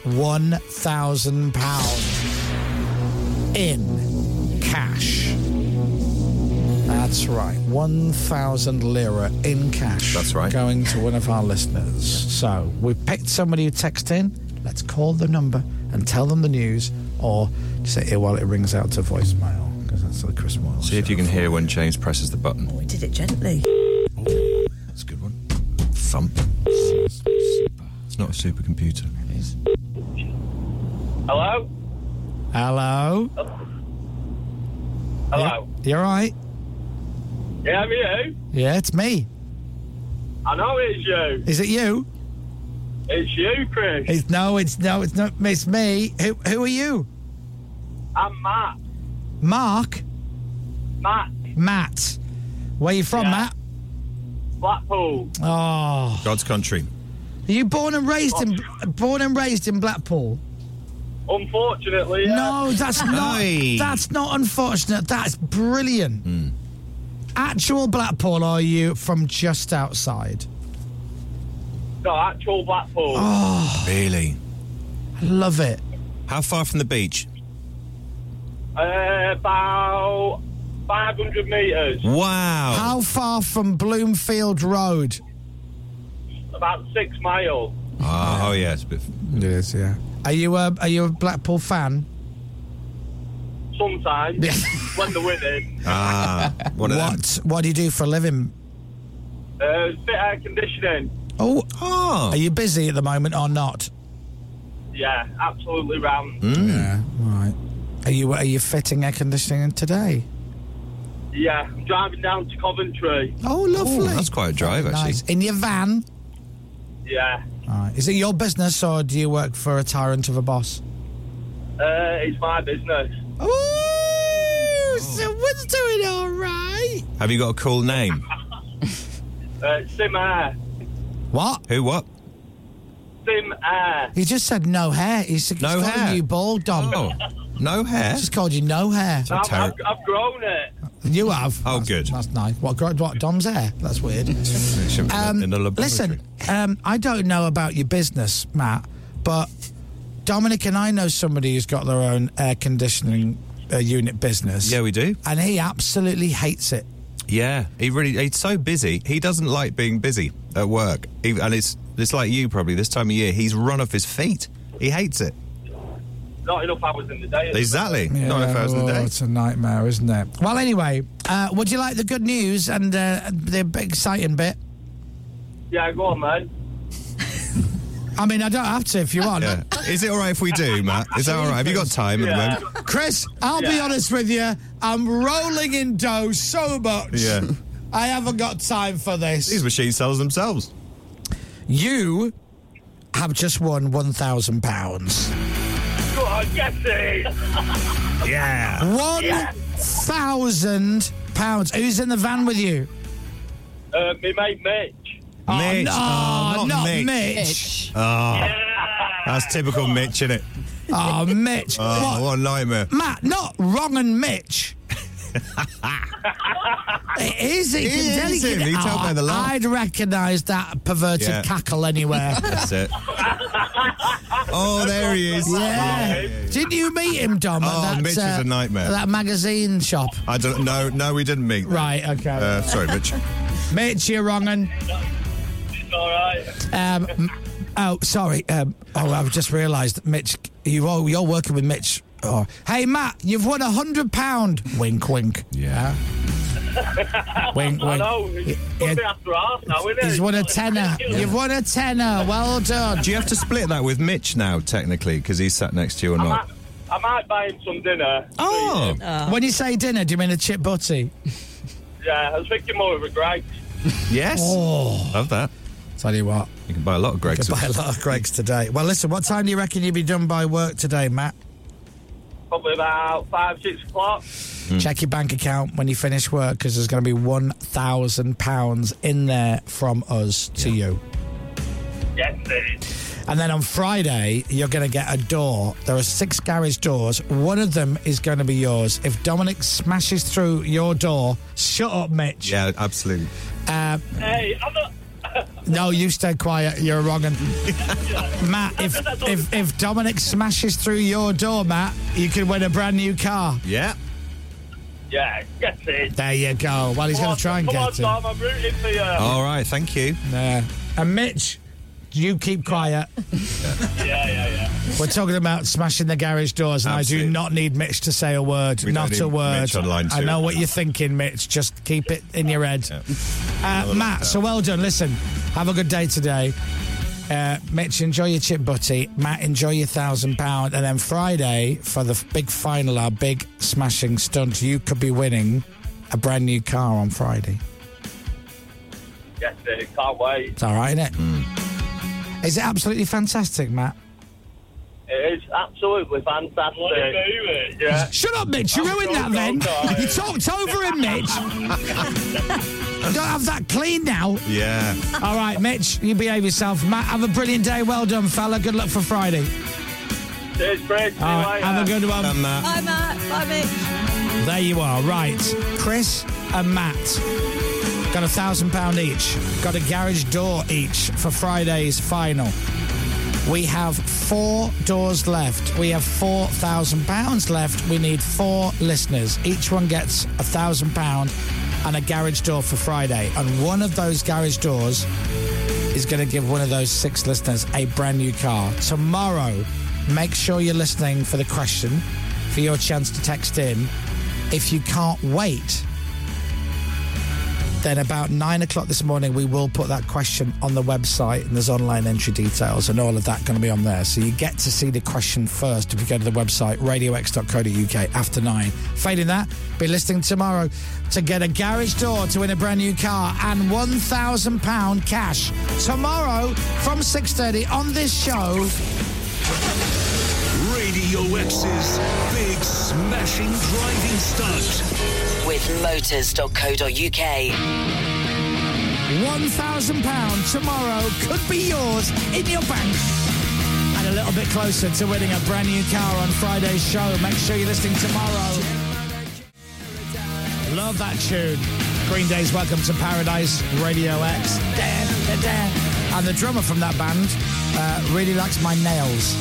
[SPEAKER 5] £1,000 in cash. That's right, 1,000 lira in cash. That's right. Going to one of our listeners. So we picked somebody who texted in. Let's call the number and tell them the news, or just say, here while it rings out to voicemail, because that's the Chris Moyle.
[SPEAKER 8] See if you can hear when James presses the button.
[SPEAKER 3] We did it gently.
[SPEAKER 8] That's a good one. Thump. It's not a supercomputer. It is.
[SPEAKER 5] Hello? Hello?
[SPEAKER 10] Hello.
[SPEAKER 5] You all right?
[SPEAKER 10] Yeah, I'm you.
[SPEAKER 5] Yeah, it's me.
[SPEAKER 10] I know it's you.
[SPEAKER 5] Is it you?
[SPEAKER 10] It's you, Chris.
[SPEAKER 5] It's no, it's no, it's not. It's me. Who, who are you?
[SPEAKER 10] I'm Matt.
[SPEAKER 5] Mark?
[SPEAKER 10] Matt,
[SPEAKER 5] Matt. Where you from, Matt?
[SPEAKER 10] Blackpool.
[SPEAKER 5] Oh.
[SPEAKER 8] God's country.
[SPEAKER 5] Are you born and raised in born and raised in Blackpool?
[SPEAKER 10] Unfortunately, uh, yeah.
[SPEAKER 5] No, that's not. That's not unfortunate. That's brilliant.
[SPEAKER 8] Hmm.
[SPEAKER 5] Actual Blackpool, are you from just outside?
[SPEAKER 10] No, actual Blackpool.
[SPEAKER 5] Oh. Ah.
[SPEAKER 8] Really?
[SPEAKER 5] I love it.
[SPEAKER 8] How far from the beach?
[SPEAKER 10] Uh, about 500 metres.
[SPEAKER 8] Wow.
[SPEAKER 5] How far from Bloomfield Road?
[SPEAKER 10] About six miles.
[SPEAKER 8] Oh, oh, yeah, it's a bit.
[SPEAKER 5] It is, yeah. Are you a are you a Blackpool fan?
[SPEAKER 10] Sometimes, when they're winning,
[SPEAKER 8] Ah, one of them.
[SPEAKER 5] what what do you do for a living?
[SPEAKER 10] uh, it's a bit air conditioning.
[SPEAKER 5] Oh,
[SPEAKER 8] Ah.
[SPEAKER 5] are you busy at the moment or not?
[SPEAKER 10] Yeah, absolutely round.
[SPEAKER 8] Hmm.
[SPEAKER 5] Yeah, right. Are you are you fitting air conditioning in today?
[SPEAKER 10] Yeah, I'm driving down to Coventry.
[SPEAKER 5] Oh, lovely.
[SPEAKER 8] That's quite a drive, actually.
[SPEAKER 5] Nice. In your van.
[SPEAKER 10] Yeah,
[SPEAKER 5] All right. Is it your business or do you work for a tyrant of a boss?
[SPEAKER 10] uh, it's my business.
[SPEAKER 5] Oh, someone's doing all right.
[SPEAKER 8] Have you got a cool name?
[SPEAKER 10] Uh, Sim Air.
[SPEAKER 5] What?
[SPEAKER 8] Who? What?
[SPEAKER 10] Sim Air.
[SPEAKER 5] He just said no hair. He's, he's
[SPEAKER 8] No
[SPEAKER 5] calling
[SPEAKER 8] hair.
[SPEAKER 5] you bald, Dom.
[SPEAKER 8] Oh, no hair.
[SPEAKER 5] Just called you no hair.
[SPEAKER 10] I've, I've, I've grown it.
[SPEAKER 5] You have.
[SPEAKER 8] Oh, good.
[SPEAKER 5] That's nice. What, gro- what Dom's hair? That's weird.
[SPEAKER 8] Um, in the laboratory.
[SPEAKER 5] Listen, um, I don't know about your business, Matt, but Dominic and I know somebody who's got their own air conditioning uh, unit business.
[SPEAKER 8] Yeah, we do.
[SPEAKER 5] And he absolutely hates it.
[SPEAKER 8] Yeah, he really. He's so busy. He doesn't like being busy at work, He- and it's it's like you probably this time of year. He's run off his feet. He hates it.
[SPEAKER 10] Not enough hours in the day.
[SPEAKER 8] Exactly. Not a thousand a
[SPEAKER 5] oh,
[SPEAKER 8] day.
[SPEAKER 5] It's a nightmare, isn't it? Well, anyway, uh, would you like the good news and uh, the bit exciting bit?
[SPEAKER 10] Yeah, go on, man.
[SPEAKER 5] I mean, I don't have to if you want.
[SPEAKER 8] Yeah. Is it all right if we do, Matt? Is that all right? Have you got time at the
[SPEAKER 10] Yeah.
[SPEAKER 8] moment?
[SPEAKER 5] Chris, I'll be
[SPEAKER 10] Yeah.
[SPEAKER 5] honest with you. I'm rolling in dough so much.
[SPEAKER 8] Yeah.
[SPEAKER 5] I haven't got time for this.
[SPEAKER 8] These machines sell themselves.
[SPEAKER 5] You have just won one thousand pounds.
[SPEAKER 10] Go on, Jesse.
[SPEAKER 8] Yeah.
[SPEAKER 5] One thousand pounds. Who's in the van with you?
[SPEAKER 10] Uh, me mate Mitch.
[SPEAKER 5] Oh,
[SPEAKER 8] Mitch.
[SPEAKER 5] no,
[SPEAKER 8] Oh,
[SPEAKER 5] not
[SPEAKER 8] not Mitch.
[SPEAKER 5] Mitch.
[SPEAKER 8] Oh, that's typical Mitch, isn't it?
[SPEAKER 5] Oh, Mitch.
[SPEAKER 8] Oh,
[SPEAKER 5] What?
[SPEAKER 8] what? a nightmare.
[SPEAKER 5] Matt, not wrong and Mitch. it is. It,
[SPEAKER 8] It
[SPEAKER 5] can tell
[SPEAKER 8] is
[SPEAKER 5] you can-
[SPEAKER 8] him. He told me the laugh.
[SPEAKER 5] I'd recognise that perverted
[SPEAKER 8] Yeah.
[SPEAKER 5] cackle anywhere.
[SPEAKER 8] That's it.
[SPEAKER 14] Oh, there he is.
[SPEAKER 5] Yeah. Didn't you meet him, Dom? at
[SPEAKER 14] Oh,
[SPEAKER 5] that, uh,
[SPEAKER 14] Mitch is a nightmare.
[SPEAKER 5] That magazine shop.
[SPEAKER 14] I don't. No, no, we didn't meet.
[SPEAKER 5] Right. Okay.
[SPEAKER 14] Uh, sorry, Mitch.
[SPEAKER 5] Mitch, you're wrong. And
[SPEAKER 10] All right.
[SPEAKER 5] um, m- oh, sorry. Um, oh, I've just realised, Mitch. You all, you're working with Mitch. Oh. Hey, Matt, you've won a hundred pound. Wink, wink. Yeah. Wink,
[SPEAKER 10] I
[SPEAKER 5] wink.
[SPEAKER 10] know. It's
[SPEAKER 5] Yeah.
[SPEAKER 10] something after half now, isn't it?
[SPEAKER 5] He's won a tenner. You've won a tenner. Well done.
[SPEAKER 14] Do you have to split that with Mitch now, technically, because he's sat next to you or
[SPEAKER 10] I
[SPEAKER 14] not?
[SPEAKER 10] might, I might buy him some dinner.
[SPEAKER 5] Oh.
[SPEAKER 10] Oh.
[SPEAKER 5] When you say dinner, do you mean a chip butty?
[SPEAKER 10] Yeah, I was thinking more of a Greg.
[SPEAKER 14] Yes. Love that.
[SPEAKER 5] Oh. Tell you what.
[SPEAKER 14] You can buy a lot of Greg's.
[SPEAKER 5] Could buy a lot of Greg's today. Well, listen, what time do you reckon you'll be done by work today, Matt?
[SPEAKER 10] Probably about five, six o'clock.
[SPEAKER 5] Check your bank account when you finish work because there's going to be £1,000 in there from us to you.
[SPEAKER 10] Yes, it is.
[SPEAKER 5] And then on Friday, you're going to get a door. There are six garage doors. One of them is going to be yours. If Dominic smashes through your door, shut up, Mitch.
[SPEAKER 14] Yeah, absolutely.
[SPEAKER 5] Uh,
[SPEAKER 10] Hey, I'm not.
[SPEAKER 5] no, you stay quiet. You're wrong. And Matt, if, if if Dominic smashes through your door, Matt, you could win a brand new car.
[SPEAKER 14] Yeah.
[SPEAKER 10] Yeah, get it.
[SPEAKER 5] There you go. Well, he's
[SPEAKER 10] Come
[SPEAKER 5] going
[SPEAKER 10] on,
[SPEAKER 5] to try and
[SPEAKER 10] come
[SPEAKER 5] get
[SPEAKER 10] on,
[SPEAKER 5] it.
[SPEAKER 10] Tom, I'm rooting for you.
[SPEAKER 8] Oh.
[SPEAKER 14] All right. Thank you.
[SPEAKER 5] Yeah. And Mitch, you keep quiet.
[SPEAKER 10] Yeah, yeah, yeah.
[SPEAKER 5] We're talking about smashing the garage doors, and I do not need Mitch to say a word.
[SPEAKER 14] We don't
[SPEAKER 5] not
[SPEAKER 14] need
[SPEAKER 5] a word.
[SPEAKER 14] Mitch on line
[SPEAKER 5] I
[SPEAKER 14] two.
[SPEAKER 5] know what you're thinking, Mitch. Just keep it in your head. Uh, Matt, so well done. Listen, have a good day today. Uh, Mitch, enjoy your chip butty. Matt, enjoy your thousand pound. And then Friday for the f- big final, our big smashing stunt, you could be winning a brand new car on Friday.
[SPEAKER 10] Get it. Can't wait.
[SPEAKER 5] It's all right, isn't it? Is it absolutely fantastic, Matt?
[SPEAKER 10] It is absolutely fantastic. What a movie. Yeah.
[SPEAKER 5] Shut up, Mitch. You
[SPEAKER 10] I'm
[SPEAKER 5] ruined
[SPEAKER 10] so
[SPEAKER 5] that then.
[SPEAKER 10] tired.
[SPEAKER 5] You talked over him, Mitch. You Don't have that clean now.
[SPEAKER 14] Yeah.
[SPEAKER 5] All right, Mitch, you behave yourself. Matt, have a brilliant day. Well done, fella. Good luck for Friday.
[SPEAKER 10] Cheers, Greg. See
[SPEAKER 5] All
[SPEAKER 10] you
[SPEAKER 5] right,
[SPEAKER 10] later.
[SPEAKER 5] have a good one.
[SPEAKER 3] Bye, Matt. Bye, Mitch.
[SPEAKER 5] There you are, right. Chris and Matt got a thousand pound each. Got a garage door each for Friday's final. We have four doors left. We have four thousand pounds left. We need four listeners. Each one gets a thousand pound and a garage door for Friday. And one of those garage doors is going to give one of those six listeners a brand new car. Tomorrow, make sure you're listening for the question for your chance to text in. If you can't wait, then about nine o'clock this morning, we will put that question on the website and there's online entry details and all of that going to be on there. So you get to see the question first if you go to the website, radiox.co.uk after nine. Failing that, be listening tomorrow to get a garage door to win a brand new car and £1,000 cash tomorrow from 6.30 on this show.
[SPEAKER 1] Radio X's big smashing driving stunt.
[SPEAKER 12] With motors.co.uk.
[SPEAKER 5] £1,000 tomorrow could be yours in your bank. And a little bit closer to winning a brand new car on Friday's show. Make sure you're listening tomorrow. Love that tune. Green Day's Welcome to Paradise, Radio X. Da, da, da. And the drummer from that band uh, really likes my nails.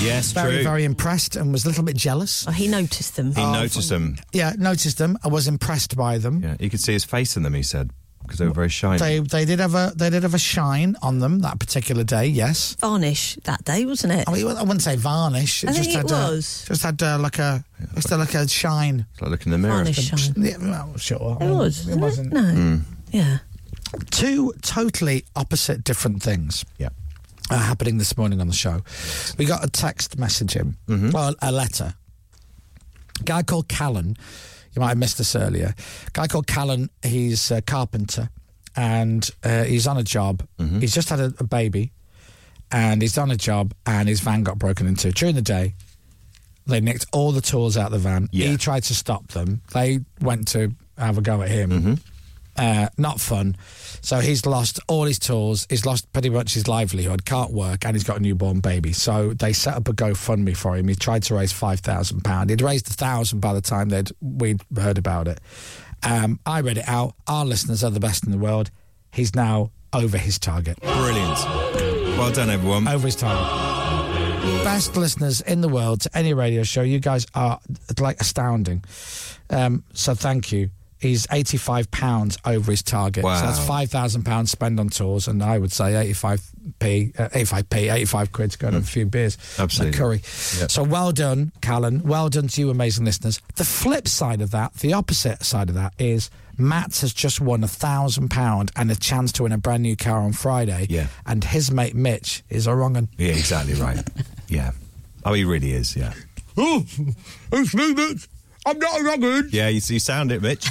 [SPEAKER 14] Yes,
[SPEAKER 5] Very,
[SPEAKER 14] true.
[SPEAKER 5] very impressed and was a little bit jealous.
[SPEAKER 3] Oh, he noticed them.
[SPEAKER 5] Oh,
[SPEAKER 14] He noticed them.
[SPEAKER 5] Yeah, noticed them. I was impressed by them.
[SPEAKER 14] Yeah, you could see his face in them. He said because they were very shiny.
[SPEAKER 5] They they did have a they did have a shine on them that particular day. Yes,
[SPEAKER 3] Varnish that day, wasn't it?
[SPEAKER 5] I, mean, I wouldn't say varnish. It
[SPEAKER 3] I
[SPEAKER 5] just
[SPEAKER 3] think
[SPEAKER 5] had
[SPEAKER 3] it was.
[SPEAKER 5] A, just had uh, like a just had like a shine.
[SPEAKER 14] It's like looking in the mirror.
[SPEAKER 3] Varnish shine.
[SPEAKER 5] Yeah, well, sure.
[SPEAKER 3] It was.
[SPEAKER 5] It wasn't.
[SPEAKER 3] No. Yeah.
[SPEAKER 5] Two totally opposite different things.
[SPEAKER 14] Yeah.
[SPEAKER 5] Are happening this morning on the show. We got a text message in, well, a letter. A guy called Callan, you might have missed this earlier. A guy called Callan, he's a carpenter and uh, he's on a job. He's just had a, a baby and he's on a job and his van got broken into during the day. They nicked all the tools out of the van. He tried to stop them. They went to have a go at him. Uh, not fun. So he's lost all his tools. He's lost pretty much his livelihood. Can't work, and he's got a newborn baby. So they set up a GoFundMe for him. He tried to raise five thousand pound. He'd raised a thousand by the time they'd we'd heard about it. Um, I read it out. Our listeners are the best in the world. He's now over his target.
[SPEAKER 14] Brilliant. Well done, everyone.
[SPEAKER 5] Over his target. Best listeners in the world to any radio show. You guys are like astounding. Um, so thank you. He's eighty-five pounds over his target.
[SPEAKER 14] Wow.
[SPEAKER 5] So that's five thousand pounds spent on tours, and I would say eighty-five p, uh, eighty-five p, eighty-five quid to go and have a few beers, and a
[SPEAKER 14] Absolutely.
[SPEAKER 5] curry. So well done, Callan. Well done to you, amazing listeners. The flip side of that, the opposite side of that, is Matt has just won a thousand pound and a chance to win a brand new car on Friday. Yeah. And his mate Mitch is a wrong un.
[SPEAKER 8] Yeah, exactly right. yeah. Oh, he really is, yeah.
[SPEAKER 17] Oh, it's me, Mitch. I'm not a rugged.
[SPEAKER 8] Yeah, you, you sound it, Mitch.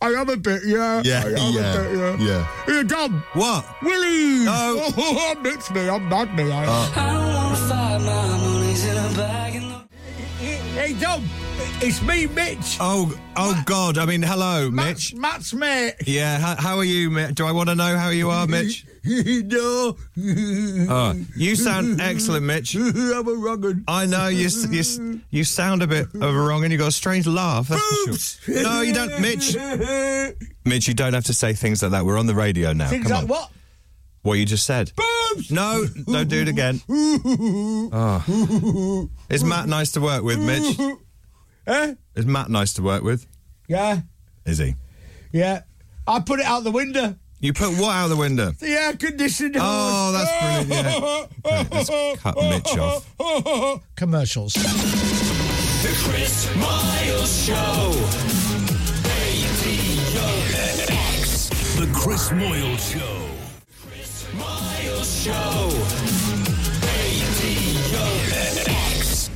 [SPEAKER 17] I am a bit, yeah.
[SPEAKER 8] Yeah,
[SPEAKER 17] I am
[SPEAKER 8] yeah,
[SPEAKER 17] A bit, yeah.
[SPEAKER 8] yeah.
[SPEAKER 17] Here, Dom.
[SPEAKER 8] What?
[SPEAKER 17] Willie. Oh. I'm Mitch me. I'm mad me. I
[SPEAKER 8] Oh.
[SPEAKER 18] Hey, Dom, it's me, Mitch.
[SPEAKER 8] Oh, oh God! I mean, hello, Mitch.
[SPEAKER 18] Matt's mate.
[SPEAKER 8] Yeah, how, how are you, Mitch? Do I want to know how you are, Mitch?
[SPEAKER 18] no.
[SPEAKER 8] Oh, you sound excellent, Mitch. I'm a wrong'un. I know you. s- You, s- you sound a bit of a wrong, and you got a strange laugh. That's for sure. No, you don't, Mitch. Mitch, you don't have to say things like that. We're on the radio now.
[SPEAKER 18] Things
[SPEAKER 8] Come
[SPEAKER 18] like
[SPEAKER 8] on.
[SPEAKER 18] what?
[SPEAKER 8] What you just said.
[SPEAKER 18] Boobs.
[SPEAKER 8] No, don't do it again. Oh. Is Matt nice to work with, Mitch?
[SPEAKER 17] Eh?
[SPEAKER 8] Is Matt nice to work with?
[SPEAKER 17] Yeah,
[SPEAKER 8] Is he?
[SPEAKER 17] yeah. I put it out the window.
[SPEAKER 8] You put what out the window?
[SPEAKER 17] The air conditioned.
[SPEAKER 8] Oh, that's brilliant,
[SPEAKER 17] let's
[SPEAKER 8] cut Mitch off.
[SPEAKER 5] Commercials.
[SPEAKER 6] The Chris Miles Show.
[SPEAKER 1] Radio X. The Chris Moyle Show.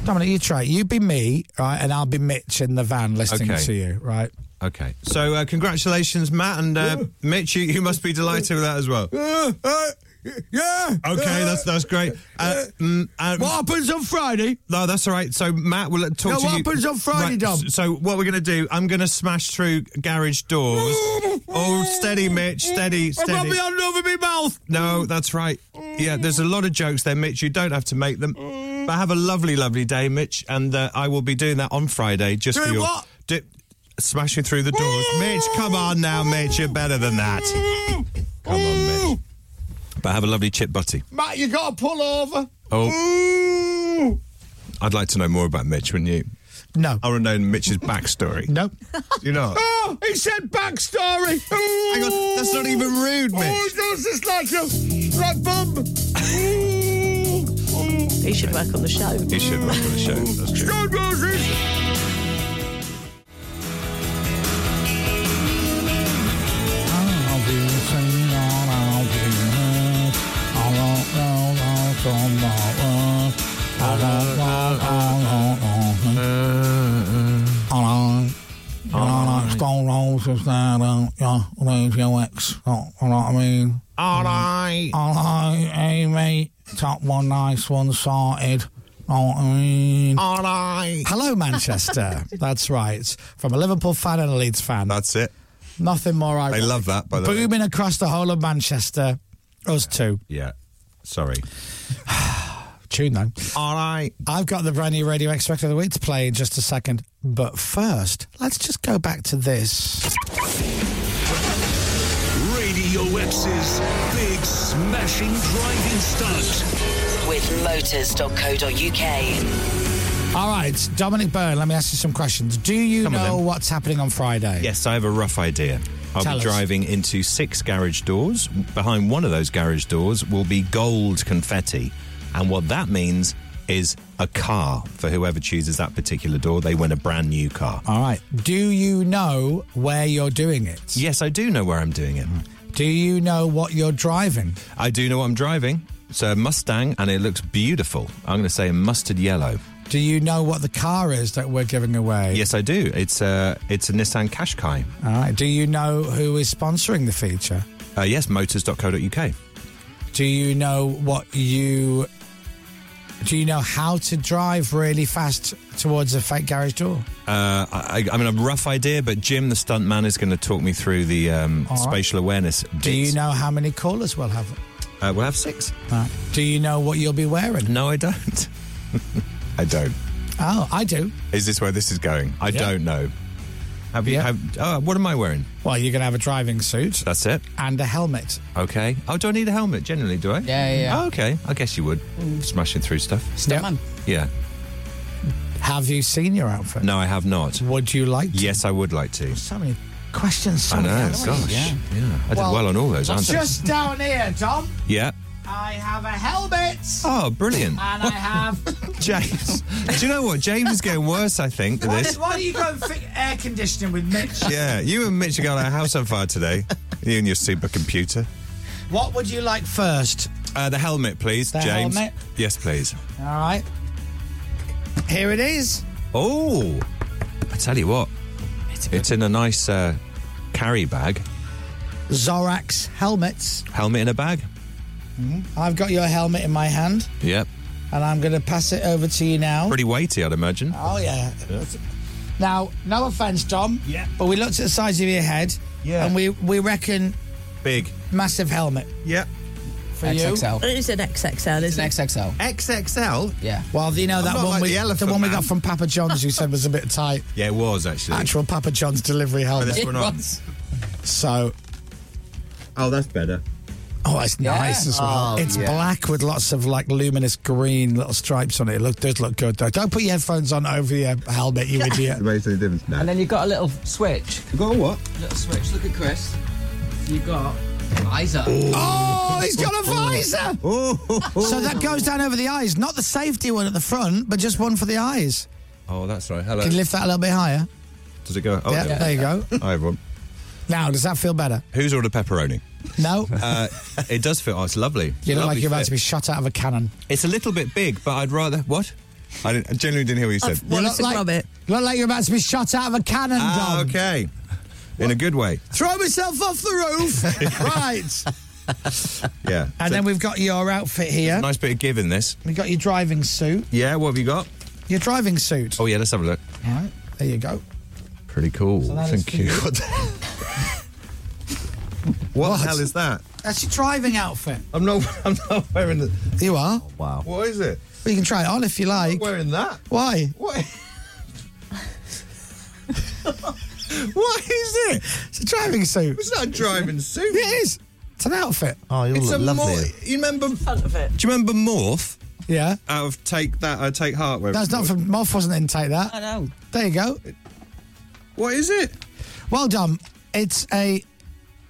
[SPEAKER 5] Dominic, you try. it. You be me, right, and I'll be Mitch in the van listening
[SPEAKER 8] Okay.
[SPEAKER 5] to you, right?
[SPEAKER 8] Okay. So, uh, congratulations, Matt and uh, Mitch. You, you must be delighted with that as well.
[SPEAKER 17] Uh, yeah.
[SPEAKER 8] Okay, that's that's great. Uh, mm, uh,
[SPEAKER 17] What happens on Friday?
[SPEAKER 8] No, that's all right. So Matt will talk
[SPEAKER 17] No,
[SPEAKER 8] to
[SPEAKER 17] what
[SPEAKER 8] you.
[SPEAKER 17] happens on Friday,
[SPEAKER 8] Right,
[SPEAKER 17] Dom?
[SPEAKER 8] s- So what we're going to do? I'm going to smash through garage doors. oh, steady, Mitch. Steady,
[SPEAKER 17] I've got
[SPEAKER 8] steady.
[SPEAKER 17] me hand over my mouth.
[SPEAKER 8] No, that's right. Yeah, there's a lot of jokes there, Mitch. You don't have to make them. But have a lovely, lovely day, Mitch. And uh, I will be doing that on Friday just for
[SPEAKER 17] Doing
[SPEAKER 8] your.
[SPEAKER 17] what?
[SPEAKER 8] Di- smashing through the doors. Mitch, come on now, Mitch. You're better than that. Come on, Mitch. But have a lovely chip butty.
[SPEAKER 17] Matt, you got to pull over.
[SPEAKER 8] Oh. I'd like to know more about Mitch, wouldn't you?
[SPEAKER 5] No.
[SPEAKER 8] I want to know Mitch's backstory.
[SPEAKER 5] no.
[SPEAKER 8] You know?
[SPEAKER 17] Oh, he said backstory. Hang
[SPEAKER 8] on, that's not even rude, Mitch.
[SPEAKER 17] Oh, he does this like a like bum.
[SPEAKER 3] He should work on the show.
[SPEAKER 8] He should work on the show. That's true.
[SPEAKER 17] Stone roses.
[SPEAKER 5] All right. All right, Amy. Top one nice one sorted. Know what I mean?
[SPEAKER 8] All right.
[SPEAKER 5] Hello, Manchester. That's right. From a Liverpool fan and a Leeds fan.
[SPEAKER 8] That's it.
[SPEAKER 5] Nothing more ironic.
[SPEAKER 8] They love that, by the way.
[SPEAKER 5] Booming across the whole of Manchester. Us two.
[SPEAKER 8] Yeah. Sorry.
[SPEAKER 5] Tune though.
[SPEAKER 8] All right.
[SPEAKER 5] I've got the brand new Radio X record of the week to play in just a second. But first, let's just go back to this.
[SPEAKER 1] Radio X's big smashing driving stunt.
[SPEAKER 12] With motors.co.uk.
[SPEAKER 5] All right, Dominic Byrne, let me ask you some questions. Do you
[SPEAKER 8] Come on,
[SPEAKER 5] know
[SPEAKER 8] then.
[SPEAKER 5] what's happening on Friday?
[SPEAKER 8] Yes, I have a rough idea. I'll
[SPEAKER 5] Tell
[SPEAKER 8] be
[SPEAKER 5] us.
[SPEAKER 8] driving into six garage doors. Behind one of those garage doors will be gold confetti. And what that means is a car for whoever chooses that particular door. They win a brand new car.
[SPEAKER 5] All right. Do you know where you're doing it?
[SPEAKER 8] Yes, I do know where I'm doing it.
[SPEAKER 5] Do you know what you're driving?
[SPEAKER 8] I do know what I'm driving. It's a Mustang and it looks beautiful. I'm going to say mustard yellow.
[SPEAKER 5] Do you know what the car is that we're giving away?
[SPEAKER 8] Yes, I do. It's a, it's a Nissan Qashqai.
[SPEAKER 5] All right. Do you know who is sponsoring the feature?
[SPEAKER 8] Uh, yes, motors.co.uk.
[SPEAKER 5] Do you know what you do you know how to drive really fast towards a fake garage door?
[SPEAKER 8] Uh, I, I mean, a rough idea, but Jim, the stunt man, is going to talk me through the um,
[SPEAKER 5] All right.
[SPEAKER 8] spatial awareness.
[SPEAKER 5] Do you know how many callers we'll have?
[SPEAKER 8] Uh, we'll have six.
[SPEAKER 5] Uh, do you know what you'll be wearing?
[SPEAKER 8] No, I don't. I don't.
[SPEAKER 5] Oh, I do.
[SPEAKER 8] Is this where this is going? I
[SPEAKER 5] Yeah.
[SPEAKER 8] don't know. Have you? Have, oh, what am I wearing?
[SPEAKER 5] Well, you're going to have a driving suit.
[SPEAKER 8] That's it.
[SPEAKER 5] And a helmet.
[SPEAKER 8] Okay. Oh, do I need a helmet? Generally, do I?
[SPEAKER 9] Yeah, yeah, yeah.
[SPEAKER 8] Oh, okay. I guess you would. Smashing through stuff.
[SPEAKER 9] Stuntman.
[SPEAKER 8] Yeah.
[SPEAKER 5] Have you seen your outfit?
[SPEAKER 8] No, I have not.
[SPEAKER 5] Would you like to?
[SPEAKER 8] Yes, I would like to.
[SPEAKER 5] So many questions. So
[SPEAKER 8] I
[SPEAKER 5] many
[SPEAKER 8] know.
[SPEAKER 5] elements.
[SPEAKER 8] Gosh. Yeah. I did well, on all those, aren't
[SPEAKER 17] Just down here, Tom,
[SPEAKER 8] I? Yeah.
[SPEAKER 17] I have a helmet.
[SPEAKER 8] Oh, brilliant.
[SPEAKER 17] And I have.
[SPEAKER 8] James. do you know what? James is getting worse, I think, with
[SPEAKER 17] Why,
[SPEAKER 8] this.
[SPEAKER 17] why do you go and fit air conditioning with Mitch?
[SPEAKER 8] Yeah. You and Mitch are going our house on fire today. You and your supercomputer.
[SPEAKER 5] What would you like first?
[SPEAKER 8] Uh, the helmet, please,
[SPEAKER 5] The
[SPEAKER 8] James.
[SPEAKER 5] helmet?
[SPEAKER 8] Yes, please.
[SPEAKER 5] All right. Here it is.
[SPEAKER 8] Oh, I tell you what, it's, in a nice uh, carry bag,
[SPEAKER 5] Zorax helmets.
[SPEAKER 8] helmet in a bag.
[SPEAKER 5] Mm-hmm. I've got your helmet in my hand,
[SPEAKER 8] Yep,
[SPEAKER 5] and I'm going to pass it over to you now.
[SPEAKER 8] pretty weighty, I'd imagine.
[SPEAKER 5] Oh yeah. Now, no offense, Tom. Yeah. But we looked at the size of your head.
[SPEAKER 8] Yeah.
[SPEAKER 5] And we we reckon
[SPEAKER 8] Big.
[SPEAKER 5] massive helmet
[SPEAKER 8] Yep.
[SPEAKER 5] for
[SPEAKER 9] XXL.
[SPEAKER 3] It is an XXL,
[SPEAKER 9] It's
[SPEAKER 3] isn't
[SPEAKER 9] an
[SPEAKER 3] it?
[SPEAKER 9] XXL.
[SPEAKER 8] XXL.
[SPEAKER 9] Yeah.
[SPEAKER 5] you. Well, you know that
[SPEAKER 8] not
[SPEAKER 5] one
[SPEAKER 8] like
[SPEAKER 5] we
[SPEAKER 8] the elephant
[SPEAKER 5] one we
[SPEAKER 8] man.
[SPEAKER 5] got from Papa John's you said was a bit tight.
[SPEAKER 8] Yeah, it was actually.
[SPEAKER 5] Actual Papa John's delivery helmet.
[SPEAKER 8] This one on.
[SPEAKER 5] So,
[SPEAKER 8] Oh, that's better.
[SPEAKER 5] oh, it's nice as well.
[SPEAKER 14] Oh,
[SPEAKER 5] it's
[SPEAKER 14] yeah.
[SPEAKER 5] black with lots of like luminous green little stripes on it. It look, does look good though. Don't put your headphones on over your helmet, you idiot.
[SPEAKER 14] makes any difference now.
[SPEAKER 9] And then you've got a little switch.
[SPEAKER 14] You got a what?
[SPEAKER 9] Little switch. Look at Chris. You've got visor.
[SPEAKER 5] Oh, he's got a visor. So that goes down over the eyes, not the safety one at the front, but just one for the eyes.
[SPEAKER 8] Oh, that's right. Hello.
[SPEAKER 5] Can you lift that a little bit higher?
[SPEAKER 8] Does it go? Oh,
[SPEAKER 5] yeah, there you go.
[SPEAKER 8] Hi, everyone.
[SPEAKER 5] Now, does that feel better?
[SPEAKER 8] Who's ordered pepperoni?
[SPEAKER 5] No?
[SPEAKER 8] Uh, it does fit. Oh, it's lovely.
[SPEAKER 5] you look
[SPEAKER 8] Lovely
[SPEAKER 5] like you're about
[SPEAKER 8] fit.
[SPEAKER 5] to be shot out of a cannon.
[SPEAKER 8] It's a little bit big, but I'd rather. What? I, didn't, I genuinely didn't hear what you said.
[SPEAKER 3] I've- Well,
[SPEAKER 5] you
[SPEAKER 3] it's a grommet.
[SPEAKER 5] look like you're about to be shot out of a cannon,
[SPEAKER 8] Ah,
[SPEAKER 5] Dom.
[SPEAKER 8] okay. In a good way.
[SPEAKER 5] Throw myself off the roof. right.
[SPEAKER 8] Yeah.
[SPEAKER 5] And then we've got your outfit here.
[SPEAKER 8] Nice bit of give in this.
[SPEAKER 5] We've got your driving suit.
[SPEAKER 8] Yeah, what have you got?
[SPEAKER 5] Your driving suit.
[SPEAKER 8] Oh, yeah, let's have a look.
[SPEAKER 5] All right. There you go.
[SPEAKER 8] Pretty cool.
[SPEAKER 5] that is
[SPEAKER 8] Thank you. what the hell is that?
[SPEAKER 5] That's your driving outfit.
[SPEAKER 8] I'm not. I'm not wearing the.
[SPEAKER 5] You are.
[SPEAKER 14] Wow.
[SPEAKER 8] What is it?
[SPEAKER 5] Well, you can try it on if you like.
[SPEAKER 8] wearing that?
[SPEAKER 5] Why?
[SPEAKER 8] What? what is it?
[SPEAKER 5] It's a driving suit.
[SPEAKER 8] It's not a driving suit.
[SPEAKER 5] It is. It's an outfit.
[SPEAKER 14] Oh, you
[SPEAKER 8] It's a
[SPEAKER 14] look lovely.
[SPEAKER 8] Mor- you remember? Do you remember Morph?
[SPEAKER 5] Yeah.
[SPEAKER 8] Out of take that, I take heart. whatever
[SPEAKER 5] That's
[SPEAKER 8] it
[SPEAKER 5] not
[SPEAKER 8] was.
[SPEAKER 5] from Moth wasn't in take that.
[SPEAKER 9] I know.
[SPEAKER 5] There you go.
[SPEAKER 8] What is it?
[SPEAKER 5] Well done. It's a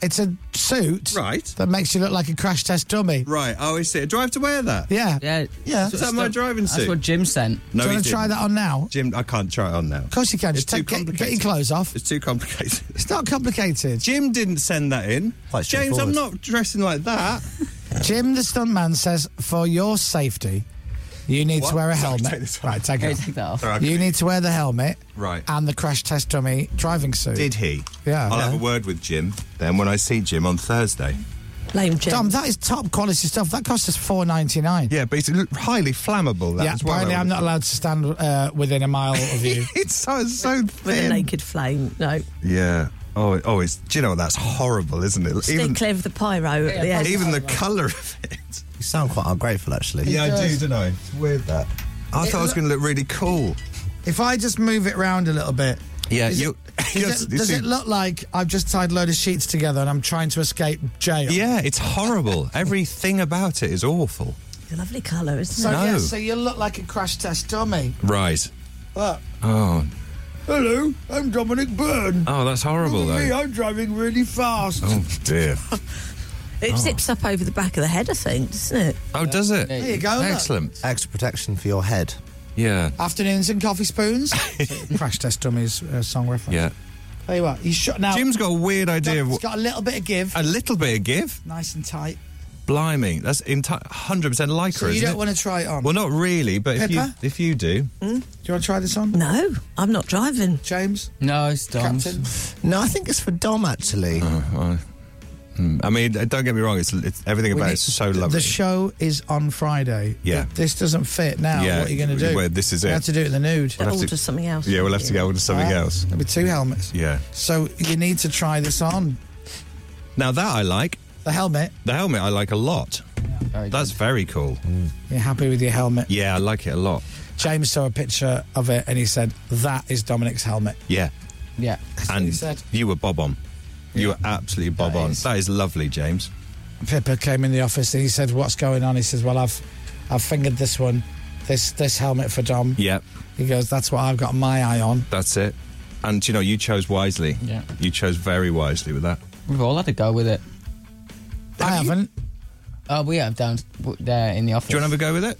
[SPEAKER 5] it's a suit
[SPEAKER 8] Right.
[SPEAKER 5] that makes you look like a crash test dummy.
[SPEAKER 8] Right. Oh, is it? Do I have to wear that?
[SPEAKER 5] Yeah.
[SPEAKER 9] Yeah.
[SPEAKER 5] Yeah.
[SPEAKER 8] Is that my driving
[SPEAKER 9] That's
[SPEAKER 8] suit?
[SPEAKER 9] what Jim sent.
[SPEAKER 8] No,
[SPEAKER 5] Do you
[SPEAKER 8] he
[SPEAKER 5] want to try
[SPEAKER 8] didn't.
[SPEAKER 5] that on now? Of
[SPEAKER 8] Jim, I can't try it on now.
[SPEAKER 5] course you can. Just
[SPEAKER 8] too
[SPEAKER 5] take, get, get your
[SPEAKER 8] complicated.
[SPEAKER 5] clothes off.
[SPEAKER 8] It's too complicated.
[SPEAKER 5] It's not complicated.
[SPEAKER 8] Jim didn't send that in.
[SPEAKER 14] Quite
[SPEAKER 8] James, I'm
[SPEAKER 14] straightforward.
[SPEAKER 8] not dressing like that.
[SPEAKER 5] Jim the stuntman says, for your safety, you need
[SPEAKER 8] What?
[SPEAKER 5] to wear a
[SPEAKER 8] Sorry, take
[SPEAKER 5] helmet.
[SPEAKER 8] this off.
[SPEAKER 5] right, take
[SPEAKER 9] Okay,
[SPEAKER 5] it.
[SPEAKER 9] take
[SPEAKER 5] off.
[SPEAKER 9] that off.
[SPEAKER 8] Sorry, I
[SPEAKER 5] You
[SPEAKER 8] couldn't-
[SPEAKER 5] need to wear the helmet.
[SPEAKER 8] Right.
[SPEAKER 5] And the crash test dummy driving suit.
[SPEAKER 8] Did he?
[SPEAKER 5] Yeah.
[SPEAKER 8] I'll have
[SPEAKER 5] Yeah.
[SPEAKER 8] a word with Jim then when I see Jim on Thursday.
[SPEAKER 3] Lame Jim.
[SPEAKER 5] Dom, that is top quality stuff. That cost us four ninety nine.
[SPEAKER 8] Yeah, but it's highly flammable. That
[SPEAKER 5] Yeah,
[SPEAKER 8] as well,
[SPEAKER 5] apparently
[SPEAKER 8] I
[SPEAKER 5] I'm
[SPEAKER 8] would-
[SPEAKER 5] not allowed to stand uh, within a mile of you.
[SPEAKER 8] It's so, it's so
[SPEAKER 3] with a
[SPEAKER 8] thin.
[SPEAKER 3] naked flame. No.
[SPEAKER 8] Yeah. Oh, it- oh, it's. Do you know what? that's horrible, isn't it?
[SPEAKER 3] Stay clear of the pyro at the end.
[SPEAKER 8] even the colour of it.
[SPEAKER 14] You sound quite ungrateful, actually.
[SPEAKER 8] I do, don't I? It's weird that. I thought I was going to look really cool.
[SPEAKER 5] if I just move it round a little bit,
[SPEAKER 8] Yeah,
[SPEAKER 5] is
[SPEAKER 8] you.
[SPEAKER 5] it-
[SPEAKER 8] you
[SPEAKER 5] does, it,
[SPEAKER 8] see-
[SPEAKER 5] does it look like I've just tied a load of sheets together and I'm trying to escape jail?
[SPEAKER 8] Yeah, it's horrible. Everything about it is awful.
[SPEAKER 3] It's a lovely colour, isn't
[SPEAKER 5] So,
[SPEAKER 3] it?
[SPEAKER 5] yeah,
[SPEAKER 8] No.
[SPEAKER 5] so you look like a crash test dummy.
[SPEAKER 8] Right.
[SPEAKER 5] Look.
[SPEAKER 8] Oh.
[SPEAKER 17] Uh, Hello, I'm Dominic Byrne.
[SPEAKER 8] Oh, that's horrible
[SPEAKER 17] Me,
[SPEAKER 8] though.
[SPEAKER 17] I'm driving really fast.
[SPEAKER 8] Oh dear.
[SPEAKER 3] It zips up over the back of the head, I think, doesn't it?
[SPEAKER 8] Oh, does it?
[SPEAKER 5] There you go. look.
[SPEAKER 8] Excellent.
[SPEAKER 14] Extra protection for your head.
[SPEAKER 8] Yeah.
[SPEAKER 5] Afternoons and coffee spoons. crash test dummies uh, song reference.
[SPEAKER 8] Yeah.
[SPEAKER 5] There you are. You shut now.
[SPEAKER 8] Jim's got a weird idea of
[SPEAKER 5] it's
[SPEAKER 8] what,
[SPEAKER 5] got a little bit of give.
[SPEAKER 8] a little bit of give.
[SPEAKER 5] nice and tight.
[SPEAKER 8] Blimey, that's enti- 100% lycra,
[SPEAKER 5] So you
[SPEAKER 8] isn't
[SPEAKER 5] don't
[SPEAKER 8] it?
[SPEAKER 5] want to try it on.
[SPEAKER 8] Well, not really, but if you
[SPEAKER 5] Pepper?
[SPEAKER 8] if you do,
[SPEAKER 5] Do you want to try this on,
[SPEAKER 3] Hmm? No, I'm not driving.
[SPEAKER 5] James?
[SPEAKER 9] No, it's Dom's.
[SPEAKER 5] Captain?
[SPEAKER 14] No, I think it's for Dom, actually.
[SPEAKER 8] Mm, Oh, I mean, don't get me wrong, it's, it's everything
[SPEAKER 5] We
[SPEAKER 8] about
[SPEAKER 5] need-
[SPEAKER 8] it's so
[SPEAKER 5] th-
[SPEAKER 8] lovely.
[SPEAKER 5] The show is on Friday.
[SPEAKER 8] Yeah.
[SPEAKER 5] If this doesn't fit now,
[SPEAKER 8] Yeah,
[SPEAKER 5] what are you going to do?
[SPEAKER 8] well, this is
[SPEAKER 5] We
[SPEAKER 8] it.
[SPEAKER 5] have to do it in the nude.
[SPEAKER 8] have
[SPEAKER 3] Order
[SPEAKER 8] to-
[SPEAKER 3] something else.
[SPEAKER 8] yeah, we'll have to get on to something
[SPEAKER 5] Right?
[SPEAKER 8] else.
[SPEAKER 5] There'll be two helmets.
[SPEAKER 8] Yeah.
[SPEAKER 5] So you need to try this on.
[SPEAKER 8] Now that I like
[SPEAKER 5] The helmet.
[SPEAKER 8] the helmet, I like a lot.
[SPEAKER 9] Very
[SPEAKER 8] That's very cool.
[SPEAKER 5] You're happy with your helmet.
[SPEAKER 8] Yeah, I like it a lot.
[SPEAKER 5] James saw a picture of it and he said, that is Dominic's helmet.
[SPEAKER 8] Yeah,
[SPEAKER 9] Yeah.
[SPEAKER 8] And you were bob on. You were absolutely bob on. That is lovely, James.
[SPEAKER 5] Pippa came in the office and he said, "What's going on?" He says, "Well, I've I've fingered this one, this this helmet for Dom."
[SPEAKER 8] Yep.
[SPEAKER 5] He goes, "That's what I've got my eye on."
[SPEAKER 8] That's it. And you know, you chose wisely.
[SPEAKER 9] Yeah.
[SPEAKER 8] You chose very wisely with that.
[SPEAKER 9] We've all had a go with it.
[SPEAKER 5] I haven't.
[SPEAKER 9] Oh, we have down there in the office.
[SPEAKER 8] Do you want to have a go with it?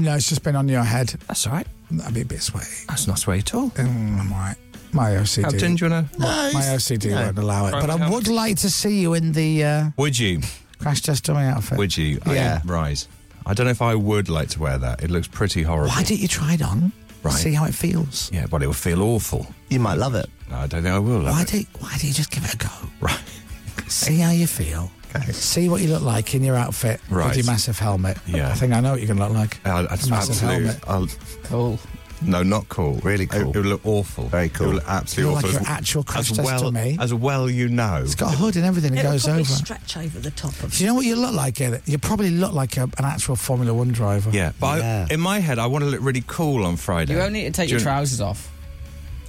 [SPEAKER 5] No, it's just been on your head.
[SPEAKER 8] That's all right.
[SPEAKER 5] That'd be a bit sweaty.
[SPEAKER 8] That's not sweaty at all.
[SPEAKER 5] Mm, I'm all right. My OCD.
[SPEAKER 8] Captain, do you want to?
[SPEAKER 5] My, my OCD won't allow it. But I would like to see you in the uh,
[SPEAKER 8] Would you?
[SPEAKER 5] crash test dummy outfit.
[SPEAKER 8] Would you?
[SPEAKER 5] Yeah.
[SPEAKER 8] I, right. I don't know if I would like to wear that. It looks pretty horrible.
[SPEAKER 5] Why don't you try it on?
[SPEAKER 8] Right.
[SPEAKER 5] See how it feels.
[SPEAKER 8] Yeah, but it will feel awful.
[SPEAKER 16] You might love it.
[SPEAKER 8] No, I don't think I will. Love
[SPEAKER 5] Why
[SPEAKER 8] it.
[SPEAKER 5] do Why do you just give it a go?
[SPEAKER 8] Right.
[SPEAKER 5] See how you feel. See what you look like in your outfit
[SPEAKER 8] Right.
[SPEAKER 5] with your massive helmet.
[SPEAKER 8] Yeah.
[SPEAKER 5] I think I know what you're going to look like.
[SPEAKER 8] Uh, I, I just
[SPEAKER 5] Massive
[SPEAKER 8] absolutely.
[SPEAKER 5] helmet.
[SPEAKER 8] I'll,
[SPEAKER 9] Cool.
[SPEAKER 8] no, not cool.
[SPEAKER 16] Really
[SPEAKER 8] It,
[SPEAKER 16] cool.
[SPEAKER 8] it would look awful. Very
[SPEAKER 16] cool.
[SPEAKER 8] It would look absolutely
[SPEAKER 5] You look like
[SPEAKER 8] awful.
[SPEAKER 5] your actual crash
[SPEAKER 8] as
[SPEAKER 5] test
[SPEAKER 8] well,
[SPEAKER 5] dummy.
[SPEAKER 8] As well, you know.
[SPEAKER 5] It's got a hood and everything. It
[SPEAKER 3] It'll
[SPEAKER 5] goes
[SPEAKER 3] probably
[SPEAKER 5] over.
[SPEAKER 3] stretch over the top of
[SPEAKER 5] Do you know what you look like? Ed? You probably look like a, an actual Formula One driver.
[SPEAKER 8] Yeah, but
[SPEAKER 16] Yeah.
[SPEAKER 8] I, in my head, I want to look really cool on Friday.
[SPEAKER 9] You only need to take
[SPEAKER 8] Do
[SPEAKER 9] your
[SPEAKER 8] you-
[SPEAKER 9] trousers off.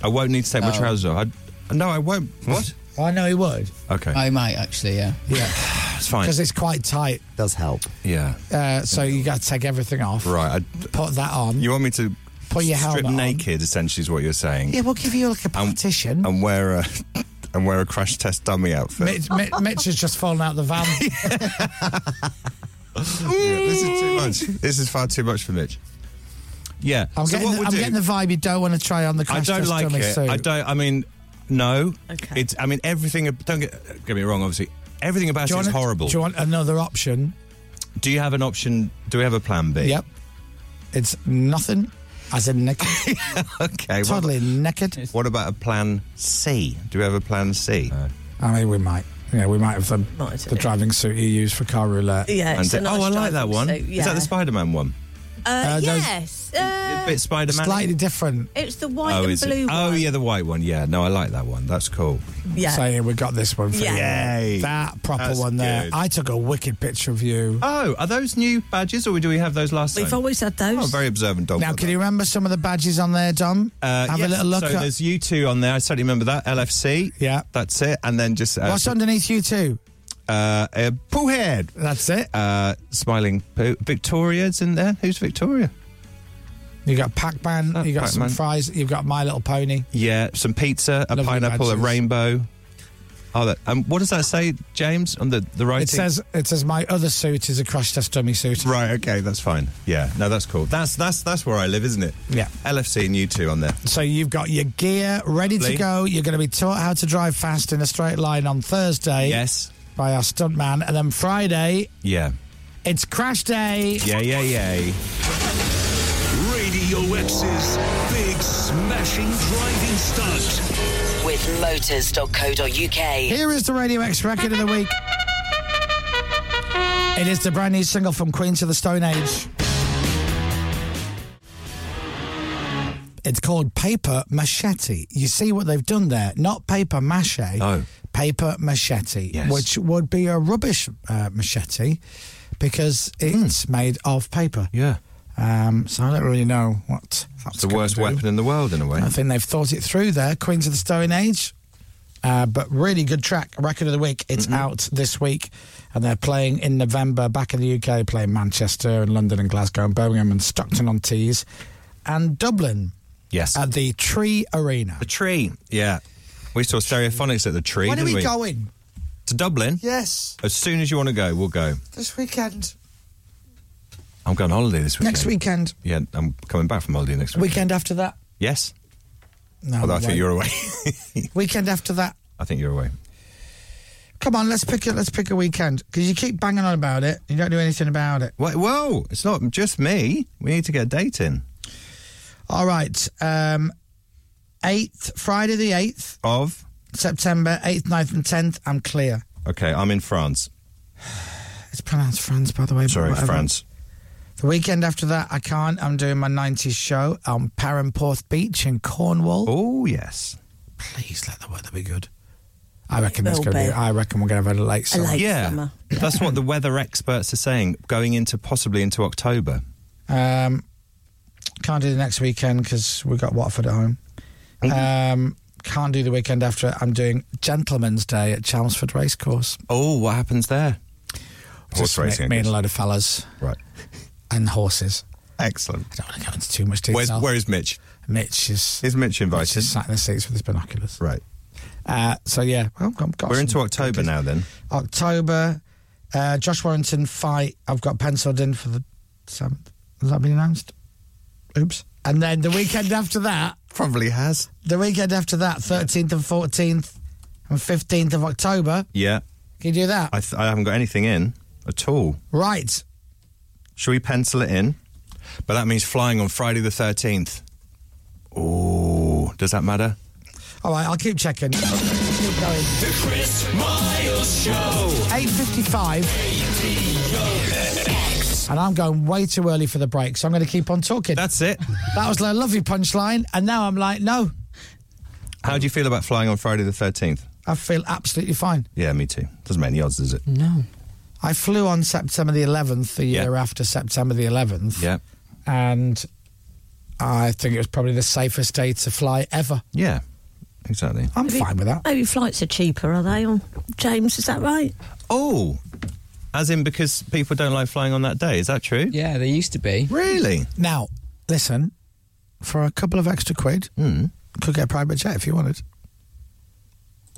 [SPEAKER 8] I won't need to take my
[SPEAKER 9] Oh.
[SPEAKER 8] trousers off. I, no, I won't. What?
[SPEAKER 5] I know he would.
[SPEAKER 8] Okay,
[SPEAKER 9] I might actually, yeah.
[SPEAKER 5] Yeah,
[SPEAKER 8] that's fine.
[SPEAKER 5] because it's quite tight.
[SPEAKER 16] Does help.
[SPEAKER 8] Yeah,
[SPEAKER 5] Uh, so you got to take everything off.
[SPEAKER 8] right. I,
[SPEAKER 5] Put that on.
[SPEAKER 8] you want me to
[SPEAKER 5] Put your helmet
[SPEAKER 8] strip
[SPEAKER 5] on.
[SPEAKER 8] naked? Essentially, is what you're saying.
[SPEAKER 5] yeah, we'll give you like a partition.
[SPEAKER 8] And wear a and wear a crash test dummy outfit.
[SPEAKER 5] Mitch, Mi- Mitch has just fallen out of the van.
[SPEAKER 8] Yeah, this is too much. This is far too much for Mitch. Yeah,
[SPEAKER 5] I'm,
[SPEAKER 8] so
[SPEAKER 5] getting,
[SPEAKER 8] what
[SPEAKER 5] the,
[SPEAKER 8] we'll
[SPEAKER 5] I'm
[SPEAKER 8] do-
[SPEAKER 5] getting the vibe you don't want to try on the
[SPEAKER 8] I
[SPEAKER 5] crash
[SPEAKER 8] don't
[SPEAKER 5] test
[SPEAKER 8] like
[SPEAKER 5] dummy
[SPEAKER 8] it.
[SPEAKER 5] suit.
[SPEAKER 8] I don't. I mean, no.
[SPEAKER 3] Okay.
[SPEAKER 8] It's. I mean, everything. ab- Don't get get me wrong. Obviously, everything about
[SPEAKER 5] Do you
[SPEAKER 8] it
[SPEAKER 5] want
[SPEAKER 8] is
[SPEAKER 5] a-
[SPEAKER 8] horrible.
[SPEAKER 5] Do you want another option?
[SPEAKER 8] do you have an option? Do we have a plan B?
[SPEAKER 5] Yep. It's nothing. As in naked.
[SPEAKER 8] Okay. well-
[SPEAKER 5] totally naked.
[SPEAKER 8] What about a plan C? Do we have a plan C?
[SPEAKER 3] Uh,
[SPEAKER 5] I mean, we might. Yeah, we might have the,
[SPEAKER 3] Might do
[SPEAKER 5] the
[SPEAKER 3] it.
[SPEAKER 5] driving suit you use for car roulette.
[SPEAKER 3] Yeah, it's
[SPEAKER 8] And-
[SPEAKER 3] a nice
[SPEAKER 8] oh, I like that
[SPEAKER 3] driving
[SPEAKER 8] one.
[SPEAKER 3] suit, yeah.
[SPEAKER 8] Is that the Spider Man one?
[SPEAKER 3] Uh,
[SPEAKER 5] those-
[SPEAKER 3] yes.
[SPEAKER 8] A
[SPEAKER 3] Uh,
[SPEAKER 8] bit Spider Man.
[SPEAKER 5] Slightly different.
[SPEAKER 3] it's the white and
[SPEAKER 8] is it?
[SPEAKER 3] blue one.
[SPEAKER 8] Oh, yeah, the white one. Yeah, no, I like that one. That's cool.
[SPEAKER 3] Yeah.
[SPEAKER 5] So yeah, we got this one for
[SPEAKER 3] Yeah.
[SPEAKER 5] you.
[SPEAKER 8] Yay.
[SPEAKER 5] That proper
[SPEAKER 8] That's
[SPEAKER 5] one there.
[SPEAKER 8] good.
[SPEAKER 5] I took a wicked picture of you.
[SPEAKER 8] Oh, are those new badges or do we have those last
[SPEAKER 3] We've
[SPEAKER 8] time?
[SPEAKER 3] always had
[SPEAKER 8] Oh,
[SPEAKER 3] those.
[SPEAKER 8] very observant dog.
[SPEAKER 5] now, can you remember some of the badges on there, Dom?
[SPEAKER 8] Uh,
[SPEAKER 5] have
[SPEAKER 8] yes,
[SPEAKER 5] a little look.
[SPEAKER 8] So
[SPEAKER 5] at,
[SPEAKER 8] there's you two on there. I certainly remember that. LFC.
[SPEAKER 5] Yeah.
[SPEAKER 8] That's it. And then just. Uh,
[SPEAKER 5] What's underneath you two?
[SPEAKER 8] Uh, uh, poo head.
[SPEAKER 5] That's it.
[SPEAKER 8] Uh, smiling poo. Victoria's in there. Who's Victoria?
[SPEAKER 5] You got Pac-Man.
[SPEAKER 8] Oh,
[SPEAKER 5] you got some
[SPEAKER 8] Pac-Man.
[SPEAKER 5] fries. You've got My Little Pony.
[SPEAKER 8] Yeah, some pizza, a
[SPEAKER 5] Lovely
[SPEAKER 8] pineapple,
[SPEAKER 5] badges.
[SPEAKER 8] a rainbow. Oh, that. Um, what does that say, James, on the the writing?
[SPEAKER 5] It says it says my other suit is a crash test dummy suit.
[SPEAKER 8] Right. Okay, that's fine. Yeah. No, that's cool. That's that's that's where I live, isn't it?
[SPEAKER 5] Yeah.
[SPEAKER 8] LFC and you two on there.
[SPEAKER 5] So you've got your gear ready
[SPEAKER 8] Lovely.
[SPEAKER 5] to go. You're going to be taught how to drive fast in a straight line on Thursday.
[SPEAKER 8] Yes.
[SPEAKER 5] By our stuntman, and then Friday
[SPEAKER 8] Yeah.
[SPEAKER 5] it's crash day.
[SPEAKER 8] Yeah. Yeah. Yeah.
[SPEAKER 1] Radio X's big smashing driving stunt.
[SPEAKER 12] With motors.co.uk.
[SPEAKER 5] Here is the Radio X record of the week. It is the brand new single from Queen to the Stone Age. It's called Paper Machete. You see what they've done there? Not paper mache.
[SPEAKER 8] No.
[SPEAKER 5] Paper machete,
[SPEAKER 8] Yes.
[SPEAKER 5] which would be a rubbish uh, machete because it's made of paper.
[SPEAKER 8] Hmm. Yeah.
[SPEAKER 5] Um, so I don't really know what that's
[SPEAKER 8] It's the
[SPEAKER 5] gonna
[SPEAKER 8] worst
[SPEAKER 5] do.
[SPEAKER 8] weapon in the world, in a way.
[SPEAKER 5] I think they've thought it through there. Queens of the Stone Age. Uh, but really good track, record of the week. It's
[SPEAKER 8] Mm-hmm.
[SPEAKER 5] out this week, and they're playing in November back in the UK, playing Manchester and London and Glasgow and Birmingham and Stockton on Tees and Dublin
[SPEAKER 8] Yes.
[SPEAKER 5] at the Tree Arena.
[SPEAKER 8] the tree. Yeah. We saw Stereophonics at the tree.
[SPEAKER 5] When are
[SPEAKER 8] didn't
[SPEAKER 5] we going?
[SPEAKER 8] to Dublin?
[SPEAKER 5] Yes,
[SPEAKER 8] As soon as you want to go, we'll go.
[SPEAKER 5] this weekend.
[SPEAKER 8] I'm going on holiday this weekend.
[SPEAKER 5] Next weekend.
[SPEAKER 8] Yeah, I'm coming back from holiday next week.
[SPEAKER 5] Weekend after that.
[SPEAKER 8] Yes.
[SPEAKER 5] No,
[SPEAKER 8] Although I
[SPEAKER 5] we
[SPEAKER 8] think
[SPEAKER 5] won't.
[SPEAKER 8] you're away.
[SPEAKER 5] Weekend after that.
[SPEAKER 8] I think you're away.
[SPEAKER 5] Come on, let's pick it. Let's pick a weekend because you keep banging on about it. You don't do anything about it.
[SPEAKER 8] Wait, whoa! It's not just me. We need to get a date in
[SPEAKER 5] All right. Um, 8th, Friday the 8th,
[SPEAKER 8] of.
[SPEAKER 5] September 8th, 9th, and 10th. I'm clear.
[SPEAKER 8] Okay, I'm in France.
[SPEAKER 5] It's pronounced France, by the way. but
[SPEAKER 8] Sorry,
[SPEAKER 5] whatever.
[SPEAKER 8] France.
[SPEAKER 5] The weekend after that, I can't. I'm doing my 90s show on Perranporth Beach in Cornwall.
[SPEAKER 8] Oh yes.
[SPEAKER 5] Please let the weather be good. I reckon
[SPEAKER 3] It
[SPEAKER 5] that's
[SPEAKER 3] will
[SPEAKER 5] going to be.
[SPEAKER 3] be.
[SPEAKER 5] I reckon we're going to have a late
[SPEAKER 3] A
[SPEAKER 5] summer.
[SPEAKER 3] late
[SPEAKER 8] yeah,
[SPEAKER 3] summer.
[SPEAKER 8] that's what the weather experts are saying. Going into possibly into October. Mm-hmm.
[SPEAKER 5] Um, can't do the next weekend because we got Watford at home. Um, can't do the weekend after. I'm doing Gentleman's Day at Chelmsford Racecourse.
[SPEAKER 8] Oh, what happens there?
[SPEAKER 5] Just me, me and a load of fellas.
[SPEAKER 8] Right.
[SPEAKER 5] And horses.
[SPEAKER 8] Excellent.
[SPEAKER 5] I don't want to go into too much
[SPEAKER 8] Where's,
[SPEAKER 5] detail.
[SPEAKER 8] where is Mitch?
[SPEAKER 5] Mitch is.
[SPEAKER 8] Is Mitch invited?
[SPEAKER 5] Just sat in the seats with his binoculars.
[SPEAKER 8] Right.
[SPEAKER 5] Uh, so yeah, well, I've got
[SPEAKER 8] We're
[SPEAKER 5] some
[SPEAKER 8] into October
[SPEAKER 5] cookies.
[SPEAKER 8] now, then.
[SPEAKER 5] October. Uh, Josh Warrington fight. I've got penciled in for the seventh. Has that been announced? Oops. And then the weekend after that,
[SPEAKER 8] Probably has.
[SPEAKER 5] the weekend after that, thirteenth and fourteenth and fifteenth of October.
[SPEAKER 8] Yeah.
[SPEAKER 5] Can you do that?
[SPEAKER 8] I, th- I haven't got anything in at all.
[SPEAKER 5] Right.
[SPEAKER 8] Should we pencil it in? But that means flying on Friday the 13th. Oh, does that matter?
[SPEAKER 5] All right, I'll keep checking. Keep going.
[SPEAKER 6] The Chris Miles Show.
[SPEAKER 5] Eight fifty-five. And I'm going way too early for the break, so I'm going to keep on talking.
[SPEAKER 8] That's it.
[SPEAKER 5] That was a lovely punchline, and now I'm like, no,
[SPEAKER 8] How do you feel about flying on Friday the 13th?
[SPEAKER 5] I feel absolutely fine.
[SPEAKER 8] Yeah, me too. Doesn't make any odds, does it?
[SPEAKER 5] No. I flew on September the 11th, the year after September the 11th.
[SPEAKER 8] Yeah.
[SPEAKER 5] And I think it was probably the safest day to fly ever.
[SPEAKER 8] Yeah, exactly.
[SPEAKER 5] I'm fine with that.
[SPEAKER 3] Maybe flights are cheaper, are they? On James, is that right?
[SPEAKER 8] Oh, as in because people don't like flying on that day. Is that true?
[SPEAKER 9] Yeah, they used to be.
[SPEAKER 8] Really?
[SPEAKER 5] Now, listen, for a couple of extra quid,
[SPEAKER 8] Hmm.
[SPEAKER 5] could get a private jet if you wanted.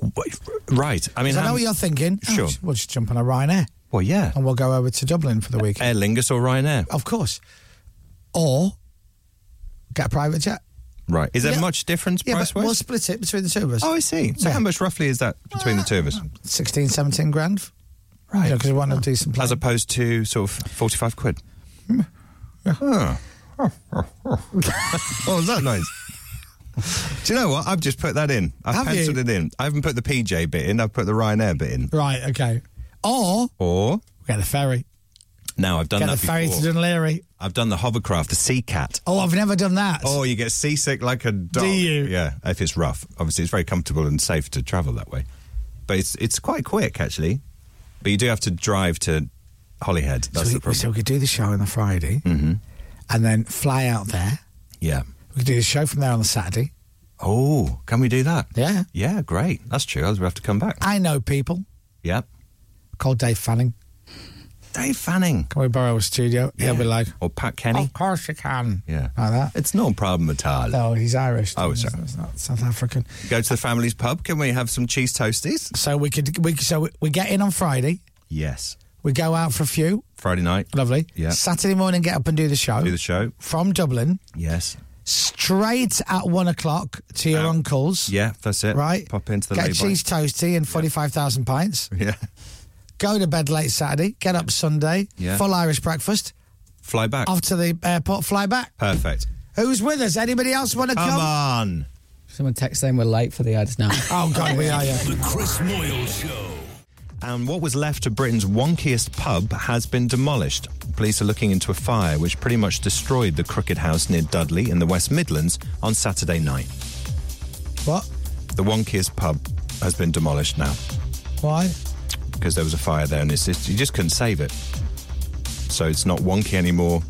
[SPEAKER 8] Wait, Right. I mean,
[SPEAKER 5] 'Cause I know
[SPEAKER 8] how-
[SPEAKER 5] what you're thinking. Oh,
[SPEAKER 8] Sure.
[SPEAKER 5] we'll just jump on a Ryanair
[SPEAKER 8] Well, yeah.
[SPEAKER 5] and we'll go over to Dublin for the weekend.
[SPEAKER 8] Aer Lingus or Ryanair?
[SPEAKER 5] Of course. Or get a private jet.
[SPEAKER 8] Right. Is there
[SPEAKER 5] Yeah.
[SPEAKER 8] much difference
[SPEAKER 5] Yeah,
[SPEAKER 8] price
[SPEAKER 5] but
[SPEAKER 8] wise?
[SPEAKER 5] we'll split it between the two of us.
[SPEAKER 8] Oh, I see. So,
[SPEAKER 5] Yeah. Ah,
[SPEAKER 8] how much roughly is that between the two of us?
[SPEAKER 5] 16, 17 grand. Right. Because we want a decent plane.
[SPEAKER 8] As opposed to sort of 45 quid? Oh, is that nice? Do you know what? I've just put that in. I've
[SPEAKER 5] Have
[SPEAKER 8] penciled
[SPEAKER 5] you?
[SPEAKER 8] it in. I haven't put the PJ bit in. I've put the Ryanair bit in.
[SPEAKER 5] Right, okay. Or
[SPEAKER 8] Or
[SPEAKER 5] get the ferry.
[SPEAKER 8] now I've done
[SPEAKER 5] get
[SPEAKER 8] that
[SPEAKER 5] the ferry
[SPEAKER 8] before.
[SPEAKER 5] to Dunleary.
[SPEAKER 8] I've done the hovercraft, the sea cat.
[SPEAKER 5] Oh, I've never done that.
[SPEAKER 8] Oh, you get seasick like a dog.
[SPEAKER 5] Do you?
[SPEAKER 8] Yeah, if it's rough. Obviously, it's very comfortable and safe to travel that way. But it's it's quite quick actually. But you do have to drive to Holyhead.
[SPEAKER 5] so,
[SPEAKER 8] That's
[SPEAKER 5] we,
[SPEAKER 8] Mm-hmm. the problem. Hmm.
[SPEAKER 5] so we could do the show on the Friday and then fly out there.
[SPEAKER 8] yeah.
[SPEAKER 5] We could do the show from there on the Saturday.
[SPEAKER 8] Oh, can we do that?
[SPEAKER 5] Yeah.
[SPEAKER 8] Yeah, great. That's true. I'll have to come back.
[SPEAKER 5] I know people
[SPEAKER 8] Yep.
[SPEAKER 5] called Dave Fanning.
[SPEAKER 8] Dave Fanning
[SPEAKER 5] Can we borrow a studio? He'll be like,
[SPEAKER 8] or Pat Kenny.
[SPEAKER 5] Of course you can.
[SPEAKER 8] Yeah.
[SPEAKER 5] Like that.
[SPEAKER 8] It's no problem at all.
[SPEAKER 5] No, he's Irish.
[SPEAKER 8] Oh,
[SPEAKER 5] he's
[SPEAKER 8] sorry.
[SPEAKER 5] not South African.
[SPEAKER 8] Go to the family's pub. Can we have some cheese toasties?
[SPEAKER 5] So we could, we, so we, we get in on Friday.
[SPEAKER 8] Yes.
[SPEAKER 5] We go out for a few.
[SPEAKER 8] Friday night.
[SPEAKER 5] Lovely.
[SPEAKER 8] Yeah.
[SPEAKER 5] Saturday morning, get up and do the show.
[SPEAKER 8] Do the show.
[SPEAKER 5] From Dublin,
[SPEAKER 8] Yes.
[SPEAKER 5] straight at one o'clock to your uncle's.
[SPEAKER 8] Yeah, that's it.
[SPEAKER 5] right?
[SPEAKER 8] Pop into the
[SPEAKER 5] get
[SPEAKER 8] lay-by.
[SPEAKER 5] a cheese toasty and forty five thousand pints.
[SPEAKER 8] Yeah.
[SPEAKER 5] Go to bed late Saturday. Get up Sunday.
[SPEAKER 8] Yeah.
[SPEAKER 5] Full Irish breakfast.
[SPEAKER 8] Fly back.
[SPEAKER 5] Off to the airport. Fly back.
[SPEAKER 8] Perfect.
[SPEAKER 5] Who's with us? Anybody else want to come?
[SPEAKER 8] Come on.
[SPEAKER 9] Someone texted saying we're late for the ads now.
[SPEAKER 5] Oh God, we are. Yeah.
[SPEAKER 1] The Chris Moyle Show.
[SPEAKER 8] And what was left of Britain's wonkiest pub has been demolished. Police are looking into a fire which pretty much destroyed the Crooked House near Dudley in the West Midlands on Saturday night.
[SPEAKER 5] What?
[SPEAKER 8] The wonkiest pub has been demolished now
[SPEAKER 5] Why?
[SPEAKER 8] because there was a fire there and it's just, you just couldn't save it. So it's not wonky anymore.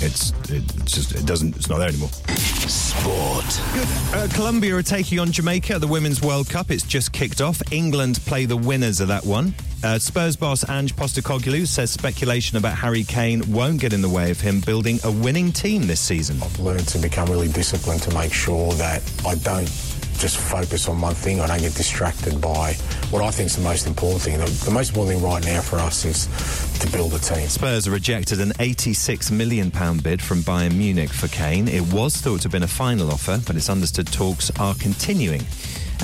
[SPEAKER 8] It's, it's just, it doesn't, it's not there anymore.
[SPEAKER 6] Sport.
[SPEAKER 8] Good. Uh, Colombia are taking on Jamaica at the Women's World Cup. It's just kicked off. England play the winners of that one. Uh, Spurs boss Ange Postecoglou says speculation about Harry Kane won't get in the way of him building a winning team this season.
[SPEAKER 15] I've learned to become really disciplined to make sure that I don't just focus on one thing. I don't get distracted by what I think is the most important thing. The, the most important thing right now for us is to build a team.
[SPEAKER 8] Spurs rejected an £86 million bid from Bayern Munich for Kane. It was thought to have been a final offer, but it's understood talks are continuing.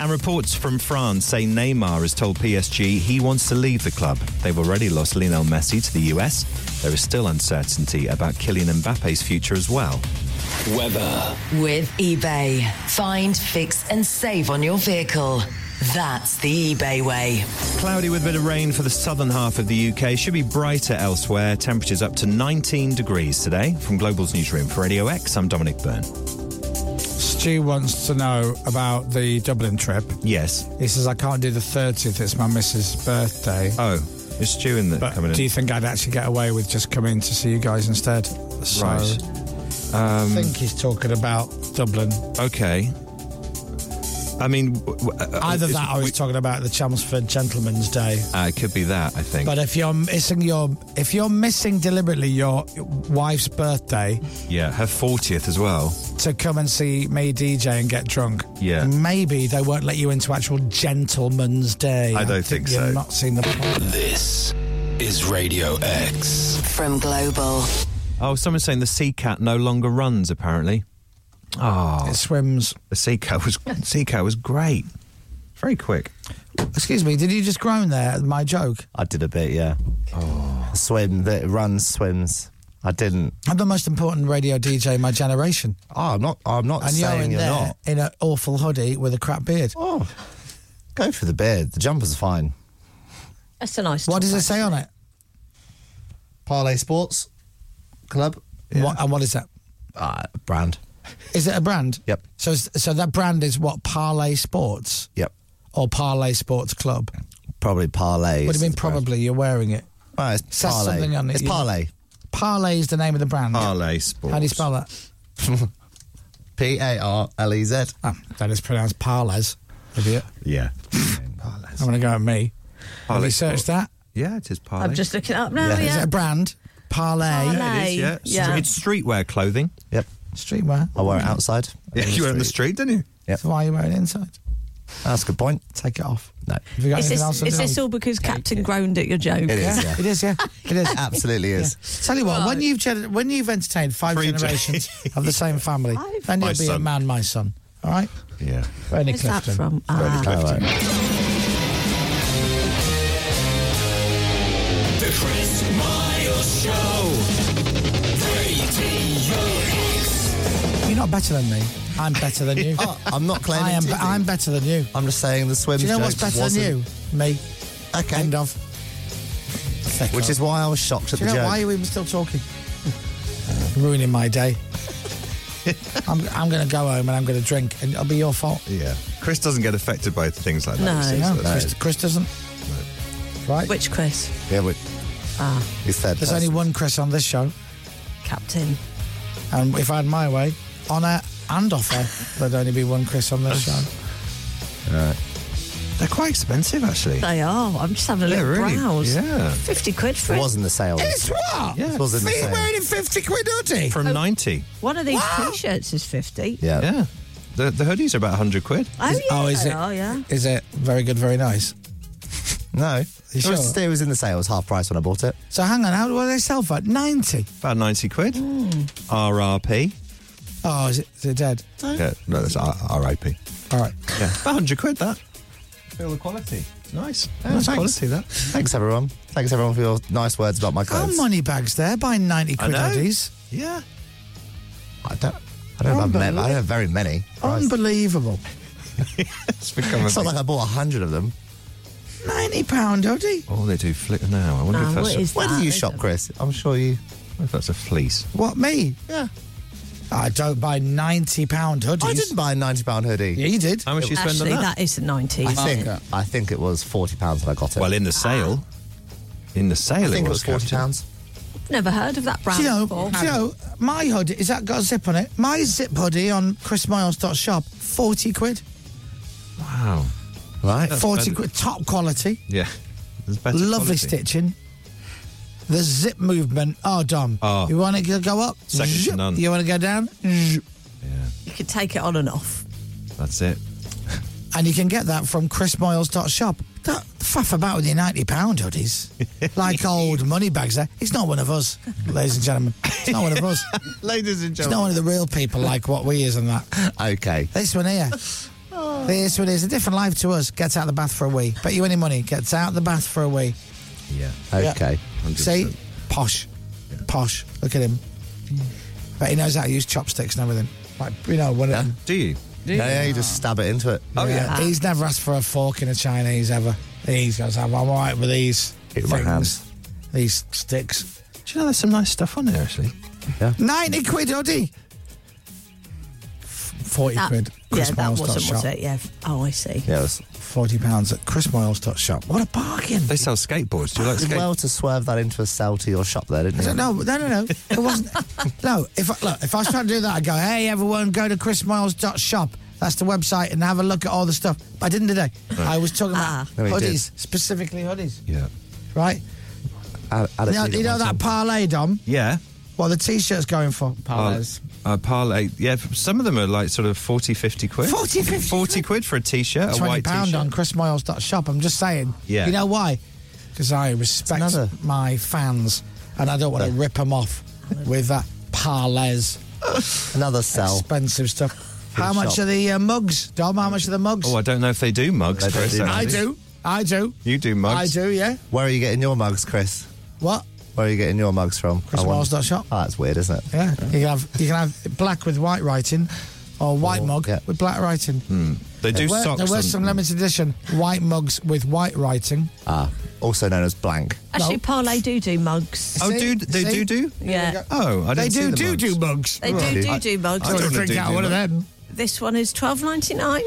[SPEAKER 8] And reports from France say Neymar has told PSG he wants to leave the club. They've already lost Lionel Messi to the US. There is still uncertainty about Kylian Mbappe's future as well.
[SPEAKER 6] Weather.
[SPEAKER 12] With eBay. Find, fix, and save on your vehicle. That's the eBay way.
[SPEAKER 8] Cloudy with a bit of rain for the southern half of the UK. Should be brighter elsewhere. Temperatures up to 19 degrees today. From Global's newsroom for Radio X, I'm Dominic Byrne.
[SPEAKER 5] Stu wants to know about the Dublin trip.
[SPEAKER 8] Yes.
[SPEAKER 5] He says I can't do the thirtieth. It's my missus' birthday.
[SPEAKER 8] Oh, is Stu in the
[SPEAKER 5] but
[SPEAKER 8] coming in?
[SPEAKER 5] do you think I'd actually get away with just coming to see you guys instead? So,
[SPEAKER 8] Right. Um,
[SPEAKER 5] I think he's talking about Dublin.
[SPEAKER 8] Okay. I mean, w- w- uh,
[SPEAKER 5] Either
[SPEAKER 8] it's-
[SPEAKER 5] that or he's talking about the Chelmsford Gentleman's Day.
[SPEAKER 8] uh, it could be that. I think.
[SPEAKER 5] But if you're missing your, if you're missing deliberately your wife's birthday
[SPEAKER 8] yeah, her fortieth as well.
[SPEAKER 5] to come and see me DJ and get drunk,
[SPEAKER 8] Yeah.
[SPEAKER 5] maybe they won't let you into actual Gentleman's Day.
[SPEAKER 8] I don't think
[SPEAKER 5] you've
[SPEAKER 8] so.
[SPEAKER 5] Not seen the point.
[SPEAKER 6] This is Radio X.
[SPEAKER 12] From Global.
[SPEAKER 8] Oh, someone's saying the sea cat no longer runs. Apparently. Oh, it
[SPEAKER 5] swims.
[SPEAKER 8] The sea cat was sea cat was great. Very quick.
[SPEAKER 5] Excuse me, did you just groan there at my joke?
[SPEAKER 16] I did a bit, yeah. Oh. Swim, that runs, swims. I didn't.
[SPEAKER 5] I'm the most important radio DJ in my generation.
[SPEAKER 16] Oh, I'm not. I'm not
[SPEAKER 5] and
[SPEAKER 16] saying
[SPEAKER 5] you're in
[SPEAKER 16] you're
[SPEAKER 5] there
[SPEAKER 16] not.
[SPEAKER 5] in an awful hoodie with a crap beard.
[SPEAKER 16] Oh, Go for the beard. The jumper's fine.
[SPEAKER 3] That's a nice.
[SPEAKER 5] what
[SPEAKER 3] top,
[SPEAKER 5] does it say on it?
[SPEAKER 16] Parlay Sports Club.
[SPEAKER 5] What, and what is that?
[SPEAKER 16] Uh, brand.
[SPEAKER 5] Is it a brand?
[SPEAKER 16] Yep.
[SPEAKER 5] So, it's- so that brand is what Parlay Sports.
[SPEAKER 16] Yep.
[SPEAKER 5] Or Parlay Sports Club.
[SPEAKER 16] Probably parlay.
[SPEAKER 5] what
[SPEAKER 16] is
[SPEAKER 5] do you mean?
[SPEAKER 16] the brand.
[SPEAKER 5] Probably you're wearing it.
[SPEAKER 16] Well, it's
[SPEAKER 5] Says
[SPEAKER 16] parlay.
[SPEAKER 5] something on it.
[SPEAKER 16] It's
[SPEAKER 5] you-
[SPEAKER 16] parlay.
[SPEAKER 5] Parlay is the name of the brand.
[SPEAKER 8] Parlay Sports.
[SPEAKER 5] How do you spell that?
[SPEAKER 16] P A R L E Z.
[SPEAKER 5] Oh, that is pronounced parlays. Idiot.
[SPEAKER 8] Yeah.
[SPEAKER 5] I'm going to go at me. Have
[SPEAKER 8] Parlay
[SPEAKER 5] you searched that?
[SPEAKER 8] Yeah, it is parlay.
[SPEAKER 3] I'm just looking it up now.
[SPEAKER 8] Yeah.
[SPEAKER 3] Yeah.
[SPEAKER 5] Is it a brand? Parlay.
[SPEAKER 8] Yeah, it is, yeah.
[SPEAKER 3] Yeah.
[SPEAKER 8] It's streetwear clothing.
[SPEAKER 16] Yep.
[SPEAKER 5] Streetwear.
[SPEAKER 16] I wear it outside.
[SPEAKER 8] Yeah, you were on the street, didn't you?
[SPEAKER 5] So why are you wearing it inside?
[SPEAKER 16] That's a good point.
[SPEAKER 5] Take it off.
[SPEAKER 16] No.
[SPEAKER 5] Have you got
[SPEAKER 3] Is
[SPEAKER 5] anything
[SPEAKER 3] this,
[SPEAKER 5] else?
[SPEAKER 3] is this all because Captain groaned at your joke?
[SPEAKER 16] It is, yeah.
[SPEAKER 5] It is, yeah. It is.
[SPEAKER 16] Absolutely is.
[SPEAKER 5] Tell you what, when you've gen- when you've entertained five
[SPEAKER 8] Three
[SPEAKER 5] generations of the same family, then
[SPEAKER 8] My
[SPEAKER 5] you'll be a
[SPEAKER 8] son.
[SPEAKER 5] man, my son. All right,
[SPEAKER 8] Yeah.
[SPEAKER 5] Bernie
[SPEAKER 3] Where's that
[SPEAKER 5] Clifton.
[SPEAKER 3] from? Ah.
[SPEAKER 6] The Chris Miles Show. Radio X.
[SPEAKER 5] You're not better than me. I'm better than you.
[SPEAKER 16] Oh, I'm not claiming.
[SPEAKER 5] I am.
[SPEAKER 16] to be.
[SPEAKER 5] Be- I'm better than you.
[SPEAKER 16] I'm just saying the swim.
[SPEAKER 5] Do you know
[SPEAKER 16] joke
[SPEAKER 5] what's better
[SPEAKER 16] wasn't-
[SPEAKER 5] than you? Me.
[SPEAKER 16] Okay.
[SPEAKER 5] End of. Thick
[SPEAKER 16] Which
[SPEAKER 5] of.
[SPEAKER 16] is why I was shocked at
[SPEAKER 5] Do you
[SPEAKER 16] the
[SPEAKER 5] know
[SPEAKER 16] joke.
[SPEAKER 5] why are we even still talking? Ruining my day. I'm, I'm going to go home and I'm going to drink, and it'll be your fault.
[SPEAKER 8] Yeah. Chris doesn't get affected by things like that.
[SPEAKER 3] No.
[SPEAKER 8] you see,
[SPEAKER 5] No,
[SPEAKER 8] so that's-
[SPEAKER 5] Chris, Chris doesn't. Right?
[SPEAKER 3] Which Chris?
[SPEAKER 16] Yeah, but
[SPEAKER 3] Ah,
[SPEAKER 16] he said
[SPEAKER 5] There's only one Chris on this show.
[SPEAKER 3] Captain.
[SPEAKER 5] And if I had my way, on air and off air, there'd only be one Chris on this show.
[SPEAKER 8] They're quite expensive, actually.
[SPEAKER 3] They are. I'm just having a
[SPEAKER 8] Yeah,
[SPEAKER 3] little
[SPEAKER 8] really.
[SPEAKER 3] browse.
[SPEAKER 8] Yeah.
[SPEAKER 3] Fifty quid for
[SPEAKER 16] It
[SPEAKER 3] it.
[SPEAKER 16] wasn't the sales.
[SPEAKER 5] what?
[SPEAKER 8] Yeah.
[SPEAKER 16] It wasn't the
[SPEAKER 5] Fee
[SPEAKER 16] same.
[SPEAKER 5] wearing a 50 quid hoodie?
[SPEAKER 8] From 90.
[SPEAKER 3] One of these t-shirts is fifty.
[SPEAKER 16] Yeah.
[SPEAKER 8] Yeah. The, the hoodies are about 100 quid.
[SPEAKER 3] Oh yeah.
[SPEAKER 5] oh, is
[SPEAKER 3] they
[SPEAKER 5] it?
[SPEAKER 3] Are, yeah.
[SPEAKER 5] Is it very good, very nice?
[SPEAKER 16] No.
[SPEAKER 5] You
[SPEAKER 16] It
[SPEAKER 5] sure?
[SPEAKER 16] was, it was in the sales, half price when I bought it.
[SPEAKER 5] So hang on, how do they sell for? 90.
[SPEAKER 8] About 90 quid. RRP.
[SPEAKER 5] Oh, is it, is it dead?
[SPEAKER 8] Yeah, no, that's R- RIP.
[SPEAKER 5] All right.
[SPEAKER 8] Yeah. About 100 quid, that. Feel the quality. Nice. Yeah,
[SPEAKER 5] Well,
[SPEAKER 8] nice
[SPEAKER 5] thanks.
[SPEAKER 8] quality, that.
[SPEAKER 16] Thanks, everyone. Thanks, everyone, for your nice words about my
[SPEAKER 5] Our
[SPEAKER 16] clothes.
[SPEAKER 5] money bags there buying 90
[SPEAKER 8] I
[SPEAKER 5] quid
[SPEAKER 8] know.
[SPEAKER 5] hoodies.
[SPEAKER 8] Yeah.
[SPEAKER 16] I don't. I don't have, many,
[SPEAKER 5] Unbelievable.
[SPEAKER 16] I don't have very many. Christ.
[SPEAKER 5] Unbelievable.
[SPEAKER 8] It's become
[SPEAKER 16] It's
[SPEAKER 8] a
[SPEAKER 16] not like I bought a hundred of them.
[SPEAKER 5] 90 pound hoodie.
[SPEAKER 8] Oh, they do flip now. I wonder
[SPEAKER 3] Ah,
[SPEAKER 8] if that's
[SPEAKER 3] what
[SPEAKER 8] a,
[SPEAKER 3] is
[SPEAKER 16] Where
[SPEAKER 3] that?
[SPEAKER 16] do you
[SPEAKER 3] Is
[SPEAKER 16] shop,
[SPEAKER 3] it-
[SPEAKER 16] Chris? I'm sure
[SPEAKER 8] I
[SPEAKER 16] you.
[SPEAKER 8] wonder if that's a fleece.
[SPEAKER 5] What, me?
[SPEAKER 16] Yeah.
[SPEAKER 5] I don't buy 90 pound hoodies.
[SPEAKER 16] I didn't buy a ninety pound hoodie.
[SPEAKER 5] Yeah, you did.
[SPEAKER 8] How much do you spend on
[SPEAKER 3] Actually,
[SPEAKER 8] that?
[SPEAKER 3] that is ninety.
[SPEAKER 16] I think I think it was forty pounds when I got it. Ah.
[SPEAKER 8] Well, in the sale. In the sale,
[SPEAKER 16] I think
[SPEAKER 8] it was
[SPEAKER 16] forty
[SPEAKER 8] Captain.
[SPEAKER 16] pounds.
[SPEAKER 3] Never heard of that brand
[SPEAKER 5] Do you know,
[SPEAKER 3] before.
[SPEAKER 5] do you know, my hoodie, is that got a zip on it? My zip hoodie on chrismiles.shop, 40 quid.
[SPEAKER 8] Wow.
[SPEAKER 16] Right.
[SPEAKER 8] That's
[SPEAKER 5] 40
[SPEAKER 8] better.
[SPEAKER 5] quid, top quality,
[SPEAKER 8] Yeah. There's better
[SPEAKER 5] lovely
[SPEAKER 8] quality.
[SPEAKER 5] stitching. The zip movement. Oh, Dom.
[SPEAKER 8] Oh.
[SPEAKER 5] You want to go up?
[SPEAKER 8] Second to
[SPEAKER 5] Zhup.
[SPEAKER 8] none.
[SPEAKER 5] You want to go down? Zhup.
[SPEAKER 3] You could take it on and off.
[SPEAKER 8] That's it.
[SPEAKER 5] And you can get that from chrismiles.shop. Don't faff about with your £90 hoodies. like old money bags there. It's not one of us, ladies and gentlemen. It's not one of us.
[SPEAKER 16] Ladies and
[SPEAKER 5] It's not one of the real people like what we is and that.
[SPEAKER 16] Okay.
[SPEAKER 5] This one here. This one is a different life to us. Gets out of the bath for a wee. Bet you any money. Gets out of the bath for a wee.
[SPEAKER 8] Yeah.
[SPEAKER 16] Okay.
[SPEAKER 5] See? Posh. Posh. Look at him. But he knows how to use chopsticks and everything. Like, you know, one of them.
[SPEAKER 8] Do you?
[SPEAKER 16] No, yeah, you just stab it into it.
[SPEAKER 8] Oh, yeah.
[SPEAKER 5] He's never asked for a fork in a Chinese ever. He's goes, I'm all right with these
[SPEAKER 16] Hit
[SPEAKER 5] things.
[SPEAKER 16] my hands.
[SPEAKER 5] These sticks.
[SPEAKER 8] Do you know there's some nice stuff on there, actually?
[SPEAKER 5] 90 quid hoodie. F- 40
[SPEAKER 3] That-
[SPEAKER 5] quid.
[SPEAKER 3] yeah, that wasn't was
[SPEAKER 5] chrismiles.shop.
[SPEAKER 3] it? Yeah. Oh, I see.
[SPEAKER 16] Yeah. It was,
[SPEAKER 5] 40 pounds at chrismiles.shop. What a bargain.
[SPEAKER 8] They sell skateboards. Do you like
[SPEAKER 16] Did
[SPEAKER 8] skateboards?
[SPEAKER 16] well to swerve that into a sell to your shop there, didn't you?
[SPEAKER 5] No, no, no, no. It wasn't. no, if I, look, if I was trying to do that, I'd go, hey, everyone, go to chrismiles.shop. That's the website, and have a look at all the stuff. I didn't today.
[SPEAKER 16] Right.
[SPEAKER 5] I was talking
[SPEAKER 3] Ah.
[SPEAKER 5] about
[SPEAKER 16] No, he did.
[SPEAKER 5] hoodies, specifically hoodies,
[SPEAKER 16] Yeah.
[SPEAKER 5] right? You know, you know that parlay, Dom?
[SPEAKER 8] Yeah.
[SPEAKER 5] What are the t-shirts going for?
[SPEAKER 8] Uh, parlay. Yeah, f- some of them are like sort of 40, 50 quid.
[SPEAKER 5] 40, 50
[SPEAKER 8] 40 quid for a t shirt, a
[SPEAKER 5] Twenty
[SPEAKER 8] white t
[SPEAKER 5] pound
[SPEAKER 8] shirt.
[SPEAKER 5] on chrismiles.shop. I'm just saying.
[SPEAKER 8] Yeah.
[SPEAKER 5] You know why? Because I respect my fans, and I don't want to rip them off with that parlays.
[SPEAKER 16] Another sell.
[SPEAKER 5] Expensive stuff.
[SPEAKER 16] the
[SPEAKER 5] How much
[SPEAKER 16] shop.
[SPEAKER 5] are the uh, mugs, Dom? How much are the mugs?
[SPEAKER 8] Oh, I don't know if they do mugs,
[SPEAKER 16] They don't
[SPEAKER 8] Chris.
[SPEAKER 16] do
[SPEAKER 5] I do. I do.
[SPEAKER 8] You do mugs.
[SPEAKER 5] I do. Yeah.
[SPEAKER 16] Where are you getting your mugs, Chris?
[SPEAKER 5] What?
[SPEAKER 16] Where are you getting your mugs from? I want-
[SPEAKER 5] ChrisMiles.shop.
[SPEAKER 16] Oh, that's weird, isn't it?
[SPEAKER 5] Yeah. You can have you can have black with white writing, or white mug with black writing.
[SPEAKER 16] Hmm. They
[SPEAKER 5] there
[SPEAKER 16] do
[SPEAKER 5] were,
[SPEAKER 16] socks
[SPEAKER 5] There were
[SPEAKER 16] and-
[SPEAKER 5] some limited edition white mugs with white writing.
[SPEAKER 16] Ah, also known as blank.
[SPEAKER 3] Actually, Parlay do do mugs.
[SPEAKER 5] Oh, See? do-
[SPEAKER 16] they See? do do?
[SPEAKER 3] Yeah.
[SPEAKER 16] Oh, I They didn't do see the do mugs. do mugs.
[SPEAKER 3] They
[SPEAKER 16] Right.
[SPEAKER 3] do do
[SPEAKER 16] I-
[SPEAKER 3] do mugs.
[SPEAKER 16] I don't wanna do do mugs.
[SPEAKER 3] This one is twelve ninety nine.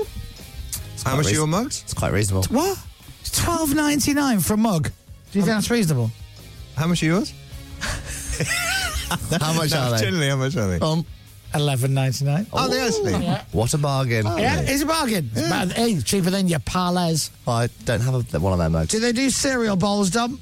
[SPEAKER 8] How much are your mugs?
[SPEAKER 16] It's quite reasonable.
[SPEAKER 5] What? Twelve ninety nine for a mug. Do you think that's reasonable?
[SPEAKER 8] How much are yours?
[SPEAKER 16] How much
[SPEAKER 8] No,
[SPEAKER 16] are they?
[SPEAKER 8] Generally, how much are they?
[SPEAKER 16] Um,
[SPEAKER 5] eleven ninety nine.
[SPEAKER 16] Oh, they actually.
[SPEAKER 5] Yeah. Oh,
[SPEAKER 16] What a bargain.
[SPEAKER 5] yeah, it's a bargain. It's about- hey, cheaper than your parlays.
[SPEAKER 16] I don't have a, one of their mugs.
[SPEAKER 5] Do they do cereal bowls, Dom?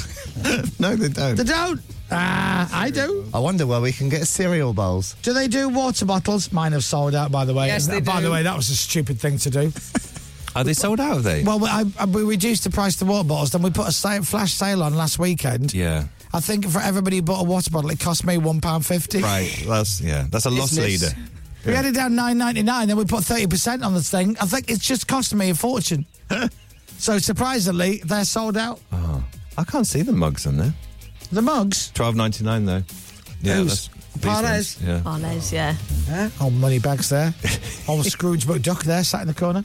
[SPEAKER 16] no, they don't.
[SPEAKER 5] They don't. Ah, I do.
[SPEAKER 16] I wonder where we can get cereal bowls.
[SPEAKER 5] Do they do water bottles? Mine have sold out, by the way.
[SPEAKER 16] Yes, they
[SPEAKER 5] by
[SPEAKER 16] do.
[SPEAKER 5] the way, that was a stupid thing to do.
[SPEAKER 8] Are they sold out? Are they?
[SPEAKER 5] Well, we, I, I- we reduced the price of the water bottles, then we put a sale, flash sale on last weekend.
[SPEAKER 8] yeah.
[SPEAKER 5] I think for everybody who bought a water bottle, it cost me one pound fifty.
[SPEAKER 8] Right. That's yeah. That's a loss
[SPEAKER 5] Business.
[SPEAKER 8] leader.
[SPEAKER 5] We had it down nine ninety nine, then we put thirty percent on the thing. I think it's just cost me a fortune. so surprisingly, they're sold out.
[SPEAKER 16] Uh-huh.
[SPEAKER 8] Oh, I can't see the mugs on there.
[SPEAKER 5] The mugs.
[SPEAKER 8] Twelve ninety nine though. Yeah.
[SPEAKER 5] Whose?
[SPEAKER 8] that's- these
[SPEAKER 5] Parlays.
[SPEAKER 8] ones, Yeah.
[SPEAKER 3] Parlays, Oh, yeah.
[SPEAKER 5] Old Oh, money bags there. Old Scrooge McDuck there, sat in the corner.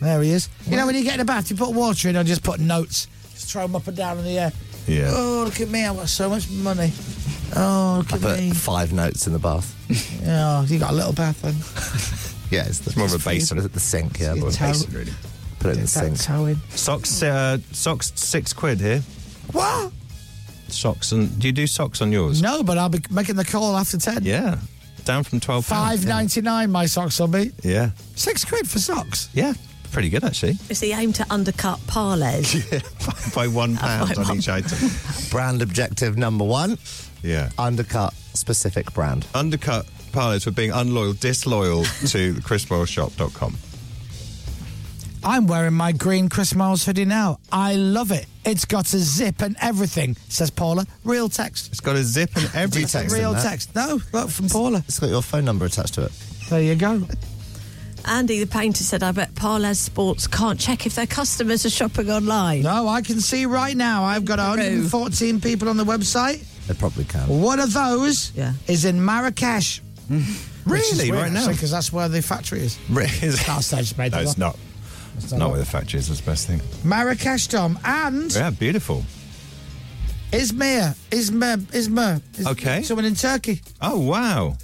[SPEAKER 5] There he is. You know when you get in a bath, you put water in or just put notes. Just throw them up and down in the air.
[SPEAKER 16] Yeah.
[SPEAKER 5] Oh, look at me! I've got so much money. Oh, look
[SPEAKER 16] I
[SPEAKER 5] at
[SPEAKER 16] put
[SPEAKER 5] me!
[SPEAKER 16] five notes in the bath.
[SPEAKER 5] Yeah, you got a little bath then.
[SPEAKER 8] Oh,
[SPEAKER 16] Yeah, it's, the, more of a basin. The sink, yeah.
[SPEAKER 5] It's
[SPEAKER 16] more of a
[SPEAKER 5] your
[SPEAKER 16] basin,
[SPEAKER 5] toe.
[SPEAKER 16] really. Put it in the
[SPEAKER 5] That
[SPEAKER 16] sink.
[SPEAKER 5] toe in.
[SPEAKER 8] Socks. Uh, socks. Six quid here.
[SPEAKER 5] What?
[SPEAKER 8] Socks and do you do socks on yours?
[SPEAKER 5] No, but I'll be making the call after ten.
[SPEAKER 8] Yeah. Down from twelve.
[SPEAKER 5] Five ninety nine. My socks will be
[SPEAKER 8] Yeah.
[SPEAKER 5] six quid for socks.
[SPEAKER 8] Yeah. Pretty good actually.
[SPEAKER 3] It's the aim to undercut Parlays.
[SPEAKER 16] By one pound on each item. Brand objective number one.
[SPEAKER 8] Yeah.
[SPEAKER 16] Undercut specific brand.
[SPEAKER 8] Undercut parlors for being unloyal, disloyal to chrismoyleshop.com.
[SPEAKER 5] I'm wearing my green Chris Miles hoodie now. I love it. It's got a zip and everything. Says Paula. Real text.
[SPEAKER 8] It's got a zip and every
[SPEAKER 5] That's a
[SPEAKER 16] text in
[SPEAKER 5] Real
[SPEAKER 16] that.
[SPEAKER 5] text. No, look from Paula.
[SPEAKER 16] It's got your phone number attached to it.
[SPEAKER 5] There you go.
[SPEAKER 3] Andy the painter said, "I bet Parlays Sports can't check if their customers are shopping online."
[SPEAKER 5] No, I can see right now. I've got 114 people on the website.
[SPEAKER 16] They probably can.
[SPEAKER 5] One of those is in Marrakesh.
[SPEAKER 8] Really? Right now?
[SPEAKER 5] Because that's where the factory is.
[SPEAKER 8] That's
[SPEAKER 5] I just made
[SPEAKER 8] no,
[SPEAKER 5] that
[SPEAKER 8] it's
[SPEAKER 5] up.
[SPEAKER 8] not. It's not where the factory is. That's the best thing.
[SPEAKER 5] Marrakesh, Dom, and
[SPEAKER 8] Yeah, beautiful.
[SPEAKER 5] Izmir. Izmir. Izmir. Iz-
[SPEAKER 8] Okay.
[SPEAKER 5] Someone in Turkey.
[SPEAKER 8] Oh wow,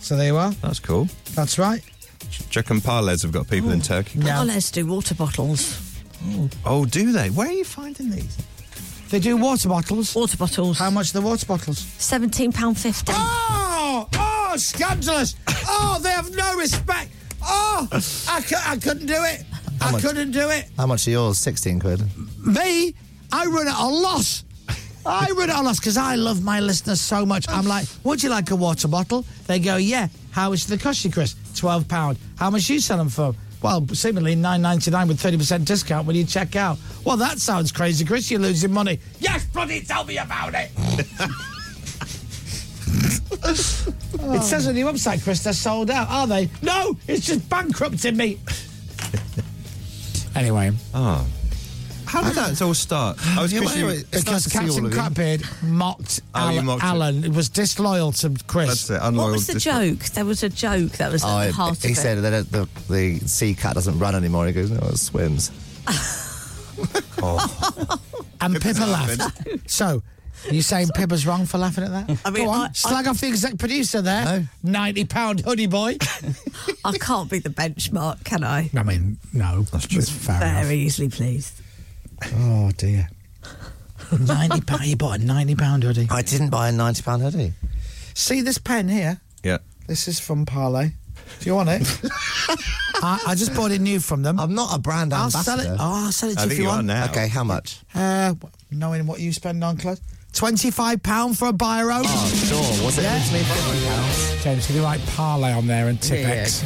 [SPEAKER 5] So there you are.
[SPEAKER 8] that's cool.
[SPEAKER 5] That's right.
[SPEAKER 8] Jack and Parles have got people in Turkey.
[SPEAKER 3] Parlays oh, do water bottles.
[SPEAKER 8] Oh, do they? Where are you finding these?
[SPEAKER 5] They do water bottles.
[SPEAKER 3] Water bottles.
[SPEAKER 5] How much are the water bottles?
[SPEAKER 3] Seventeen pound fifty.
[SPEAKER 5] Oh, oh, scandalous. Oh, they have no respect. Oh, I, cou- I couldn't do it. I
[SPEAKER 16] much?
[SPEAKER 5] couldn't do it.
[SPEAKER 16] How much are yours? 16 quid.
[SPEAKER 5] Me, I run at a loss. I run at a loss because I love my listeners so much. I'm like, would you like a water bottle? They go, yeah. How much do they cost you, Chris? Twelve pound. How much you sell them for? Well, seemingly nine ninety nine with thirty percent discount when you check out. Well, that sounds crazy, Chris. You're losing money. Yes, bloody tell me about it. It says on the website, Chris, they're sold out, are they? No, it's just bankrupting me. Anyway.
[SPEAKER 8] Oh. How did that all start? I was
[SPEAKER 5] Yeah,
[SPEAKER 8] Chris, you-
[SPEAKER 5] well, because Captain Crapbeard mocked,
[SPEAKER 8] Oh, you
[SPEAKER 5] Alan,
[SPEAKER 8] mocked it.
[SPEAKER 5] Alan. It was disloyal to Chris.
[SPEAKER 16] That's it, unloyal
[SPEAKER 3] What was the joke? There was a joke that was at
[SPEAKER 16] Oh,
[SPEAKER 3] the heart of
[SPEAKER 16] he
[SPEAKER 3] it.
[SPEAKER 16] said that the, the sea cat doesn't run anymore. He goes, no, it swims. Oh.
[SPEAKER 5] And Pippa laughed. So, you saying Pippa's wrong for laughing at that?
[SPEAKER 3] I mean,
[SPEAKER 5] Go on,
[SPEAKER 3] I- I-
[SPEAKER 5] slag off the exec producer there. £90 hoodie boy.
[SPEAKER 3] I can't be the benchmark, can I?
[SPEAKER 5] I mean, no. That's just fair enough.
[SPEAKER 3] Very easily pleased.
[SPEAKER 5] Oh, dear. £90. pound- You bought a £90 hoodie.
[SPEAKER 16] I didn't buy a £90 hoodie.
[SPEAKER 5] See this pen here?
[SPEAKER 8] Yeah.
[SPEAKER 5] This is from Parlay. Do you want it? I, I just bought it new from them. I'm
[SPEAKER 16] not a brand
[SPEAKER 5] I'll
[SPEAKER 16] ambassador.
[SPEAKER 5] Sell it. Oh, I'll sell it to
[SPEAKER 16] I
[SPEAKER 5] you if
[SPEAKER 16] think
[SPEAKER 5] you
[SPEAKER 16] you are
[SPEAKER 5] want.
[SPEAKER 16] now. Okay, how much?
[SPEAKER 5] Uh, wh- knowing what you spend on clothes, twenty-five pound for a biro.
[SPEAKER 16] Oh, sure. Was it
[SPEAKER 5] Yeah.
[SPEAKER 16] originally £5?
[SPEAKER 5] James, can you write parlay on there and Tipex?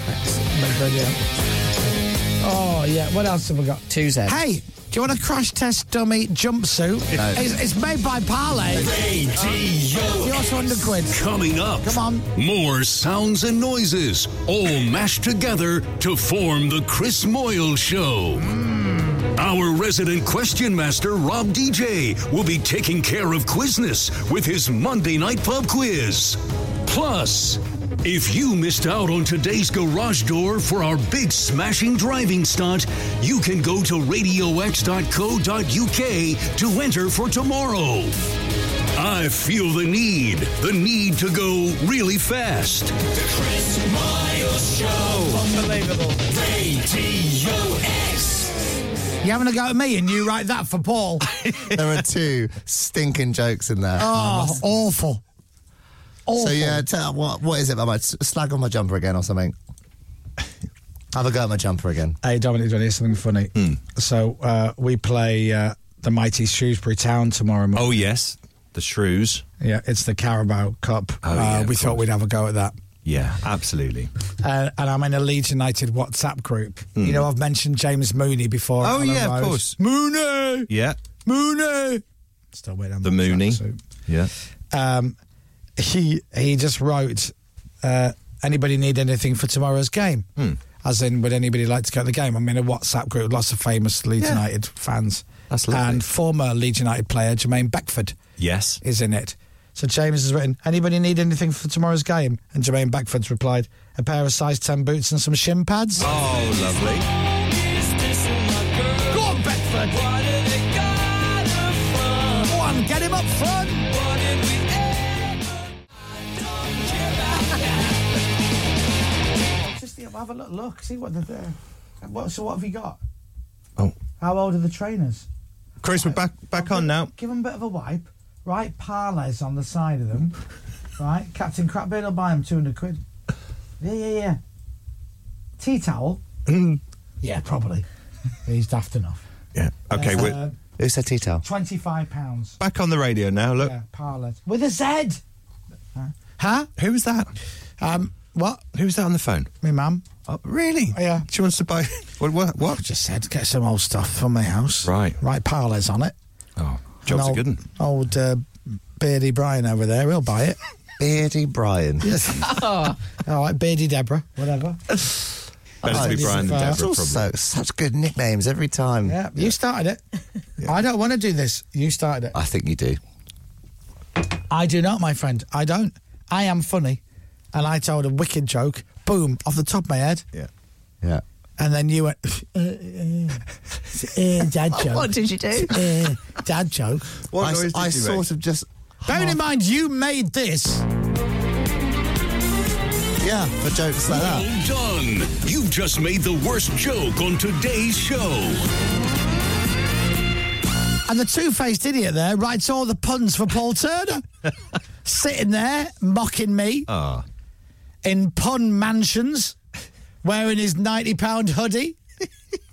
[SPEAKER 5] Oh yeah. What else have we got?
[SPEAKER 9] Two Z's.
[SPEAKER 5] Hey, do you want a crash test dummy jumpsuit?
[SPEAKER 1] No.
[SPEAKER 5] It's, it's made by Parlay.
[SPEAKER 1] Radio
[SPEAKER 5] Yours for hundred quid.
[SPEAKER 1] Coming up,
[SPEAKER 5] Come on.
[SPEAKER 1] more sounds and noises, all mashed together to form the Chris Moyle Show. Our resident question master, Rob DJ, will be taking care of quizness with his Monday Night Pub Quiz. Plus, if you missed out on today's garage door for our big smashing driving stunt, you can go to radiox.co.uk to enter for tomorrow. I feel the need, the need to go really fast.
[SPEAKER 6] The Chris Miles Show. Unbelievable. Radio X.
[SPEAKER 5] You having a go at me and you write that for Paul?
[SPEAKER 16] there are two stinking jokes in there.
[SPEAKER 5] Oh, awful. Awful.
[SPEAKER 16] So yeah, tell, what what is it about my s- slag on my jumper again or something? Have a go at my jumper again.
[SPEAKER 5] Hey, Dominic, do you want to hear something funny? So uh, we play uh, the mighty Shrewsbury Town tomorrow morning.
[SPEAKER 8] Oh, yes. The shrews.
[SPEAKER 5] Yeah, it's the Carabao Cup.
[SPEAKER 8] Oh,
[SPEAKER 5] uh,
[SPEAKER 8] yeah, of
[SPEAKER 5] we thought
[SPEAKER 8] course.
[SPEAKER 5] we'd have a go at that.
[SPEAKER 8] Yeah, absolutely.
[SPEAKER 5] Uh, and I'm in a Leeds United WhatsApp group.
[SPEAKER 8] Mm.
[SPEAKER 5] You know, I've mentioned James Mooney before.
[SPEAKER 8] Oh,
[SPEAKER 5] Alan
[SPEAKER 8] yeah, of
[SPEAKER 5] Rose.
[SPEAKER 8] course.
[SPEAKER 5] Mooney!
[SPEAKER 8] Yeah.
[SPEAKER 5] Mooney! Still waiting on
[SPEAKER 8] The
[SPEAKER 5] that
[SPEAKER 8] Mooney.
[SPEAKER 5] tracksuit.
[SPEAKER 8] Yeah.
[SPEAKER 5] um, he he just wrote, uh, "Anybody need anything for tomorrow's game?"
[SPEAKER 8] Hmm.
[SPEAKER 5] As in, would anybody like to go to the game? I'm in a WhatsApp group with lots of famous Leeds
[SPEAKER 8] Yeah.
[SPEAKER 5] United fans.
[SPEAKER 8] That's lovely.
[SPEAKER 5] And former Leeds United player Jermaine Beckford
[SPEAKER 8] Yes.
[SPEAKER 5] is in it. So James has written, "Anybody need anything for tomorrow's game?" And Jermaine Beckford's replied, "A pair of size ten boots and some shin pads."
[SPEAKER 8] Oh, lovely.
[SPEAKER 5] Go on, Beckford. Go on, get him up front. Just have a look, look, see what they're there. What, so what have you got?
[SPEAKER 8] Oh.
[SPEAKER 5] How old are the trainers?
[SPEAKER 8] Chris, we're back back on now.
[SPEAKER 5] Give them a bit of a wipe. Right, parlays on the side of them. right, Captain Crapbeard will buy them 200 quid. Yeah, yeah, yeah. Tea towel?
[SPEAKER 8] Mm.
[SPEAKER 5] yeah, probably. He's daft enough.
[SPEAKER 8] Yeah. Okay,
[SPEAKER 5] Uh,
[SPEAKER 8] we're
[SPEAKER 16] Who said tea towel?
[SPEAKER 5] £25. pounds.
[SPEAKER 8] back on the radio now. Look.
[SPEAKER 5] Yeah, parlays. With a Z! Huh?
[SPEAKER 8] Who was that?
[SPEAKER 5] Um, what?
[SPEAKER 8] Who was that on the phone?
[SPEAKER 5] Me, mum.
[SPEAKER 8] Oh, really?
[SPEAKER 5] Yeah.
[SPEAKER 8] She wants to buy. What? What? what?
[SPEAKER 5] Just said, get some old stuff from my house.
[SPEAKER 8] Right.
[SPEAKER 5] Right, parlays on it.
[SPEAKER 8] Oh,
[SPEAKER 5] And
[SPEAKER 8] job's a
[SPEAKER 5] old,
[SPEAKER 8] good one.
[SPEAKER 5] Old uh, Beardy Brian over there, he'll buy it.
[SPEAKER 16] Beardy Brian.
[SPEAKER 5] Yes. All right, Beardy Deborah, whatever.
[SPEAKER 8] Better
[SPEAKER 16] Oh,
[SPEAKER 8] to be
[SPEAKER 5] this
[SPEAKER 8] Brian
[SPEAKER 5] is fast.
[SPEAKER 8] than Deborah,
[SPEAKER 16] It's all
[SPEAKER 8] probably.
[SPEAKER 16] so- such good nicknames every time.
[SPEAKER 5] Yeah, you started it. I don't want to do this. You started it.
[SPEAKER 16] I think you do.
[SPEAKER 5] I do not, my friend. I don't. I am funny, and I told a wicked joke. Boom, off the top of my head,
[SPEAKER 8] Yeah.
[SPEAKER 16] Yeah.
[SPEAKER 5] and then you went. Uh, uh, uh, dad joke.
[SPEAKER 12] What did you do?
[SPEAKER 5] Uh, dad joke.
[SPEAKER 8] What
[SPEAKER 16] I,
[SPEAKER 8] noise did
[SPEAKER 16] I
[SPEAKER 8] you
[SPEAKER 16] sort
[SPEAKER 8] make?
[SPEAKER 16] of just.
[SPEAKER 5] Bearing in mind, you made this.
[SPEAKER 16] Yeah, for jokes like that.
[SPEAKER 1] Well done. You've just made the worst joke on today's show.
[SPEAKER 5] And the two faced idiot there writes all the puns for Paul Turner. Sitting there, mocking me
[SPEAKER 8] Ah.
[SPEAKER 5] in pun mansions, wearing his £90 hoodie.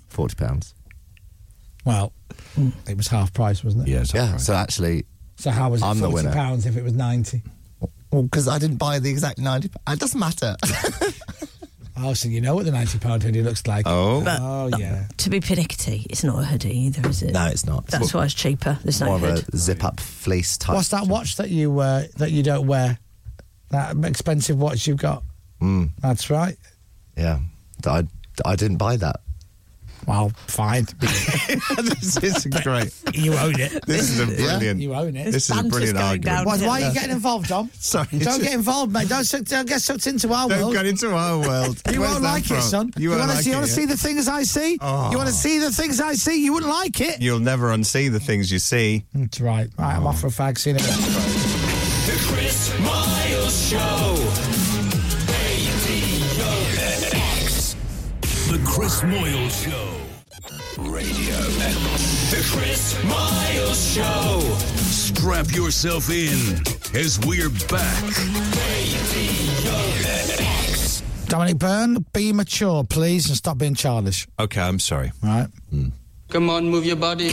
[SPEAKER 16] Forty pounds.
[SPEAKER 5] Well, it was half price, wasn't it?
[SPEAKER 8] Yeah. it's all
[SPEAKER 16] Yeah.
[SPEAKER 8] right.
[SPEAKER 16] So actually,
[SPEAKER 5] So how was it
[SPEAKER 16] I'm the
[SPEAKER 5] forty
[SPEAKER 16] winner.
[SPEAKER 5] pounds if it was ninety?
[SPEAKER 16] well, because I didn't buy the exact ninety. p- It doesn't matter.
[SPEAKER 5] Oh, so you know what the ninety pound hoodie looks like?
[SPEAKER 8] Oh.
[SPEAKER 3] But
[SPEAKER 5] Oh, yeah.
[SPEAKER 3] to be pernickety, it's not a hoodie either, is it?
[SPEAKER 16] no, it's not.
[SPEAKER 3] That's why it's cheaper. There's no
[SPEAKER 16] More of
[SPEAKER 3] hood.
[SPEAKER 16] a zip up fleece type.
[SPEAKER 5] What's that watch that you uh, that you don't wear? That expensive watch you've got.
[SPEAKER 16] Mm,
[SPEAKER 5] That's right.
[SPEAKER 16] yeah. I, I didn't buy that.
[SPEAKER 5] Well, fine.
[SPEAKER 8] this is great.
[SPEAKER 5] you own it.
[SPEAKER 8] This is a brilliant.
[SPEAKER 5] You own it.
[SPEAKER 8] This is a
[SPEAKER 3] Banter's
[SPEAKER 8] brilliant
[SPEAKER 3] going
[SPEAKER 8] argument.
[SPEAKER 3] down.
[SPEAKER 5] Why, why are you getting involved, Dom?
[SPEAKER 8] Sorry,
[SPEAKER 5] Don't
[SPEAKER 8] just-
[SPEAKER 5] get involved, mate. Don't, suck- don't get sucked into our
[SPEAKER 8] Don't
[SPEAKER 5] world.
[SPEAKER 8] get into our world.
[SPEAKER 5] you
[SPEAKER 8] Where's
[SPEAKER 5] won't
[SPEAKER 8] that
[SPEAKER 5] like
[SPEAKER 8] from?
[SPEAKER 5] it, son.
[SPEAKER 8] You won't
[SPEAKER 5] wanna,
[SPEAKER 8] like
[SPEAKER 5] you
[SPEAKER 8] it. Oh.
[SPEAKER 5] wanna
[SPEAKER 8] yeah?
[SPEAKER 5] see the things I see? You want to see the things I see? You wouldn't like it.
[SPEAKER 8] You'll never unsee the things you see.
[SPEAKER 5] That's right. Right, I'm off for a fag. See you later.
[SPEAKER 6] The Chris Miles Show. Radio X.
[SPEAKER 1] The Chris Moyle Show.
[SPEAKER 6] Radio X. The Chris Miles Show.
[SPEAKER 1] Strap yourself in as we're back.
[SPEAKER 6] Radio X.
[SPEAKER 5] Dominic Byrne, be mature, please, and stop being childish.
[SPEAKER 8] Okay, I'm sorry.
[SPEAKER 5] Right?
[SPEAKER 19] Come on, move your body.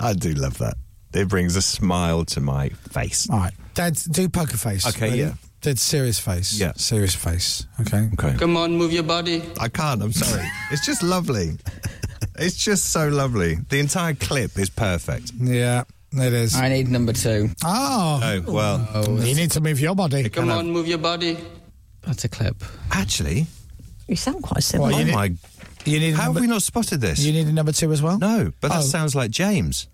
[SPEAKER 8] I do love that. It brings a smile to my face.
[SPEAKER 5] All right. Dad, do poker face.
[SPEAKER 8] Okay,
[SPEAKER 5] ready?
[SPEAKER 8] yeah.
[SPEAKER 5] Dad, serious face.
[SPEAKER 8] Yeah.
[SPEAKER 5] Serious face. Okay.
[SPEAKER 8] Okay.
[SPEAKER 19] Come on, move your body.
[SPEAKER 8] I can't. I'm sorry. it's just lovely. It's just so lovely. The entire clip is perfect.
[SPEAKER 5] Yeah, it is.
[SPEAKER 9] I need number two.
[SPEAKER 5] Oh.
[SPEAKER 8] Oh, well.
[SPEAKER 5] you need to move your body.
[SPEAKER 19] Come on, move your body.
[SPEAKER 9] That's a clip.
[SPEAKER 8] Actually,
[SPEAKER 3] You sound quite similar.
[SPEAKER 8] oh my.
[SPEAKER 5] You need a
[SPEAKER 8] How
[SPEAKER 5] number-
[SPEAKER 8] have we not spotted this?
[SPEAKER 5] You need a number two as well?
[SPEAKER 8] no, but that
[SPEAKER 5] Oh.
[SPEAKER 8] sounds like James.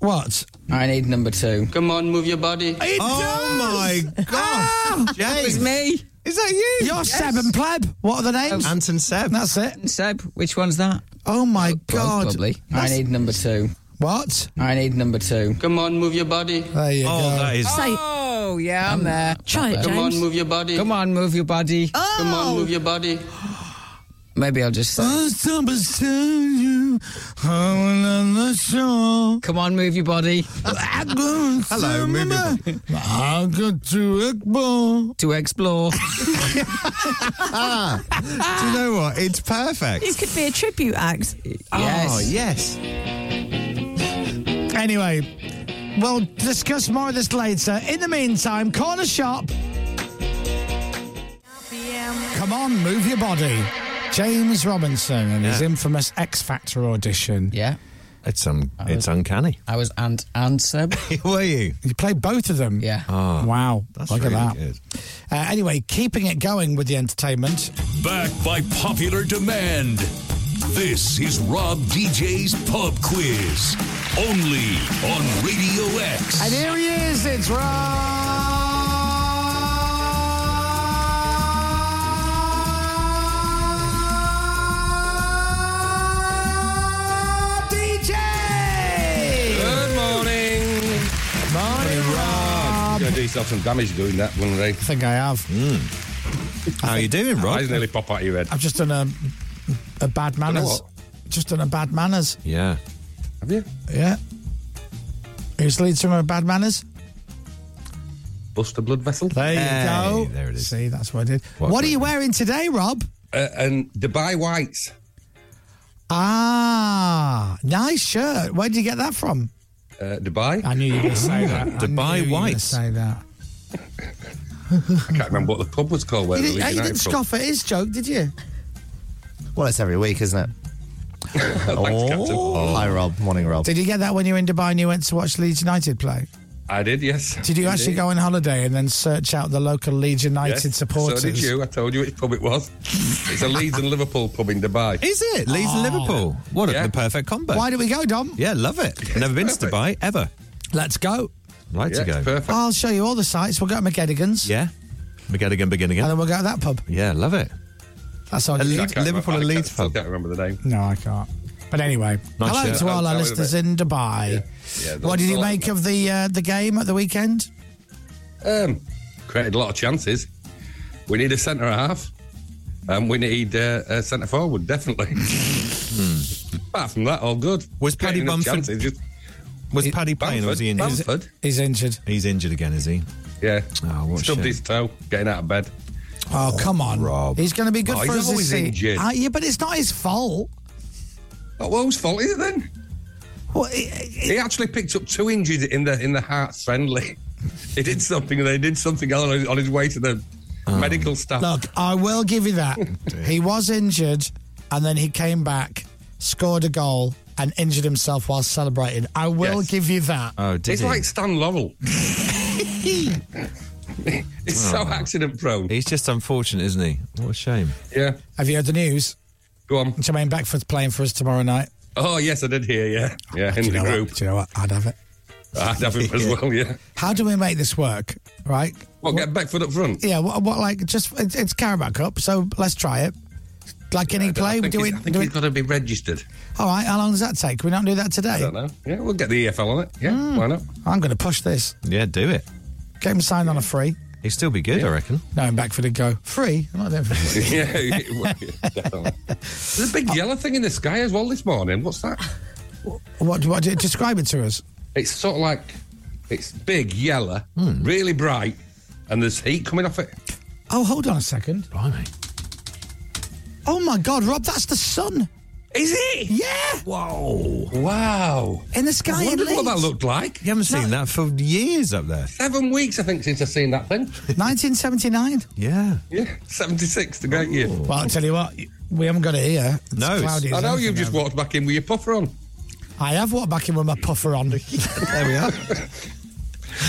[SPEAKER 5] What?
[SPEAKER 9] I need number two.
[SPEAKER 19] Come on, move your body.
[SPEAKER 8] oh my gosh,
[SPEAKER 9] It was
[SPEAKER 8] James!
[SPEAKER 9] me.
[SPEAKER 8] Is that you?
[SPEAKER 5] You're Seb and Pleb. What are the names?
[SPEAKER 8] Anton Seb.
[SPEAKER 5] That's it.
[SPEAKER 9] Seb, which one's that?
[SPEAKER 5] Oh my God.
[SPEAKER 9] Probably. I
[SPEAKER 5] That's-
[SPEAKER 9] need number two.
[SPEAKER 5] What?
[SPEAKER 9] I need number two.
[SPEAKER 19] Come on, move your body.
[SPEAKER 5] There you
[SPEAKER 8] Oh,
[SPEAKER 5] go.
[SPEAKER 8] that is.
[SPEAKER 3] Say,
[SPEAKER 9] Oh, yeah, I'm there.
[SPEAKER 3] try it,
[SPEAKER 19] Come on,
[SPEAKER 3] James.
[SPEAKER 19] move your body.
[SPEAKER 9] Come on, move your body.
[SPEAKER 19] Come on, move your body.
[SPEAKER 9] Maybe I'll just say,
[SPEAKER 5] Somebody's tell you how on the shore.
[SPEAKER 9] come on, move your body.
[SPEAKER 5] Hello, movie. I got to Ekbo.
[SPEAKER 9] To explore.
[SPEAKER 8] Ah. Do you know what? It's perfect.
[SPEAKER 3] You could be a tribute act.
[SPEAKER 9] yes.
[SPEAKER 8] Oh yes.
[SPEAKER 5] Anyway, we'll discuss more of this later. In the meantime, corner shop. Come on, move your body. James Robinson and his
[SPEAKER 8] Yeah.
[SPEAKER 5] infamous X Factor audition.
[SPEAKER 9] Yeah.
[SPEAKER 8] It's um.
[SPEAKER 5] Uh-huh.
[SPEAKER 8] It's uncanny.
[SPEAKER 9] I was and and Seb.
[SPEAKER 8] Were you? Ah.
[SPEAKER 5] You played both of them.
[SPEAKER 9] Yeah.
[SPEAKER 5] Wow.
[SPEAKER 8] That's
[SPEAKER 5] Look
[SPEAKER 8] really
[SPEAKER 5] at that.
[SPEAKER 8] good.
[SPEAKER 5] Uh, anyway, keeping it going with the entertainment.
[SPEAKER 1] Back by popular demand. This is Rob DJ's Pub Quiz. Only on Radio X.
[SPEAKER 5] And here he is. It's Rob DJ.
[SPEAKER 18] Good morning.
[SPEAKER 5] Morning,
[SPEAKER 18] Rob. Going to do yourself some damage doing that, wouldn't they?
[SPEAKER 5] I think I have.
[SPEAKER 8] Hmm. How are you doing, Rob?
[SPEAKER 18] Eyes nearly pop out of your head.
[SPEAKER 5] I've just done a a bad manners.
[SPEAKER 18] what?
[SPEAKER 5] Just done a bad manners.
[SPEAKER 8] Yeah.
[SPEAKER 18] Have you?
[SPEAKER 5] Yeah. Who's leads from a bad manners?
[SPEAKER 18] Bust a blood vessel.
[SPEAKER 5] There you
[SPEAKER 8] Hey,
[SPEAKER 5] go.
[SPEAKER 8] there it is.
[SPEAKER 5] See, that's what I did.
[SPEAKER 8] What-
[SPEAKER 5] what are you wearing today, Rob?
[SPEAKER 18] Uh, and Dubai Whites.
[SPEAKER 5] Ah, nice shirt. Where did you get that from?
[SPEAKER 18] Uh, Dubai.
[SPEAKER 5] I knew you were going to say that. I
[SPEAKER 8] Dubai
[SPEAKER 5] knew you were gonna
[SPEAKER 8] Whites.
[SPEAKER 5] Say that.
[SPEAKER 18] I can't remember what the pub was called. Where
[SPEAKER 5] You
[SPEAKER 18] the
[SPEAKER 5] didn't,
[SPEAKER 18] Leeds
[SPEAKER 5] you didn't
[SPEAKER 18] United pub.
[SPEAKER 5] scoff at his joke, did you?
[SPEAKER 16] Well, it's every week, isn't it? Oh,
[SPEAKER 18] Thanks, Captain.
[SPEAKER 5] Oh.
[SPEAKER 16] Hi, Rob. Morning,
[SPEAKER 18] Oh.
[SPEAKER 16] Rob.
[SPEAKER 5] Did you get that when you were in Dubai and you went to watch Leeds United play?
[SPEAKER 18] I did, yes.
[SPEAKER 5] Did you actually
[SPEAKER 18] Indeed.
[SPEAKER 5] go on holiday and then search out the local Leeds United
[SPEAKER 18] Yes.
[SPEAKER 5] supporters?
[SPEAKER 18] So did you. I told you which pub it was. It's a Leeds and Liverpool pub in Dubai.
[SPEAKER 8] Is it Leeds and Liverpool? What
[SPEAKER 18] Yeah.
[SPEAKER 8] a, the perfect combo.
[SPEAKER 5] Why do we go, Dom?
[SPEAKER 8] Yeah, love it. Never been to Dubai ever.
[SPEAKER 5] Let's go.
[SPEAKER 8] Right
[SPEAKER 18] Yeah,
[SPEAKER 8] to go.
[SPEAKER 18] it's perfect.
[SPEAKER 5] I'll show you all the sites. We'll go to McGettigan's
[SPEAKER 8] Yeah. Begin again. Begin
[SPEAKER 5] and
[SPEAKER 8] again.
[SPEAKER 5] then we'll go to that pub.
[SPEAKER 8] Yeah, love it.
[SPEAKER 5] That's all.
[SPEAKER 8] A
[SPEAKER 5] you
[SPEAKER 8] Leeds-
[SPEAKER 18] I
[SPEAKER 5] need.
[SPEAKER 18] can't remember-
[SPEAKER 8] Liverpool and
[SPEAKER 18] I
[SPEAKER 8] Leeds
[SPEAKER 18] can't-
[SPEAKER 8] pub.
[SPEAKER 18] I can't remember the name.
[SPEAKER 5] No, I can't. But anyway,
[SPEAKER 8] Nice
[SPEAKER 5] hello
[SPEAKER 8] shirt.
[SPEAKER 5] to all
[SPEAKER 18] I'll
[SPEAKER 5] our
[SPEAKER 18] tell you
[SPEAKER 5] listeners
[SPEAKER 18] about it.
[SPEAKER 5] in Dubai.
[SPEAKER 18] Yeah, they'll-
[SPEAKER 5] what did you
[SPEAKER 18] they'll
[SPEAKER 5] make
[SPEAKER 18] like
[SPEAKER 5] of the uh, the game at the weekend?
[SPEAKER 18] Um, created a lot of chances. We need a centre half. Um, we need uh, a centre forward, definitely.
[SPEAKER 8] Hmm.
[SPEAKER 18] Apart from that, all good.
[SPEAKER 8] Was Paddy
[SPEAKER 18] Creating enough
[SPEAKER 8] Bamford-
[SPEAKER 18] chances, just-
[SPEAKER 8] Was Paddy playing or was he injured?
[SPEAKER 18] Bamford,
[SPEAKER 5] He's injured.
[SPEAKER 8] He's injured again, is he?
[SPEAKER 18] yeah.
[SPEAKER 8] Oh, what a
[SPEAKER 18] Stubbed
[SPEAKER 8] shame.
[SPEAKER 18] his toe, getting out of bed.
[SPEAKER 5] Oh, come on,
[SPEAKER 8] Rob.
[SPEAKER 5] He's going to be good for
[SPEAKER 18] Oh, he's
[SPEAKER 5] us this
[SPEAKER 18] always
[SPEAKER 5] season.
[SPEAKER 18] injured.
[SPEAKER 5] Ah, yeah, but it's not his fault.
[SPEAKER 18] Not Woe's fault, is it then?
[SPEAKER 5] Well, it-
[SPEAKER 18] He actually picked up two injuries in the in the Hearts friendly. He did something, and they did something else on his, on his way to the medical staff.
[SPEAKER 5] Oh. Look, I will give you that. he was injured, and then he came back, scored a goal, and injured himself while celebrating. I will
[SPEAKER 18] Yes.
[SPEAKER 5] give you that.
[SPEAKER 8] Oh, did
[SPEAKER 18] It's
[SPEAKER 8] he?
[SPEAKER 18] like Stan Laurel. it's so accident prone.
[SPEAKER 8] Oh. He's just unfortunate, isn't he? What a shame.
[SPEAKER 18] Yeah,
[SPEAKER 5] Have you heard the news?
[SPEAKER 18] go on.
[SPEAKER 5] Jermaine Beckford's playing for us tomorrow night.
[SPEAKER 18] Oh yes, I did hear. Yeah, yeah, in
[SPEAKER 5] Do you
[SPEAKER 18] the
[SPEAKER 5] know what?
[SPEAKER 18] group.
[SPEAKER 5] Do you know what? I'd have it.
[SPEAKER 18] I'd have him as well. Yeah.
[SPEAKER 5] How do we make this work? Right?
[SPEAKER 18] Well, get Beckford up front.
[SPEAKER 5] Yeah. What? what like, just it's, it's Carabao Cup, so let's try it. Like any play,
[SPEAKER 18] I think,
[SPEAKER 5] do
[SPEAKER 18] he's-
[SPEAKER 5] it.
[SPEAKER 18] I think
[SPEAKER 5] do
[SPEAKER 18] he's
[SPEAKER 5] it-
[SPEAKER 18] got to be registered.
[SPEAKER 5] All right. How long does that take? Can we not do that
[SPEAKER 18] I
[SPEAKER 5] today? Hmm.
[SPEAKER 18] don't know. Yeah, we'll get the EFL on it. Yeah,
[SPEAKER 5] Mm.
[SPEAKER 18] why not?
[SPEAKER 5] I'm going to push this.
[SPEAKER 8] Yeah, do it.
[SPEAKER 5] Get him signed on a free.
[SPEAKER 8] He'd still be good, I reckon.
[SPEAKER 5] No, I'm back for the go. Free? I'm not doing free.
[SPEAKER 18] yeah, yeah, definitely. There's a
[SPEAKER 5] Oh.
[SPEAKER 18] big yellow thing in the sky as well this morning. What's that?
[SPEAKER 5] what, what? Describe it to us.
[SPEAKER 18] It's sort of like it's big
[SPEAKER 5] Hmm.
[SPEAKER 18] yellow, really bright, and there's heat coming off it.
[SPEAKER 5] Oh, hold on a second.
[SPEAKER 8] Blimey.
[SPEAKER 5] Oh my God, Rob, that's the sun.
[SPEAKER 18] Is it?
[SPEAKER 5] Yeah.
[SPEAKER 18] Whoa.
[SPEAKER 5] Oh.
[SPEAKER 18] Wow.
[SPEAKER 5] In the sky
[SPEAKER 18] I
[SPEAKER 5] in
[SPEAKER 18] wondered what that
[SPEAKER 5] Leeds.
[SPEAKER 18] looked like.
[SPEAKER 8] You haven't seen that for years up there.
[SPEAKER 18] Seven weeks, I think, since I've seen that thing.
[SPEAKER 5] 1979.
[SPEAKER 8] Yeah.
[SPEAKER 18] Yeah, 76, the great year.
[SPEAKER 5] Well, I'll tell you what, we haven't got it here. It's
[SPEAKER 18] No, it's-
[SPEAKER 5] cloudy as
[SPEAKER 18] I know you've
[SPEAKER 5] anything
[SPEAKER 18] just
[SPEAKER 5] over.
[SPEAKER 18] walked back in with your puffer on.
[SPEAKER 5] I have walked back in with my puffer on. there we are.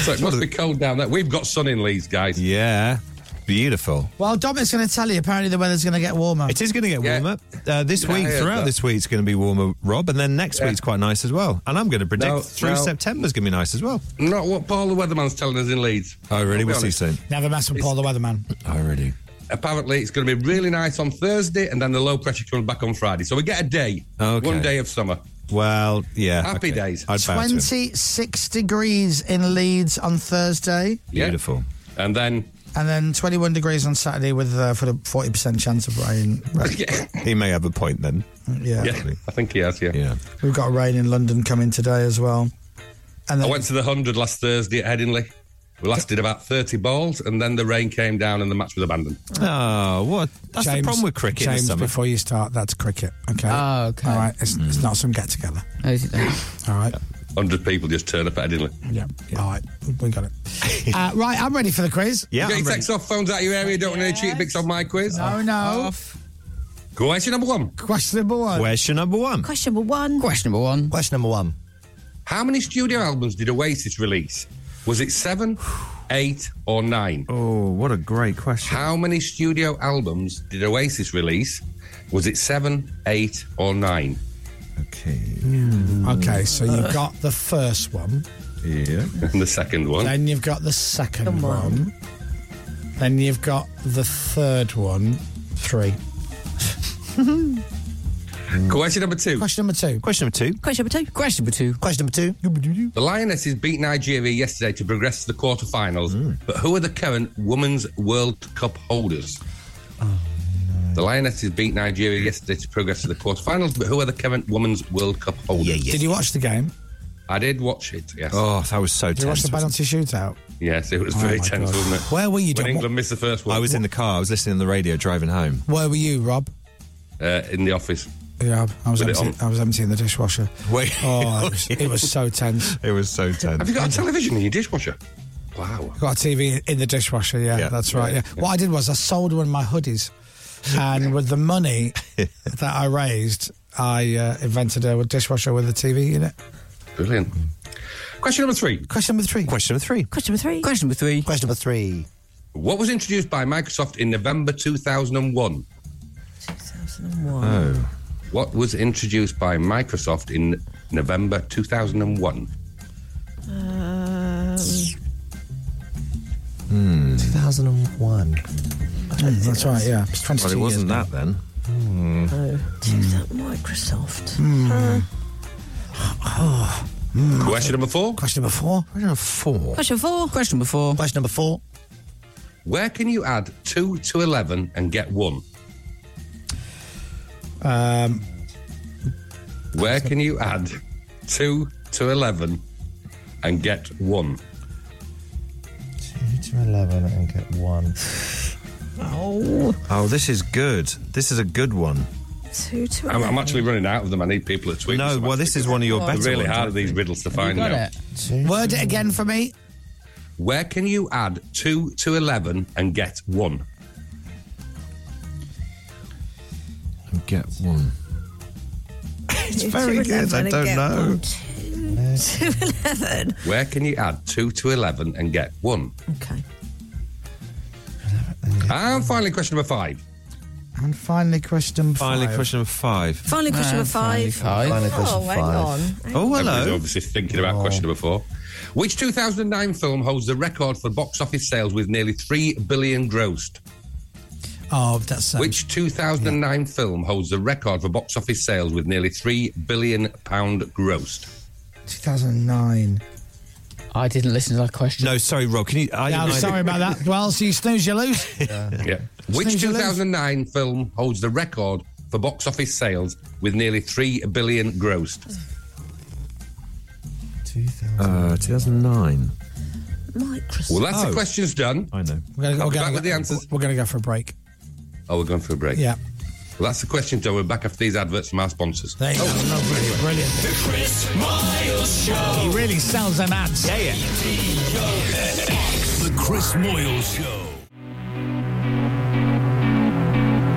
[SPEAKER 18] So it must be cold down there. We've got sun in Leeds, guys.
[SPEAKER 8] Yeah. Beautiful.
[SPEAKER 5] Well, Dominic's going to tell you. Apparently, the weather's going to get warmer.
[SPEAKER 8] It is going to get warmer uh, this
[SPEAKER 18] Yeah, I
[SPEAKER 8] week.
[SPEAKER 18] heard
[SPEAKER 8] Throughout
[SPEAKER 18] that.
[SPEAKER 8] this week, it's going to be warmer, Rob, and then next
[SPEAKER 18] Yeah.
[SPEAKER 8] week's quite nice as well. And I'm going to predict
[SPEAKER 18] No,
[SPEAKER 8] through
[SPEAKER 18] no.
[SPEAKER 8] September's going to be nice as well.
[SPEAKER 18] Not what Paul the Weatherman's telling us in Leeds.
[SPEAKER 8] Oh, really?
[SPEAKER 18] I'll be
[SPEAKER 8] We'll see
[SPEAKER 18] honest.
[SPEAKER 8] soon.
[SPEAKER 5] Never mess with Paul the weatherman.
[SPEAKER 8] Oh, really?
[SPEAKER 18] Apparently, it's going to be really nice on Thursday, and then the low pressure comes back on Friday. So we get a day.
[SPEAKER 8] Okay.
[SPEAKER 18] One day of summer.
[SPEAKER 8] Well, yeah.
[SPEAKER 18] Happy days.
[SPEAKER 8] I'd bow to him.
[SPEAKER 5] 26 degrees in Leeds on Thursday,
[SPEAKER 8] Beautiful.
[SPEAKER 18] And then
[SPEAKER 5] and then 21 degrees on Saturday with uh, for the 40% chance of rain. Right.
[SPEAKER 8] He may have a point then.
[SPEAKER 5] Yeah.
[SPEAKER 18] I think he has, yeah.
[SPEAKER 8] Yeah.
[SPEAKER 5] We've got rain in London coming today as well. And
[SPEAKER 18] I
[SPEAKER 5] then
[SPEAKER 18] went to the 100 last Thursday at Headingley. We lasted about 30 balls, and then the rain came down and the match was abandoned.
[SPEAKER 8] Oh, what? That's the
[SPEAKER 5] James-
[SPEAKER 8] problem with cricket
[SPEAKER 5] James,
[SPEAKER 8] this summer.
[SPEAKER 5] before you start, that's cricket. Okay.
[SPEAKER 9] Oh, okay. Oh,
[SPEAKER 5] All right. It's, it's not some get together. All right.
[SPEAKER 18] 100 people just turn up at Headingley.
[SPEAKER 5] Yeah. All right. We got it. uh, right. I'm ready for the quiz.
[SPEAKER 18] you get your text off, phones out of your area, don't want any cheat pics on my quiz.
[SPEAKER 5] Oh, no.
[SPEAKER 18] Question number one.
[SPEAKER 5] Question number one.
[SPEAKER 8] Question number one.
[SPEAKER 3] Question number one.
[SPEAKER 9] Question number one.
[SPEAKER 16] Question number one.
[SPEAKER 18] How many studio albums did Oasis release? Was it seven, eight, or nine?
[SPEAKER 8] Oh, what a great question.
[SPEAKER 18] How many studio albums did Oasis release? Was it seven, eight, or nine?
[SPEAKER 8] Okay.
[SPEAKER 5] Okay. So you've got the first one.
[SPEAKER 8] Yeah.
[SPEAKER 18] And the second one.
[SPEAKER 5] Then you've got the second one. Then you've got the third one. Three.
[SPEAKER 18] Question number two.
[SPEAKER 5] Question number two.
[SPEAKER 8] Question number two.
[SPEAKER 3] Question number two.
[SPEAKER 9] Question number two.
[SPEAKER 16] Question number two.
[SPEAKER 18] The Lionesses beat Nigeria yesterday to progress to the quarterfinals,
[SPEAKER 8] Hmm.
[SPEAKER 18] but who are the current Women's World Cup holders?
[SPEAKER 8] Oh,
[SPEAKER 18] The Lionesses beat Nigeria yesterday to progress to the quarterfinals, but who are the current Women's World Cup holders?
[SPEAKER 5] Did you watch the game?
[SPEAKER 18] I did watch it, yes.
[SPEAKER 8] Oh, that was so
[SPEAKER 5] Did you watch
[SPEAKER 8] tense.
[SPEAKER 5] the penalty shootout?
[SPEAKER 18] Yes, it was
[SPEAKER 5] Oh
[SPEAKER 18] very
[SPEAKER 5] my
[SPEAKER 18] tense,
[SPEAKER 5] God.
[SPEAKER 18] wasn't it?
[SPEAKER 5] Where were you,
[SPEAKER 18] When
[SPEAKER 5] John?
[SPEAKER 18] England missed the first one.
[SPEAKER 8] I was in the car. I was listening to the radio driving home.
[SPEAKER 5] Where were you, Rob?
[SPEAKER 18] uh, in the office.
[SPEAKER 5] Yeah, I was
[SPEAKER 18] With it
[SPEAKER 5] empty, I was emptying the dishwasher.
[SPEAKER 8] Wait.
[SPEAKER 5] Oh, it was, it was so tense.
[SPEAKER 8] It was so tense.
[SPEAKER 18] Have you got a television in your dishwasher? Wow.
[SPEAKER 5] Got a TV in the dishwasher. Yeah,
[SPEAKER 8] Yeah,
[SPEAKER 5] that's right. Yeah. What I did was I sold one of my hoodies, and with the money that I raised, I uh, invented a dishwasher with a TV in it.
[SPEAKER 18] Brilliant. Question number three.
[SPEAKER 5] Question number three.
[SPEAKER 8] Question number three.
[SPEAKER 3] Question number three.
[SPEAKER 9] Question number three.
[SPEAKER 16] Question number three.
[SPEAKER 18] What was introduced by Microsoft in November 2001?
[SPEAKER 3] 2001.
[SPEAKER 8] Oh.
[SPEAKER 18] What was introduced by Microsoft in November 2001?
[SPEAKER 3] Um,
[SPEAKER 16] 2001.
[SPEAKER 5] Hmm, That's right. Yeah, it's twenty-two
[SPEAKER 8] Well, it
[SPEAKER 5] years.
[SPEAKER 8] wasn't
[SPEAKER 5] ago.
[SPEAKER 8] that then. Hmm.
[SPEAKER 3] oh, 2000 Microsoft.
[SPEAKER 18] Question number four.
[SPEAKER 5] Question number four.
[SPEAKER 8] Question number four.
[SPEAKER 3] Question four.
[SPEAKER 9] Question number four.
[SPEAKER 16] Question number four.
[SPEAKER 18] Where can you add 2 to 11 and get 1?
[SPEAKER 5] Um,
[SPEAKER 18] Where can you add 2 to 11 and get 1?
[SPEAKER 16] Two to eleven and get one.
[SPEAKER 8] Oh, this is good. This is a good one.
[SPEAKER 3] Two to
[SPEAKER 18] I'm, I'm actually running out of them. I need people to tweet.
[SPEAKER 8] No,
[SPEAKER 18] us.
[SPEAKER 8] well, this is one of your
[SPEAKER 18] They're
[SPEAKER 8] better
[SPEAKER 18] really
[SPEAKER 8] ones,
[SPEAKER 18] hard
[SPEAKER 8] I
[SPEAKER 18] of these riddles to
[SPEAKER 9] You
[SPEAKER 18] find
[SPEAKER 9] got
[SPEAKER 18] now.
[SPEAKER 9] it.
[SPEAKER 5] word it again for me.
[SPEAKER 18] Where can you add 2 to 11 and get 1?
[SPEAKER 8] Get one.
[SPEAKER 3] It's
[SPEAKER 8] very good, I don't know.
[SPEAKER 3] Two to eleven.
[SPEAKER 18] Where can you add 2 to 11 and get 1?
[SPEAKER 3] Okay.
[SPEAKER 18] And finally, question number 5.
[SPEAKER 5] And finally, question number
[SPEAKER 8] Finally,
[SPEAKER 5] five.
[SPEAKER 8] question number five.
[SPEAKER 3] Finally, question number
[SPEAKER 9] finally
[SPEAKER 3] five.
[SPEAKER 9] five.
[SPEAKER 16] Finally, question
[SPEAKER 3] oh, hang
[SPEAKER 16] five.
[SPEAKER 3] on.
[SPEAKER 8] Oh,
[SPEAKER 18] Everybody's
[SPEAKER 8] hello.
[SPEAKER 18] obviously thinking about question number four. Which 2009 film holds the record for box office sales with nearly 3 billion grossed?
[SPEAKER 5] Oh, that's um,
[SPEAKER 18] Which 2009 film holds the record for box office sales with nearly 3 billion pound grossed?
[SPEAKER 5] 2009.
[SPEAKER 9] I didn't listen to that question.
[SPEAKER 8] No, sorry, Rob. Can you? I,
[SPEAKER 5] Yeah, I'm
[SPEAKER 8] I-
[SPEAKER 5] sorry about that. Well, so you snooze, you lose.
[SPEAKER 18] Yeah. Which
[SPEAKER 5] Snooze you lose.
[SPEAKER 18] 2009 film holds the record for box office sales with nearly 3 billion grossed?
[SPEAKER 16] Two thousand.
[SPEAKER 8] Uh, 2009.
[SPEAKER 3] Microsoft.
[SPEAKER 18] Well, that's
[SPEAKER 8] Oh.
[SPEAKER 18] the questions done.
[SPEAKER 8] I know.
[SPEAKER 5] We're gonna,
[SPEAKER 18] I'll
[SPEAKER 5] we're
[SPEAKER 18] be
[SPEAKER 5] gonna
[SPEAKER 18] back with
[SPEAKER 5] go,
[SPEAKER 18] the answers.
[SPEAKER 5] We're going to go for a break.
[SPEAKER 18] Oh, we're going for a break.
[SPEAKER 5] Yeah.
[SPEAKER 18] Well, that's the question, John. We're back after these adverts from our sponsors.
[SPEAKER 5] There you go. Lovely. Brilliant.
[SPEAKER 6] The Chris Miles Show.
[SPEAKER 5] He really sells them ads. Yeah,
[SPEAKER 6] The Chris Moyle Show.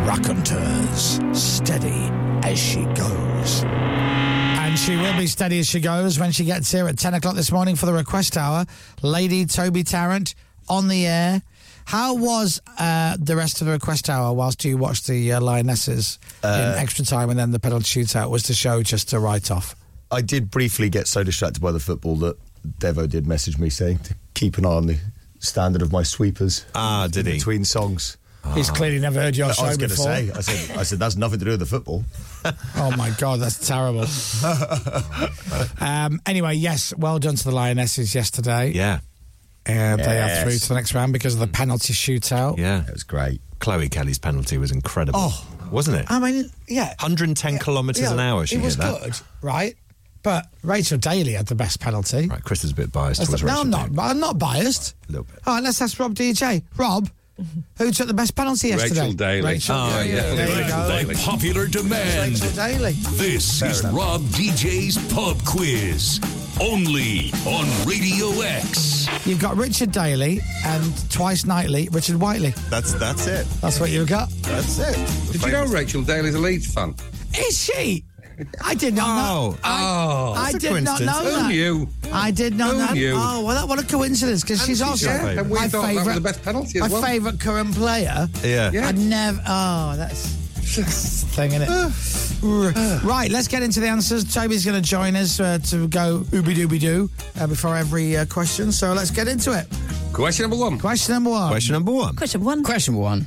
[SPEAKER 5] Raconteurs, steady as she goes. And she will be steady as she goes when she gets here at 10 o'clock this morning for the request hour. Lady Toby Tarrant on the air. How was uh, the rest of the request hour whilst you watched the uh, Lionesses in extra time and then the penalty shootout? Was the show just a write off?
[SPEAKER 20] I did briefly get so distracted by the football that Devo did message me saying to keep an eye on the standard of my sweepers. Ah, did he? Between songs.
[SPEAKER 5] He's
[SPEAKER 8] Ah.
[SPEAKER 5] clearly never heard your
[SPEAKER 20] I
[SPEAKER 5] show
[SPEAKER 20] was gonna
[SPEAKER 5] before.
[SPEAKER 20] say, I said, I said, that's nothing to do with the football.
[SPEAKER 5] oh my god, that's terrible. um, anyway, yes, well done to the Lionesses yesterday.
[SPEAKER 8] Yeah.
[SPEAKER 5] Uh, They are
[SPEAKER 8] Yes.
[SPEAKER 5] through to the next round because of the penalty shootout.
[SPEAKER 8] Yeah. It was great. Chloe Kelly's penalty was incredible.
[SPEAKER 5] Oh.
[SPEAKER 8] Wasn't it?
[SPEAKER 5] I mean, yeah,
[SPEAKER 8] 110 kilometres
[SPEAKER 5] yeah,
[SPEAKER 8] an hour, she
[SPEAKER 5] it was
[SPEAKER 8] hit that.
[SPEAKER 5] good, right? But Rachel Daly had the best penalty.
[SPEAKER 8] Right, Chris is a bit biased
[SPEAKER 5] That's
[SPEAKER 8] towards
[SPEAKER 5] the- no,
[SPEAKER 8] Rachel
[SPEAKER 5] I'm
[SPEAKER 8] Daly.
[SPEAKER 5] not. I'm not biased.
[SPEAKER 8] A little bit.
[SPEAKER 5] All right, let's ask Rob DJ. Rob, who took the best penalty yesterday?
[SPEAKER 8] Rachel Daly.
[SPEAKER 5] Rachel
[SPEAKER 8] Oh,
[SPEAKER 5] Daly.
[SPEAKER 8] yeah.
[SPEAKER 5] There you
[SPEAKER 8] Rachel
[SPEAKER 5] go.
[SPEAKER 6] By
[SPEAKER 8] Daly.
[SPEAKER 6] popular demand.
[SPEAKER 5] Rachel Daily.
[SPEAKER 6] This is Rob DJ's pub quiz. Only on Radio X.
[SPEAKER 5] You've got Richard Daly and twice nightly Richard Whiteley.
[SPEAKER 20] That's that's it.
[SPEAKER 5] That's what you've got.
[SPEAKER 20] That's it.
[SPEAKER 18] Did you know Rachel Daly's a Leeds fan?
[SPEAKER 5] Is she? I did not know.
[SPEAKER 18] Oh,
[SPEAKER 5] I
[SPEAKER 18] that's a
[SPEAKER 5] did not know
[SPEAKER 18] coincidence.
[SPEAKER 5] that.
[SPEAKER 18] Who knew?
[SPEAKER 5] I did not
[SPEAKER 18] Who
[SPEAKER 5] know.
[SPEAKER 18] knew?
[SPEAKER 5] Oh, well, that, what a coincidence because
[SPEAKER 18] And
[SPEAKER 5] she's
[SPEAKER 18] she's
[SPEAKER 5] also
[SPEAKER 18] your favourite. And we
[SPEAKER 5] my
[SPEAKER 18] thought that was
[SPEAKER 5] favourite.
[SPEAKER 18] the best penalty as
[SPEAKER 5] my
[SPEAKER 18] well.
[SPEAKER 5] favourite current player.
[SPEAKER 20] Yeah.
[SPEAKER 18] Yeah.
[SPEAKER 5] I'd never. Oh, that's. that's the thing in it. right, let's get into the answers. Toby's going to join us uh, to go ooby dooby doo uh, before every uh, question. So let's get into it.
[SPEAKER 18] Question number one.
[SPEAKER 5] Question number one.
[SPEAKER 20] Question number one.
[SPEAKER 3] Question one.
[SPEAKER 9] Question one.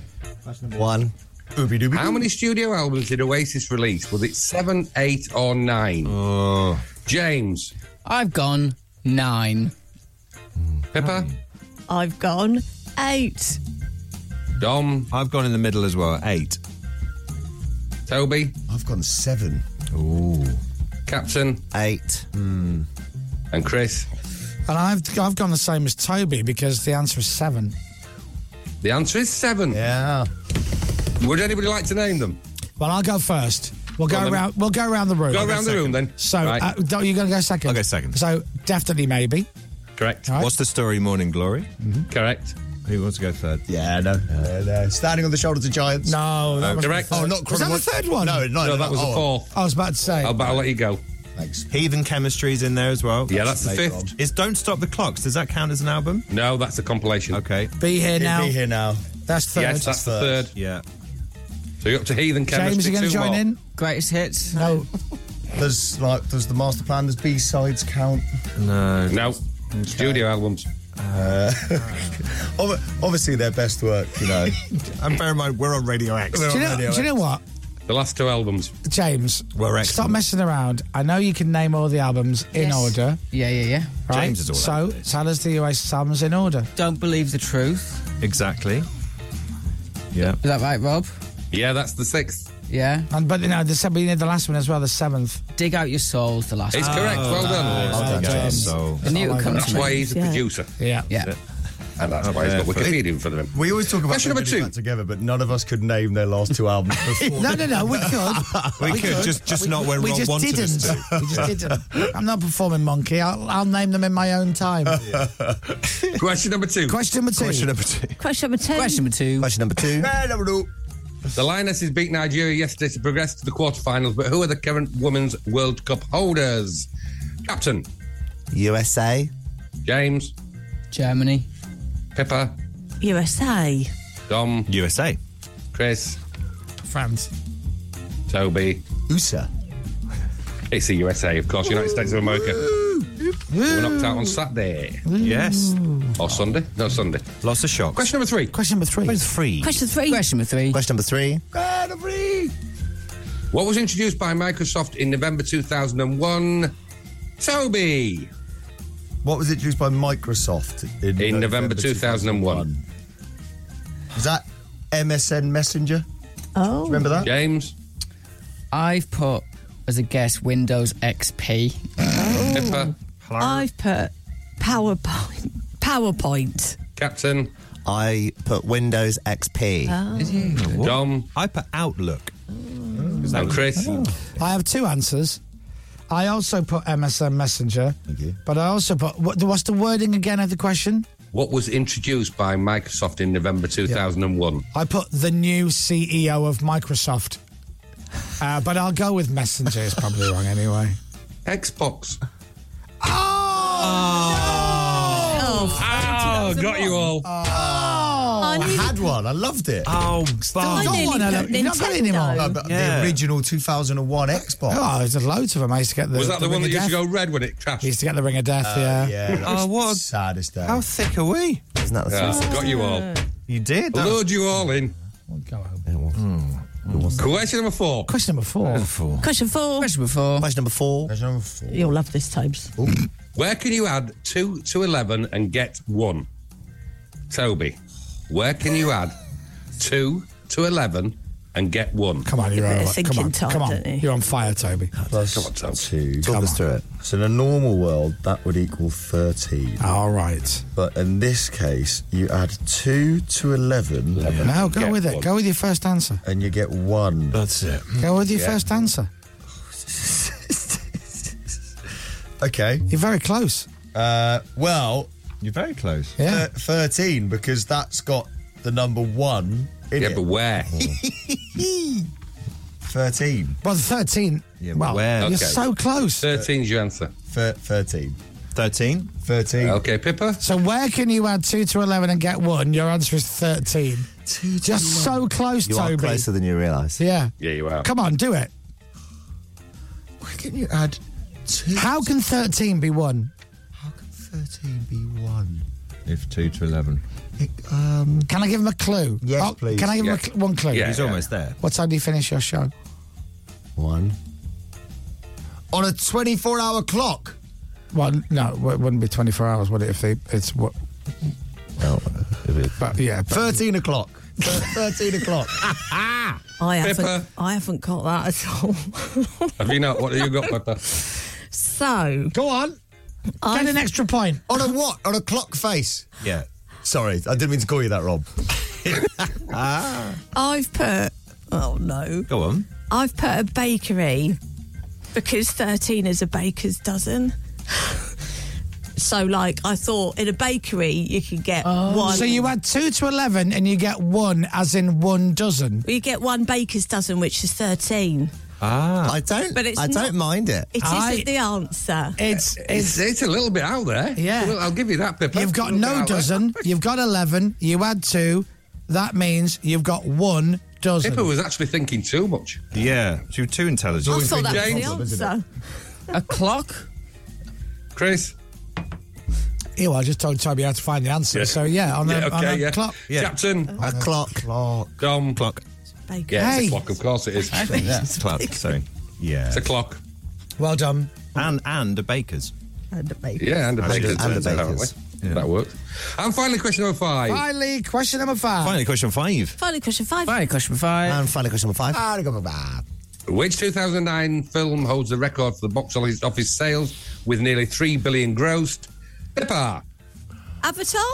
[SPEAKER 20] One. Ooby dooby.
[SPEAKER 18] How many studio albums did Oasis release? Was it seven, eight, or nine? Oh. James.
[SPEAKER 9] I've gone nine.
[SPEAKER 18] Pippa.
[SPEAKER 3] I've gone eight.
[SPEAKER 18] Dom.
[SPEAKER 8] I've gone in the middle as well. Eight.
[SPEAKER 18] Toby.
[SPEAKER 20] I've gone seven.
[SPEAKER 8] Ooh.
[SPEAKER 18] Captain. Hmm.
[SPEAKER 20] Eight.
[SPEAKER 18] And Chris.
[SPEAKER 5] And I've I've gone the same as Toby because the answer is seven.
[SPEAKER 18] The answer is seven.
[SPEAKER 20] Yeah.
[SPEAKER 18] Would anybody like to name them?
[SPEAKER 5] Well, I'll go first. We'll
[SPEAKER 18] Go on
[SPEAKER 5] go
[SPEAKER 18] then.
[SPEAKER 5] around. We'll go around the room.
[SPEAKER 18] Go around the room then.
[SPEAKER 5] So
[SPEAKER 18] Right.
[SPEAKER 5] uh, no, you're going to go second.
[SPEAKER 8] I'll go second.
[SPEAKER 5] So definitely maybe.
[SPEAKER 18] Correct. Mm-hmm.
[SPEAKER 5] All right.
[SPEAKER 8] What's the story, Morning Glory?
[SPEAKER 18] Correct.
[SPEAKER 8] Who wants to go third?
[SPEAKER 20] Yeah, no. no, no. Standing on the shoulders of giants.
[SPEAKER 5] No,
[SPEAKER 8] Uh,
[SPEAKER 5] that
[SPEAKER 20] Oh,
[SPEAKER 5] was
[SPEAKER 18] correct.
[SPEAKER 5] the third.
[SPEAKER 20] Oh, not
[SPEAKER 5] Was that the
[SPEAKER 20] chronological-
[SPEAKER 5] third one?
[SPEAKER 20] No, no,
[SPEAKER 18] No, that was
[SPEAKER 20] oh,
[SPEAKER 18] the fourth.
[SPEAKER 5] I was about to say.
[SPEAKER 18] I'll, but I'll let you go.
[SPEAKER 20] Thanks.
[SPEAKER 8] Heathen Chemistry's in there as well.
[SPEAKER 18] Yeah, that's the
[SPEAKER 20] Later
[SPEAKER 18] fifth.
[SPEAKER 8] Is Don't Stop the Clocks, does that count as an album?
[SPEAKER 18] No, that's a compilation.
[SPEAKER 8] Okay.
[SPEAKER 5] Be here now.
[SPEAKER 20] Be here now.
[SPEAKER 5] That's third.
[SPEAKER 18] Yes, that's the third.
[SPEAKER 8] Yeah.
[SPEAKER 18] So you're up to Heathen Chemistry.
[SPEAKER 5] James, you going
[SPEAKER 18] two
[SPEAKER 5] to join
[SPEAKER 18] more.
[SPEAKER 5] in?
[SPEAKER 9] Greatest hits.
[SPEAKER 5] No.
[SPEAKER 20] Does like does the master plan? Does B sides count?
[SPEAKER 8] No.
[SPEAKER 18] No. Studio albums.
[SPEAKER 10] Uh,
[SPEAKER 20] Ob- Obviously, their best work, you know.
[SPEAKER 8] And bear in mind, we're on Radio X.
[SPEAKER 5] Do you, know, do you know what,
[SPEAKER 18] The last two albums.
[SPEAKER 5] James?
[SPEAKER 8] We're
[SPEAKER 5] Stop
[SPEAKER 8] excellent.
[SPEAKER 5] messing around. I know you can name all the albums in
[SPEAKER 9] Yes.
[SPEAKER 5] order,
[SPEAKER 9] Yeah, yeah, yeah.
[SPEAKER 5] right?
[SPEAKER 8] James is all
[SPEAKER 5] so
[SPEAKER 8] over this.
[SPEAKER 5] tell us the Oasis albums in order.
[SPEAKER 9] Don't believe the truth.
[SPEAKER 8] Exactly. Yeah.
[SPEAKER 9] Is that right, Rob?
[SPEAKER 18] Yeah, that's the sixth.
[SPEAKER 9] Yeah.
[SPEAKER 5] And but no, the, we need the last one as well, the seventh.
[SPEAKER 9] Dig out your souls. The last.
[SPEAKER 18] It's
[SPEAKER 9] one.
[SPEAKER 18] correct. Well done.
[SPEAKER 20] Well done,
[SPEAKER 8] Okay,
[SPEAKER 20] James.
[SPEAKER 8] so
[SPEAKER 9] I knew it would come
[SPEAKER 18] That's
[SPEAKER 9] to
[SPEAKER 18] why
[SPEAKER 9] me.
[SPEAKER 18] he's a
[SPEAKER 3] Yeah.
[SPEAKER 18] producer.
[SPEAKER 5] Yeah.
[SPEAKER 9] Yeah.
[SPEAKER 18] And that's why he's got Wikipedia in front of him.
[SPEAKER 20] We always talk about
[SPEAKER 18] Question number
[SPEAKER 20] everybody
[SPEAKER 18] two.
[SPEAKER 20] back together, but none of us could name their last two albums before.
[SPEAKER 5] No, no, no. We could.
[SPEAKER 8] we, could, just just not where
[SPEAKER 5] we
[SPEAKER 8] Rob
[SPEAKER 5] just
[SPEAKER 8] wanted
[SPEAKER 5] didn't.
[SPEAKER 8] us to.
[SPEAKER 5] we just didn't. I'm not performing monkey. I'll, I'll name them in my own time.
[SPEAKER 18] Question number two.
[SPEAKER 5] Question number two.
[SPEAKER 8] Question number two.
[SPEAKER 3] Question number ten.
[SPEAKER 9] Question number two.
[SPEAKER 20] Question number two.
[SPEAKER 18] The Lionesses beat Nigeria yesterday to progress to the quarterfinals, but who are the current Women's World Cup holders? Captain,
[SPEAKER 16] USA.
[SPEAKER 18] James,
[SPEAKER 9] Germany.
[SPEAKER 18] Pippa,
[SPEAKER 3] USA.
[SPEAKER 18] Dom,
[SPEAKER 8] USA.
[SPEAKER 18] Chris,
[SPEAKER 5] France.
[SPEAKER 18] Toby.
[SPEAKER 20] USA.
[SPEAKER 18] It's the USA, of course, United States of America. We're knocked out on Saturday.
[SPEAKER 8] Yes.
[SPEAKER 18] Or Sunday? No, Sunday.
[SPEAKER 8] Lots of shocks.
[SPEAKER 18] Question number three.
[SPEAKER 5] Question number three.
[SPEAKER 8] three.
[SPEAKER 3] Question three.
[SPEAKER 9] Question number three.
[SPEAKER 16] Question number three.
[SPEAKER 18] What was introduced by Microsoft in November 2001? Toby.
[SPEAKER 20] What was introduced by Microsoft in,
[SPEAKER 18] In November 2001?
[SPEAKER 20] Was that MSN Messenger?
[SPEAKER 3] Oh.
[SPEAKER 20] Remember that?
[SPEAKER 18] James,
[SPEAKER 9] I've put as a guess Windows XP.
[SPEAKER 5] Oh.
[SPEAKER 18] Pippa,
[SPEAKER 3] I've put PowerPoint. PowerPoint.
[SPEAKER 18] Captain,
[SPEAKER 3] Uh.
[SPEAKER 16] I put Windows XP.
[SPEAKER 18] Dom, Mm.
[SPEAKER 8] I put Outlook.
[SPEAKER 18] And Chris,
[SPEAKER 5] I have two answers. I also put MSN Messenger. Thank you. But I also put what, what's the wording again of the question?
[SPEAKER 18] what was introduced by Microsoft in November 2001?
[SPEAKER 5] I put the new CEO of Microsoft. Uh, but I'll go with Messenger. It's probably wrong anyway.
[SPEAKER 18] Xbox.
[SPEAKER 5] Oh,
[SPEAKER 18] Oh, got you all.
[SPEAKER 3] I
[SPEAKER 10] Oh, I
[SPEAKER 3] nearly-
[SPEAKER 10] had one. I loved it.
[SPEAKER 8] Oh,
[SPEAKER 10] I
[SPEAKER 5] I
[SPEAKER 10] got
[SPEAKER 5] nearly
[SPEAKER 10] one. I
[SPEAKER 5] put
[SPEAKER 10] don't- You're not got it anymore.
[SPEAKER 5] Nintendo.
[SPEAKER 10] No, but
[SPEAKER 5] Yeah.
[SPEAKER 10] The original 2001 Xbox.
[SPEAKER 5] Oh, there's loads of them. I used to get the.
[SPEAKER 10] Was that the
[SPEAKER 5] Ring
[SPEAKER 10] one that
[SPEAKER 5] of
[SPEAKER 10] used to
[SPEAKER 5] Death.
[SPEAKER 18] go red when it crashed? Oh,
[SPEAKER 5] Used to get the Ring of Death. yeah.
[SPEAKER 10] Uh, yeah. that was
[SPEAKER 8] what?
[SPEAKER 10] Saddest day.
[SPEAKER 8] How thick are we?
[SPEAKER 10] Isn't that
[SPEAKER 18] Yeah, got you all.
[SPEAKER 8] You did. that was-
[SPEAKER 18] Load you all in. Question number four.
[SPEAKER 5] Hmm. Question number four.
[SPEAKER 3] Question four.
[SPEAKER 21] Question number four.
[SPEAKER 10] Question number four. Question number four.
[SPEAKER 3] You'll love this, Tobes.
[SPEAKER 18] Where can you add two to 11 and get one? Toby, where can you add two to 11 and get one?
[SPEAKER 5] Come on, you're
[SPEAKER 18] Give it a
[SPEAKER 5] all right. Come
[SPEAKER 18] thinking
[SPEAKER 5] on,
[SPEAKER 18] time,
[SPEAKER 5] come
[SPEAKER 18] don't
[SPEAKER 5] on.
[SPEAKER 18] you?
[SPEAKER 5] You're on fire, Toby.
[SPEAKER 10] Plus
[SPEAKER 18] Come on, Tom.
[SPEAKER 10] two. Talk us through it. So in a normal world, that would equal 13.
[SPEAKER 5] All right.
[SPEAKER 10] But in this case, you add 2 to 11.
[SPEAKER 5] Now go with it. Go with your first answer.
[SPEAKER 10] And you get 1.
[SPEAKER 8] That's it.
[SPEAKER 5] Go with your
[SPEAKER 10] Yeah.
[SPEAKER 5] first answer.
[SPEAKER 10] Okay.
[SPEAKER 5] You're very close.
[SPEAKER 10] Uh, well,
[SPEAKER 8] you're very close.
[SPEAKER 10] Yeah. 13, because that's got the number 1 in
[SPEAKER 18] Yeah,
[SPEAKER 10] it.
[SPEAKER 18] but where?
[SPEAKER 10] 13.
[SPEAKER 5] Well, 13. well, you're so close.
[SPEAKER 18] 13's your answer.
[SPEAKER 10] 13.
[SPEAKER 8] 13?
[SPEAKER 10] 13.
[SPEAKER 18] Okay, Pippa.
[SPEAKER 5] So where can you add 2 to 11 and get 1? Your answer is 13. Just so close,
[SPEAKER 10] You are
[SPEAKER 5] Toby.
[SPEAKER 10] closer
[SPEAKER 5] than
[SPEAKER 10] you realise.
[SPEAKER 5] Yeah.
[SPEAKER 18] Yeah, you are.
[SPEAKER 5] Come on, do it.
[SPEAKER 10] Why can you add two?
[SPEAKER 5] How can 13 be 1?
[SPEAKER 10] 13 be 1.
[SPEAKER 8] If two to eleven.
[SPEAKER 5] Um, can I give him a clue?
[SPEAKER 10] Yes,
[SPEAKER 5] Oh,
[SPEAKER 10] please.
[SPEAKER 5] Can I give him a
[SPEAKER 10] Yeah.
[SPEAKER 5] cl- one clue?
[SPEAKER 8] He's almost there.
[SPEAKER 5] What time do you finish your show?
[SPEAKER 10] 1. On a 24 hour clock.
[SPEAKER 5] Well, no, it wouldn't be 24 hours, would it? If they, it's what. But yeah, but-
[SPEAKER 10] 13 o'clock. 13 o'clock.
[SPEAKER 3] I
[SPEAKER 18] Pippa.
[SPEAKER 3] haven't, I haven't got that at all.
[SPEAKER 18] Have you not? What have you got, Pippa?
[SPEAKER 3] So
[SPEAKER 5] go on.
[SPEAKER 3] I've,
[SPEAKER 5] Get an extra point.
[SPEAKER 10] On a what? On a clock face.
[SPEAKER 8] Yeah.
[SPEAKER 10] Sorry, I didn't mean to call you that, Rob.
[SPEAKER 5] Ah.
[SPEAKER 3] I've put. Oh no.
[SPEAKER 8] Go on.
[SPEAKER 3] I've put a bakery because 13 is a baker's dozen. so, like, I thought in a bakery you could get one.
[SPEAKER 5] Oh. So you add 2 to 11 and you get 1, as in 1 dozen.
[SPEAKER 3] you get one baker's dozen, which is 13.
[SPEAKER 8] Ah.
[SPEAKER 10] I don't.
[SPEAKER 3] But it's I don't not-
[SPEAKER 10] mind it.
[SPEAKER 3] It
[SPEAKER 5] I-
[SPEAKER 3] not the answer.
[SPEAKER 5] It's,
[SPEAKER 18] It's,
[SPEAKER 5] it's,
[SPEAKER 18] it's a little bit out there.
[SPEAKER 5] Yeah.
[SPEAKER 18] Well, I'll give you that, Pippa.
[SPEAKER 5] You've got
[SPEAKER 18] Little bit
[SPEAKER 5] no
[SPEAKER 18] out there.
[SPEAKER 5] dozen, you've got 11, you add 2, that means you've got 1 dozen.
[SPEAKER 18] Pippa was actually thinking too much.
[SPEAKER 8] Yeah. So you're too
[SPEAKER 3] I
[SPEAKER 8] intelligent.
[SPEAKER 3] thought that
[SPEAKER 18] James,
[SPEAKER 3] was the answer.
[SPEAKER 21] A clock?
[SPEAKER 18] Chris.
[SPEAKER 5] Yeah, well, I just told Toby how to find the answer.
[SPEAKER 18] Yeah.
[SPEAKER 5] So yeah, on the,
[SPEAKER 18] Yeah,
[SPEAKER 5] on
[SPEAKER 18] okay,
[SPEAKER 5] the
[SPEAKER 18] yeah.
[SPEAKER 5] clock.
[SPEAKER 18] Captain.
[SPEAKER 10] A clock. clock.
[SPEAKER 18] Dom.
[SPEAKER 8] Clock.
[SPEAKER 3] Baker.
[SPEAKER 18] Yeah, it's
[SPEAKER 5] Hey.
[SPEAKER 18] a clock. Of course it is.
[SPEAKER 8] It's Clock. Sorry. Yeah.
[SPEAKER 18] It's a clock.
[SPEAKER 5] Well done.
[SPEAKER 8] And and a baker's.
[SPEAKER 3] And a baker.
[SPEAKER 18] Yeah, and a
[SPEAKER 8] And
[SPEAKER 18] baker's.
[SPEAKER 8] the- and the
[SPEAKER 18] dozen,
[SPEAKER 8] baker's.
[SPEAKER 18] apparently. That works. And finally, question number five.
[SPEAKER 5] Finally, question number five.
[SPEAKER 8] Finally, question five.
[SPEAKER 3] Finally, question five.
[SPEAKER 21] Right, question number five.
[SPEAKER 10] And finally, question number five.
[SPEAKER 5] Ah, go back.
[SPEAKER 18] Which 2009 film holds the record for the box office sales with nearly 3 billion grossed? Pippa.
[SPEAKER 3] Avatar?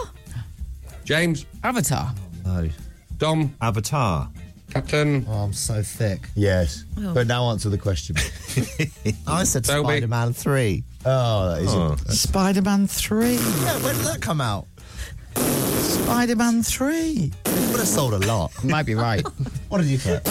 [SPEAKER 18] James.
[SPEAKER 21] Avatar.
[SPEAKER 8] Oh,
[SPEAKER 10] No.
[SPEAKER 18] Dom.
[SPEAKER 8] Avatar.
[SPEAKER 18] Captain.
[SPEAKER 16] Oh, I'm so thick.
[SPEAKER 10] Yes.
[SPEAKER 3] Oh.
[SPEAKER 10] But now answer the question.
[SPEAKER 16] I said
[SPEAKER 18] Toby.
[SPEAKER 16] Spider Man 3.
[SPEAKER 10] oh, that is
[SPEAKER 8] Oh.
[SPEAKER 5] Spider Man 3.
[SPEAKER 16] Yeah, when did that come out?
[SPEAKER 5] Spider Man 3.
[SPEAKER 16] It would have sold a lot.
[SPEAKER 21] Might be right.
[SPEAKER 16] What did you put?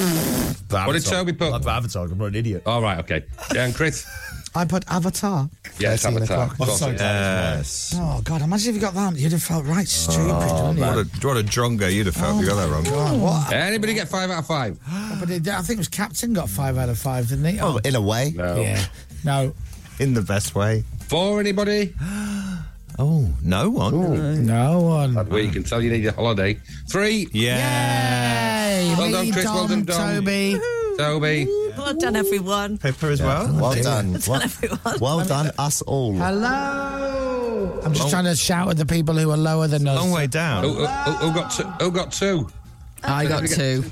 [SPEAKER 18] What did Toby put?
[SPEAKER 10] I'm Avatar. I'm not an idiot.
[SPEAKER 18] All right, okay. And Chris.
[SPEAKER 5] I put Avatar.
[SPEAKER 18] Yeah, Oh, it's
[SPEAKER 16] 13
[SPEAKER 18] Avatar.
[SPEAKER 16] o'clock.
[SPEAKER 18] Of course it is.
[SPEAKER 8] Yes.
[SPEAKER 5] Oh, God, imagine if you got that. You'd have felt right stupid, wouldn't you?
[SPEAKER 8] Oh, What a what a drongo you'd have felt if you got that wrong.
[SPEAKER 5] God, what?
[SPEAKER 18] Anybody get five out of five?
[SPEAKER 5] But it, I think it was Captain got five out of five, didn't he?
[SPEAKER 16] Oh, in a way.
[SPEAKER 18] No.
[SPEAKER 5] yeah. No.
[SPEAKER 10] In the best way.
[SPEAKER 18] Four, anybody?
[SPEAKER 8] Oh, no one.
[SPEAKER 5] No one.
[SPEAKER 18] Well, you can tell you need a holiday. Three,
[SPEAKER 8] Yeah.
[SPEAKER 5] Hey,
[SPEAKER 18] Well
[SPEAKER 5] me,
[SPEAKER 18] done, Chris,
[SPEAKER 5] Dom,
[SPEAKER 18] well done, Dom.
[SPEAKER 5] Toby.
[SPEAKER 18] Toby.
[SPEAKER 3] Well done, everyone.
[SPEAKER 8] Pippa as well.
[SPEAKER 16] Well done. Well,
[SPEAKER 3] everyone.
[SPEAKER 16] well done, us all.
[SPEAKER 5] Hello. I'm just
[SPEAKER 18] Oh.
[SPEAKER 5] trying to shout at the people who are lower than us.
[SPEAKER 8] Long way down.
[SPEAKER 18] Who, who, who got two? Who got two?
[SPEAKER 21] Oh. I got two.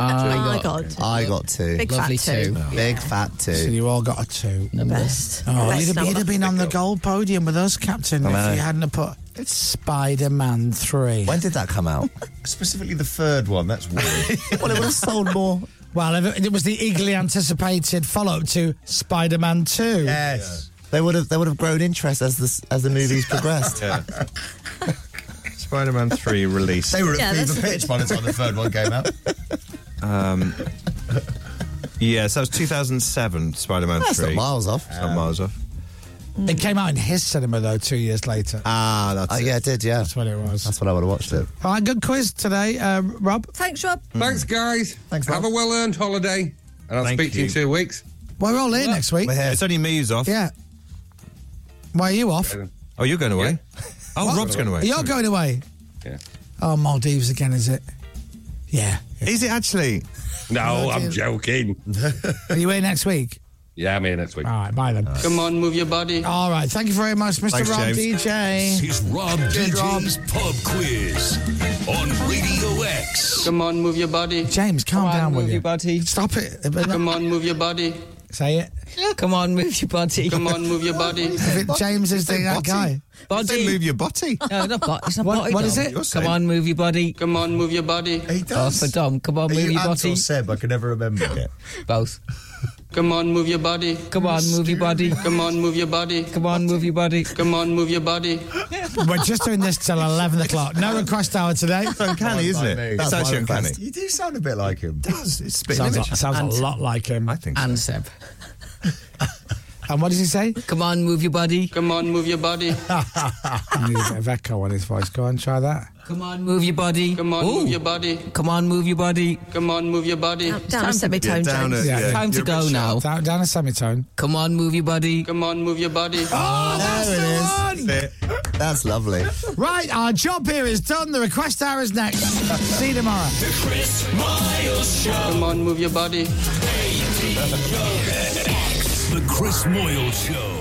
[SPEAKER 5] Oh,
[SPEAKER 21] I
[SPEAKER 3] I
[SPEAKER 21] got
[SPEAKER 3] got
[SPEAKER 16] I got two.
[SPEAKER 3] big
[SPEAKER 21] lovely
[SPEAKER 3] fat two.
[SPEAKER 21] two.
[SPEAKER 16] Big fat two.
[SPEAKER 5] So you all got a two.
[SPEAKER 3] Best.
[SPEAKER 5] Oh, you'd have,
[SPEAKER 3] Best
[SPEAKER 5] you'd
[SPEAKER 3] number.
[SPEAKER 5] have been on the gold podium with us, Captain, if you hadn't have put Spider Man 3.
[SPEAKER 16] When did that come out?
[SPEAKER 10] Specifically the third one. That's weird.
[SPEAKER 16] well, it would have sold more.
[SPEAKER 5] Well, it was the eagerly anticipated follow-up to Spider-Man Two.
[SPEAKER 16] Yes, they would have they would have grown interest as the as the movies progressed.
[SPEAKER 8] Spider Man 3 released.
[SPEAKER 16] They were at Yeah, fever that's- pitch by the time the third one came out.
[SPEAKER 8] Um, yes, that was 2007, Spider Man 3.
[SPEAKER 5] That's not miles off.
[SPEAKER 8] It's not miles off.
[SPEAKER 5] It came out in his cinema though two years later.
[SPEAKER 16] Ah, that's oh, yeah, it did. Yeah, that's
[SPEAKER 5] what it was. That's
[SPEAKER 16] what I would have watched it.
[SPEAKER 5] All right, good quiz today, uh, Rob.
[SPEAKER 3] Thanks, Rob.
[SPEAKER 8] Hmm. Mm.
[SPEAKER 18] Thanks, guys. Thanks. Have a well-earned holiday, and I'll speak to you in two weeks.
[SPEAKER 5] We're all here next week.
[SPEAKER 8] It's only me who's off.
[SPEAKER 5] Yeah. Why are you off?
[SPEAKER 8] Oh, you're going away? Oh,
[SPEAKER 5] What?
[SPEAKER 8] Rob's going away.
[SPEAKER 5] You're going away.
[SPEAKER 18] Yeah.
[SPEAKER 5] Oh, Maldives again, is it? Yeah.
[SPEAKER 8] Is it actually?
[SPEAKER 18] No,
[SPEAKER 5] Oh,
[SPEAKER 18] I'm joking.
[SPEAKER 5] Are you here next week?
[SPEAKER 18] yeah, I'm here next week.
[SPEAKER 5] All right, bye then.
[SPEAKER 19] Come on, move your body.
[SPEAKER 5] All right. Thank you very much, Mr.
[SPEAKER 18] Thanks,
[SPEAKER 5] Rob
[SPEAKER 18] James.
[SPEAKER 5] DJ.
[SPEAKER 19] This is Rob
[SPEAKER 5] Good, Rob.
[SPEAKER 19] DJ's
[SPEAKER 1] Pub quiz on Radio X.
[SPEAKER 19] Come on, move your body.
[SPEAKER 5] James, calm down with you. Stop it.
[SPEAKER 19] Come on, move your body.
[SPEAKER 5] Say it.
[SPEAKER 9] Come on, move your body.
[SPEAKER 19] Come on, move your body.
[SPEAKER 5] James is the, that guy.
[SPEAKER 9] Body.
[SPEAKER 19] move
[SPEAKER 8] your body.
[SPEAKER 9] No, not body. It's not
[SPEAKER 5] What-
[SPEAKER 9] body.
[SPEAKER 5] what
[SPEAKER 9] Dom.
[SPEAKER 5] is it? You're
[SPEAKER 9] Come
[SPEAKER 5] saying-
[SPEAKER 9] on, move your body.
[SPEAKER 19] Come on, move your body.
[SPEAKER 9] He does. Oh, for Dom. Come on,
[SPEAKER 20] Are
[SPEAKER 9] move
[SPEAKER 20] you
[SPEAKER 9] your
[SPEAKER 20] Ant
[SPEAKER 9] body.
[SPEAKER 20] or Seb? I can never remember.
[SPEAKER 9] Both.
[SPEAKER 19] Come on, move your body.
[SPEAKER 9] Come on, move your body.
[SPEAKER 19] Come on, move your body.
[SPEAKER 9] Come on, move your body.
[SPEAKER 19] Come on, move your body.
[SPEAKER 5] We're just doing this till 11 o'clock. No request hour today. It's
[SPEAKER 8] uncanny, isn't it? It's actually uncanny.
[SPEAKER 20] You do sound a bit like him.
[SPEAKER 8] does. It's a bit
[SPEAKER 5] Sounds,
[SPEAKER 8] image.
[SPEAKER 5] a, sounds
[SPEAKER 8] And-
[SPEAKER 5] a lot like him. I think
[SPEAKER 9] so. And Seb.
[SPEAKER 5] and what does he say?
[SPEAKER 9] Come on, move your body.
[SPEAKER 19] Come on, move your body.
[SPEAKER 5] I need a bit of echo on his voice. Go on, try that.
[SPEAKER 9] Come on, move your body.
[SPEAKER 19] Come on, move your body.
[SPEAKER 9] Come on, move your body.
[SPEAKER 19] Come on, move your body.
[SPEAKER 9] Time- Time to go now.
[SPEAKER 5] Down, down a semitone.
[SPEAKER 9] Oh, Come on, move your body.
[SPEAKER 19] Come on, move your body.
[SPEAKER 5] Oh, that's the one!
[SPEAKER 16] That's lovely.
[SPEAKER 5] Right, our job here is done. The request hour is next. See you tomorrow.
[SPEAKER 19] The Chris Miles Show. Come on, move your body.
[SPEAKER 1] The Chris Moyle Show.